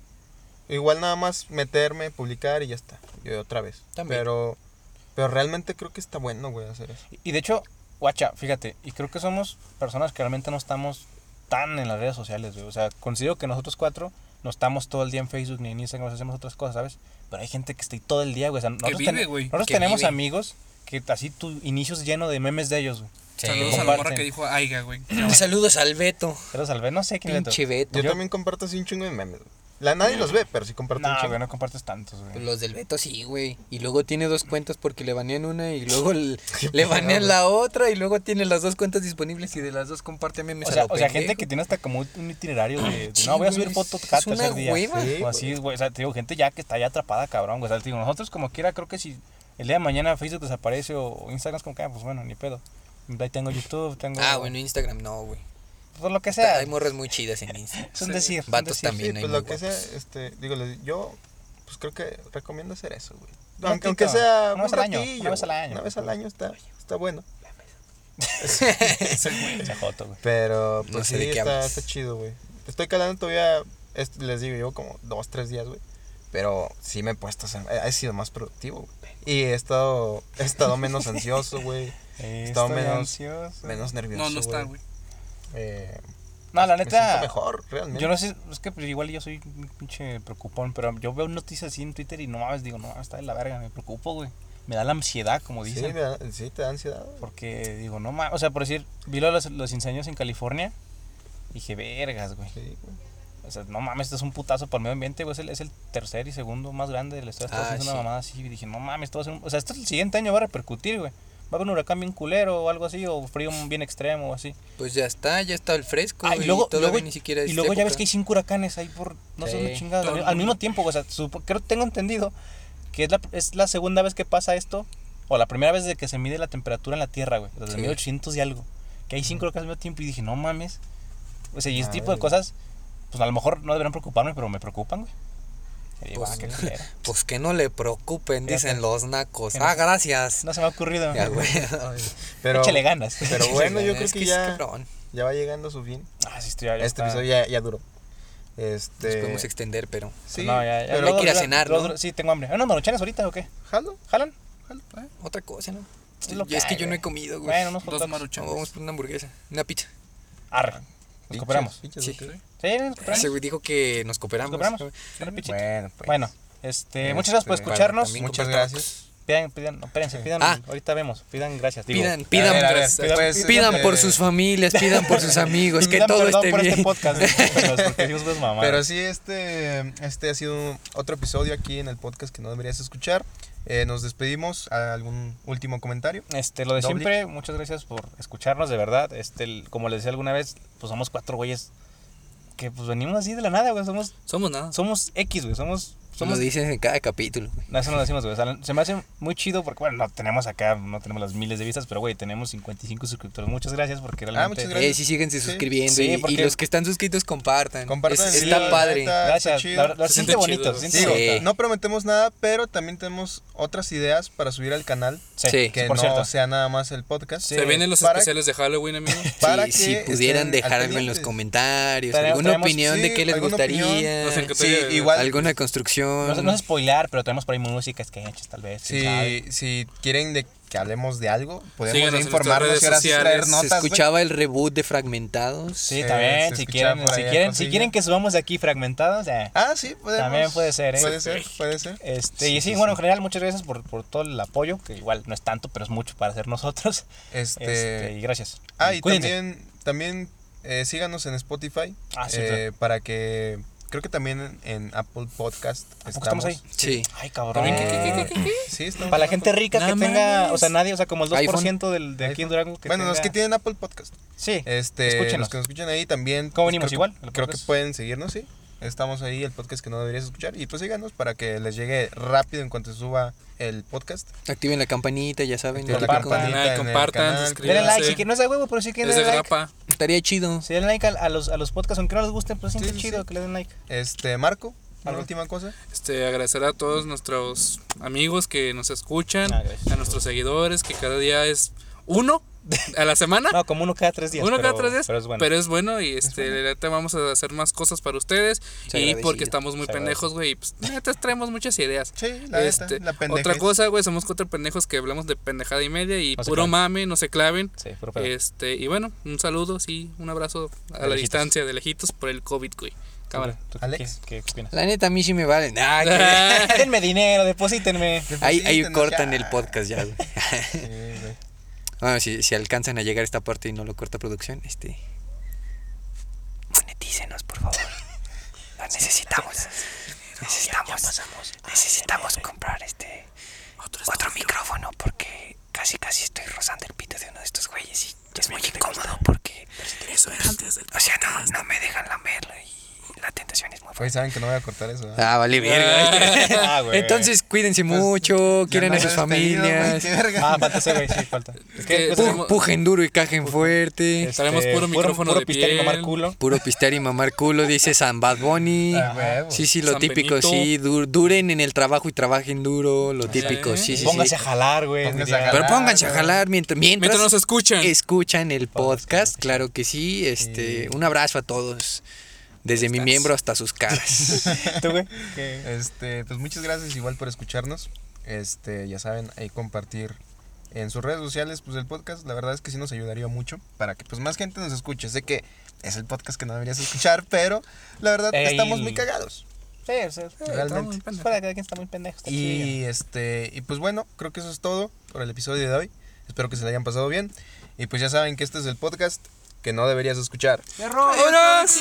S1: Igual nada más meterme, publicar y ya está. Y otra vez.
S3: También.
S1: Pero, pero realmente creo que está bueno, güey, hacer eso.
S2: Y- Y de hecho, guacha, fíjate, y creo que somos personas que realmente no estamos tan en las redes sociales, güey. O sea, considero que nosotros cuatro no estamos todo el día en Facebook ni en Instagram, hacemos otras cosas, ¿sabes? Pero hay gente que está ahí todo el día, güey. O sea, nosotros,
S4: vive,
S2: ten-
S4: güey.
S2: nosotros
S3: Que
S2: tenemos
S3: vive.
S2: amigos que así tu inicio es lleno de memes de ellos, güey.
S3: Sí.
S4: Saludos a la morra que dijo Aiga, güey.
S3: Saludos al Beto.
S2: Pero salve, no sé quién le
S3: Pinche Beto.
S1: Yo, también comparto así un chingo de memes. güey. La nadie los ve, pero sí comparto un
S2: No,
S1: chingo.
S2: güey, no compartes tantos, güey.
S3: pues, Los del Beto sí, güey. Y luego tiene dos cuentas porque le banean una y luego el- le banean la otra y luego tiene las dos cuentas disponibles y de las dos comparte memes.
S2: O
S3: a
S2: sea,
S3: lo
S2: o sea,
S3: pendejo.
S2: gente que tiene hasta como un itinerario de, de,
S3: Sí,
S2: no voy a
S3: güey,
S2: subir fotos
S3: es-
S2: cada
S3: es una
S2: tercer día.
S3: hueva.
S1: Sí,
S2: o así, güey. O sea, te digo, gente ya que está ya atrapada, cabrón. güey. O sea, te digo, nosotros como quiera, creo que si el día de mañana Facebook desaparece o o Instagram es como que, ah, pues bueno, ni pedo. Ahí tengo YouTube, tengo.
S3: Ah, bueno, Instagram no, güey.
S2: Pues lo que sea.
S3: Hay morras muy chidas en Instagram.
S2: Es un decir. es un
S3: Vatos
S2: decir.
S1: Sí,
S3: también hay
S1: pues
S3: muy
S1: lo que sea,
S3: guapos.
S1: este, digo, les- yo pues creo que recomiendo hacer eso, güey.
S2: Un
S1: Aunque,
S2: ratito,
S1: aunque sea
S2: una
S1: un
S2: vez al año,
S1: ratillo,
S2: una vez al
S1: güey,
S2: año.
S1: Una vez al año está, está bueno.
S2: Se joto, güey.
S1: Pero
S3: No
S1: pues
S3: sé de
S1: sí,
S3: qué
S1: está,
S3: hablas.
S1: está chido, güey. Estoy calando todavía, es- les digo, llevo como dos, tres días, güey. Pero sí me he puesto, a ser- he he sido más productivo, güey. Y he estado, he estado menos ansioso, güey.
S2: Estoy
S1: menos-
S2: ansioso.
S1: Menos nervioso,
S4: No, no está, güey.
S1: Eh,
S2: No, la
S1: me siento
S2: neta.
S1: mejor, realmente.
S2: Yo no sé, es que pues, igual yo soy un pinche preocupón, pero yo veo noticias así en Twitter y no mames, digo, no mames, está de la verga, me preocupo, güey. Me da la ansiedad, como
S1: sí,
S2: dicen.
S1: me da- sí, te da ansiedad. güey.
S2: Porque digo, no mames, o sea, por decir, vi lo de los, los incendios en California, dije, vergas, güey.
S1: Sí, güey.
S2: O sea, no mames, esto es un putazo para el medio ambiente, güey. Es el, es el tercer y segundo más grande del estado de Estados
S3: Ah,
S2: Unidos, una
S3: sí.
S2: mamada así. Y dije, no mames, esto va a ser un- O sea, esto el siguiente año va a repercutir, güey. Va a haber un huracán bien culero o algo así, o frío bien extremo o así.
S3: Pues ya está, ya está el fresco.
S2: Ah, y
S3: güey,
S2: luego,
S3: todavía
S2: luego-
S3: ni siquiera
S2: y
S3: es
S2: luego ya
S3: época.
S2: ves que hay cinco huracanes ahí por no sé
S3: Sí.
S2: dónde chingados.
S4: Todo el
S2: Al, al mismo
S4: mundo.
S2: tiempo, güey, o sea, supo- creo tengo entendido que es la, es la segunda vez que pasa esto, o la primera vez de que se mide la temperatura en la Tierra, güey, desde
S3: Sí.
S2: 1800 y algo. Que hay cinco huracanes al mismo tiempo y dije, no mames. O sea, y ese
S1: A
S2: tipo
S1: ver,
S2: de
S1: güey.
S2: cosas, pues a lo mejor no deberían preocuparme, pero me preocupan, güey. Y digo,
S3: Pues,
S2: ah, qué culero.
S3: Pues que no le preocupen,
S2: Fíjate.
S3: dicen los nacos.
S2: Que no-
S3: Ah, gracias.
S2: No se me ha ocurrido.
S3: Ya, güey.
S1: Pero,
S2: Échale ganas.
S1: pero bueno, yo
S3: Es
S1: creo que,
S3: es
S1: ya,
S3: cabrón.
S1: ya va llegando a su fin.
S2: Ah, sí, estoy ya- ya
S1: Este
S2: está.
S1: episodio ya, ya duró.
S3: Nos
S1: Este.
S3: podemos extender, pero.
S1: sí,
S2: No, ya- ya.
S1: pero
S2: Luego-
S3: Hay que ir a
S2: luego-
S3: cenar,
S2: luego-
S3: ¿no?
S2: Sí, tengo hambre. Ah, ¿Unos maruchanes ahorita o qué?
S1: jalo.
S2: ¿Jalan?
S4: Jalo, eh.
S3: Otra cosa, ¿no?
S2: Es lo
S3: Y
S2: que
S3: es que
S2: hay,
S3: yo no
S2: güey.
S3: he comido, güey.
S2: Bueno, unos hot
S4: Dos
S2: dogs.
S3: No,
S4: maruchanes.
S3: vamos por una hamburguesa, una pizza.
S2: Arre. Nos cooperamos.
S1: Pichas,
S3: Sí.
S1: pichas, ok.
S2: Sí, nos cooperamos.
S3: Se dijo que nos cooperamos.
S2: Nos cooperamos. Una pichita.
S1: Bueno, pues.
S2: Bueno, este, muchas
S1: Este,
S2: gracias por
S1: bueno,
S2: escucharnos.
S3: también
S1: Muchas
S3: compartan.
S1: gracias.
S2: Pidan, pidan, no, espérense, pidan,
S3: Ah.
S2: ahorita vemos, pidan gracias. digo.
S3: Pidan,
S1: a
S3: pidan,
S1: ver, a ver,
S3: gracias.
S1: pidan-
S3: pidan,
S1: pidan,
S3: por
S1: eh,
S3: sus familias, pidan por sus amigos,
S2: Y
S3: que
S2: pidan
S3: todo
S2: perdón
S3: esté
S2: por
S3: bien.
S2: este podcast, discúlpenos, porque decimos puras mamadas.
S1: Pero sí, este, este ha sido otro episodio aquí en el podcast que no deberías escuchar. Eh, nos despedimos. ¿Algún último comentario?
S2: Este, lo de
S1: Doble.
S2: siempre, muchas gracias por escucharnos, de verdad. Este, el- como les decía alguna vez, pues somos cuatro güeyes que pues venimos así de la nada, güey. Somos,
S4: Somos nada.
S2: somos X, güey. Somos,
S3: Lo
S2: somos.
S3: dices en cada capítulo. güey.
S2: No, eso no lo decimos, güey. O sea, se me hace muy chido porque, bueno, no tenemos acá, no tenemos las miles de vistas, pero, güey, tenemos 55 suscriptores. Muchas gracias porque realmente.
S1: Ah, muchas gracias.
S3: Eh, sí, síguense
S1: Sí.
S3: suscribiendo
S2: Sí,
S3: y- y,
S2: porque-
S3: los que están suscritos compartan.
S1: Compartan
S3: Es-
S1: el
S3: está
S1: video,
S3: padre.
S1: neta. Está
S2: Gracias.
S1: chido.
S2: La verdad, la-
S4: Se
S2: se
S4: siente
S2: siente bonito,
S4: chido.
S2: se siente
S1: Digo,
S3: Sí.
S1: no prometemos nada, pero también tenemos otras ideas para subir al canal.
S2: Sí,
S3: Sí.
S1: Que
S2: por
S1: no
S2: cierto.
S1: sea nada más el podcast.
S2: Sí.
S4: Se vienen los
S1: Para-
S4: especiales de Halloween, amigos.
S1: para
S3: Sí,
S1: que
S3: si
S1: estén
S3: pudieran
S1: al
S3: dejar algo en los
S1: pendientes.
S3: comentarios,
S2: Tenemos-
S3: alguna
S2: tenemos-
S3: opinión de
S1: sí,
S3: qué les
S1: alguna
S3: gustaría,
S1: opinión.
S4: Nos encantaría-
S1: Sí, igual.
S3: alguna construcción.
S2: No, sé- no es spoilar, pero tenemos por ahí música, sketches, tal vez. quién sabe.
S1: Si, si quieren de que hablemos de algo, podemos
S4: Síganos en nuestras
S1: informarnos
S4: redes
S1: y ahora sí traer
S4: sociales. Se
S1: notas.
S3: Se
S1: güey.
S3: escuchaba el reboot de Fragmentados.
S2: Sí,
S1: se-
S2: también.
S1: se
S2: si,
S1: escuchaba
S2: quieren,
S1: por
S2: si,
S1: ahí
S2: quieren,
S1: algo
S2: si
S1: así.
S2: quieren que subamos de aquí fragmentados, eh.
S1: Ah, sí, podemos.
S2: También puede ser, ¿eh?
S1: Puede ser, puede ser.
S2: Este, y sí, bueno, en general, muchas gracias por, por todo el apoyo, que igual no es tanto, pero es mucho para hacer nosotros.
S1: Este,
S2: Este, y gracias.
S1: ah, y
S2: Cuídense.
S1: también, también eh, síganos en Spotify
S2: Ah, sí,
S1: eh,
S2: claro.
S1: para que creo que también en Apple Podcast
S2: ¿A poco Ah, pues estamos ahí?
S3: Sí.
S2: Ay, cabrón.
S4: También, ¿qué, qué, qué, qué, qué?
S1: Sí, estamos
S2: Para la
S1: en
S2: gente
S1: Apple.
S2: rica que
S3: No
S2: tenga, o sea,
S3: mames.
S2: nadie, o sea, como el 2% del, de
S1: iPhone.
S2: aquí en Durango que
S1: bueno, los que
S2: tenga-
S1: tienen Apple Podcast.
S2: Sí.
S1: Este,
S2: Escúchenos.
S1: los que nos escuchan ahí también.
S2: ¿Cómo
S1: pues,
S2: venimos?
S1: creo que-
S2: ¿Igual?
S1: Creo
S2: ¿El
S1: que
S2: podcast?
S1: pueden seguirnos, sí. Estamos ahí, el podcast que no deberías escuchar. Y pues síganos para que les llegue rápido en cuanto se suba el podcast.
S3: Activen la campanita, ya saben.
S1: Activen
S3: lo
S1: la
S3: típico.
S1: campanita.
S4: Like,
S1: en el
S4: compartan,
S1: canal.
S2: Denle
S4: suscríbanse.
S2: like, si que no es de huevo, pero sí que
S4: Es de
S2: denle like.
S4: grapa.
S3: Estaría chido.
S2: Si denle like a, a los, a los podcasts, aunque no les gusten, pues siempre
S1: Sí,
S2: es
S1: sí,
S2: chido
S1: sí.
S2: que le den like.
S1: Este, Marco, una
S2: Marco.
S1: última cosa.
S4: Este, agradecer a todos nuestros amigos que nos escuchan,
S2: Ah, gracias.
S4: a nuestros seguidores, que cada día es uno a la semana.
S2: No, como uno cada tres días.
S4: uno cada
S2: pero-
S4: tres días,
S2: Pero es bueno.
S4: y este, la neta vamos a hacer más cosas para ustedes
S3: Se
S4: y
S3: agradecido,
S4: porque estamos muy
S2: se
S4: pendejos, güey, y pues neta traemos muchas ideas.
S1: Sí, la, neta,
S4: Este,
S1: la pendeja.
S4: otra cosa, güey, somos cuatro pendejos que hablamos de pendejada y media y
S2: No se
S4: puro
S2: claven.
S4: mame, no se claven.
S2: Sí, puro pedo.
S4: Este, y bueno, un saludo, sí, un abrazo
S2: De
S4: a la
S2: lejitos.
S4: distancia, de lejitos, por el COVID, güey. Cámara.
S2: ¿Tú qué-
S1: Alex.
S2: ¿Qué qué opinas?
S3: La neta, a mí sí me vale. Nah, que-
S2: Denme dinero, deposítenme.
S3: ahí, ahí
S1: Deposítenos
S3: cortan
S1: ya.
S3: el podcast ya, güey.
S1: Sí, güey.
S3: Bueno, si, si alcanzan a llegar a esta parte y no lo corta producción, este. Monetícenos, por favor. Lo necesitamos. Necesitamos. Necesitamos comprar este. Otro, micrófono porque casi casi estoy rozando el pito de uno de estos güeyes y es muy incómodo porque. Eso era antes del. O sea, no, no me dejan lamerlo y la tentación es muy fuerte.
S1: Güey, saben que no voy a cortar eso. ¿verdad?
S3: Ah, vale, verga.
S2: Ah, güey.
S3: Entonces, cuídense mucho,
S1: Ya
S3: quieran
S1: nos
S3: a sus
S1: has despedido,
S3: familias.
S1: güey, qué verga.
S2: Ah, falta ese güey, sí, falta. Pues
S4: Es que
S3: Pu-
S4: tenemos-
S3: pujen duro y cajen fuerte.
S4: Traemos puro micrófono
S2: este, puro
S4: de
S2: pistear y
S4: piel.
S2: mamar culo.
S3: Puro pistear y mamar culo, dice San Bad Bunny.
S1: Ah, huevo.
S3: Sí, sí, lo
S4: San
S3: típico,
S4: Benito.
S3: sí. du- duren en el trabajo y trabajen duro, lo típico,
S4: ¿eh?
S3: sí, sí. sí.
S2: Póngase a jalar, güey.
S1: Póngase
S2: diría.
S1: a jalar.
S3: Pero pónganse a
S1: güey.
S3: jalar mientras, mientras
S4: Mientras nos escuchan.
S3: escuchan el podcast, claro que sí. Este, un abrazo a todos, desde mi miembro hasta sus caras.
S2: ¿Tú, güey? ¿Qué?
S1: Ah, Este, pues muchas gracias igual por escucharnos. Este, ya saben, ahí compartir en sus redes sociales pues el podcast, la verdad es que sí nos ayudaría mucho para que pues más gente nos escuche. Sé que es el podcast que no deberías escuchar, pero la verdad
S2: Ey.
S1: estamos muy cagados.
S2: Sí, o sea, sí,
S1: Realmente.
S2: estamos- Fuera, cada quien está muy pendejo. está chido.
S1: Y este, y pues bueno, creo que eso es todo por el episodio de hoy. Espero que se le hayan pasado bien y pues ya saben que este es el podcast que no deberías escuchar.
S4: ¡Vámonos!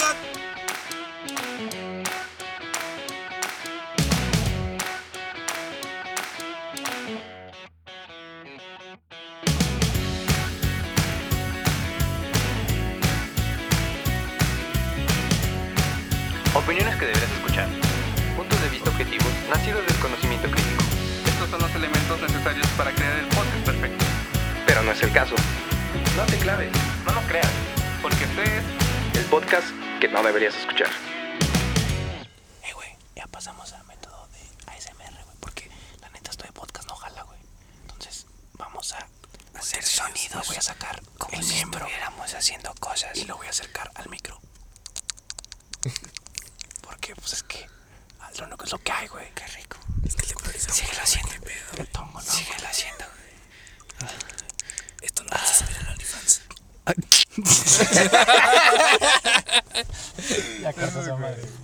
S5: Opiniones que deberás escuchar. Puntos de vista objetivos nacidos del conocimiento crítico. Estos son los elementos necesarios para crear el podcast perfecto. Pero no es el caso. No te claves, no lo creas, porque este es el podcast que no deberías escuchar.
S2: Eh, güey, ya pasamos al método de ASMR, güey, porque la neta esto de podcast no jala, güey. Entonces, vamos a hacer sonidos. Voy a sacar como si estuviéramos haciendo cosas. Y lo voy a acercar al micro. Porque, pues es que, al lo que es lo que hay, güey. Qué rico. Es que le Síguelo haciendo. Me tomo, ¿no? Síguelo haciendo.
S4: Esto no se sube en OnlyFans.
S2: Ya,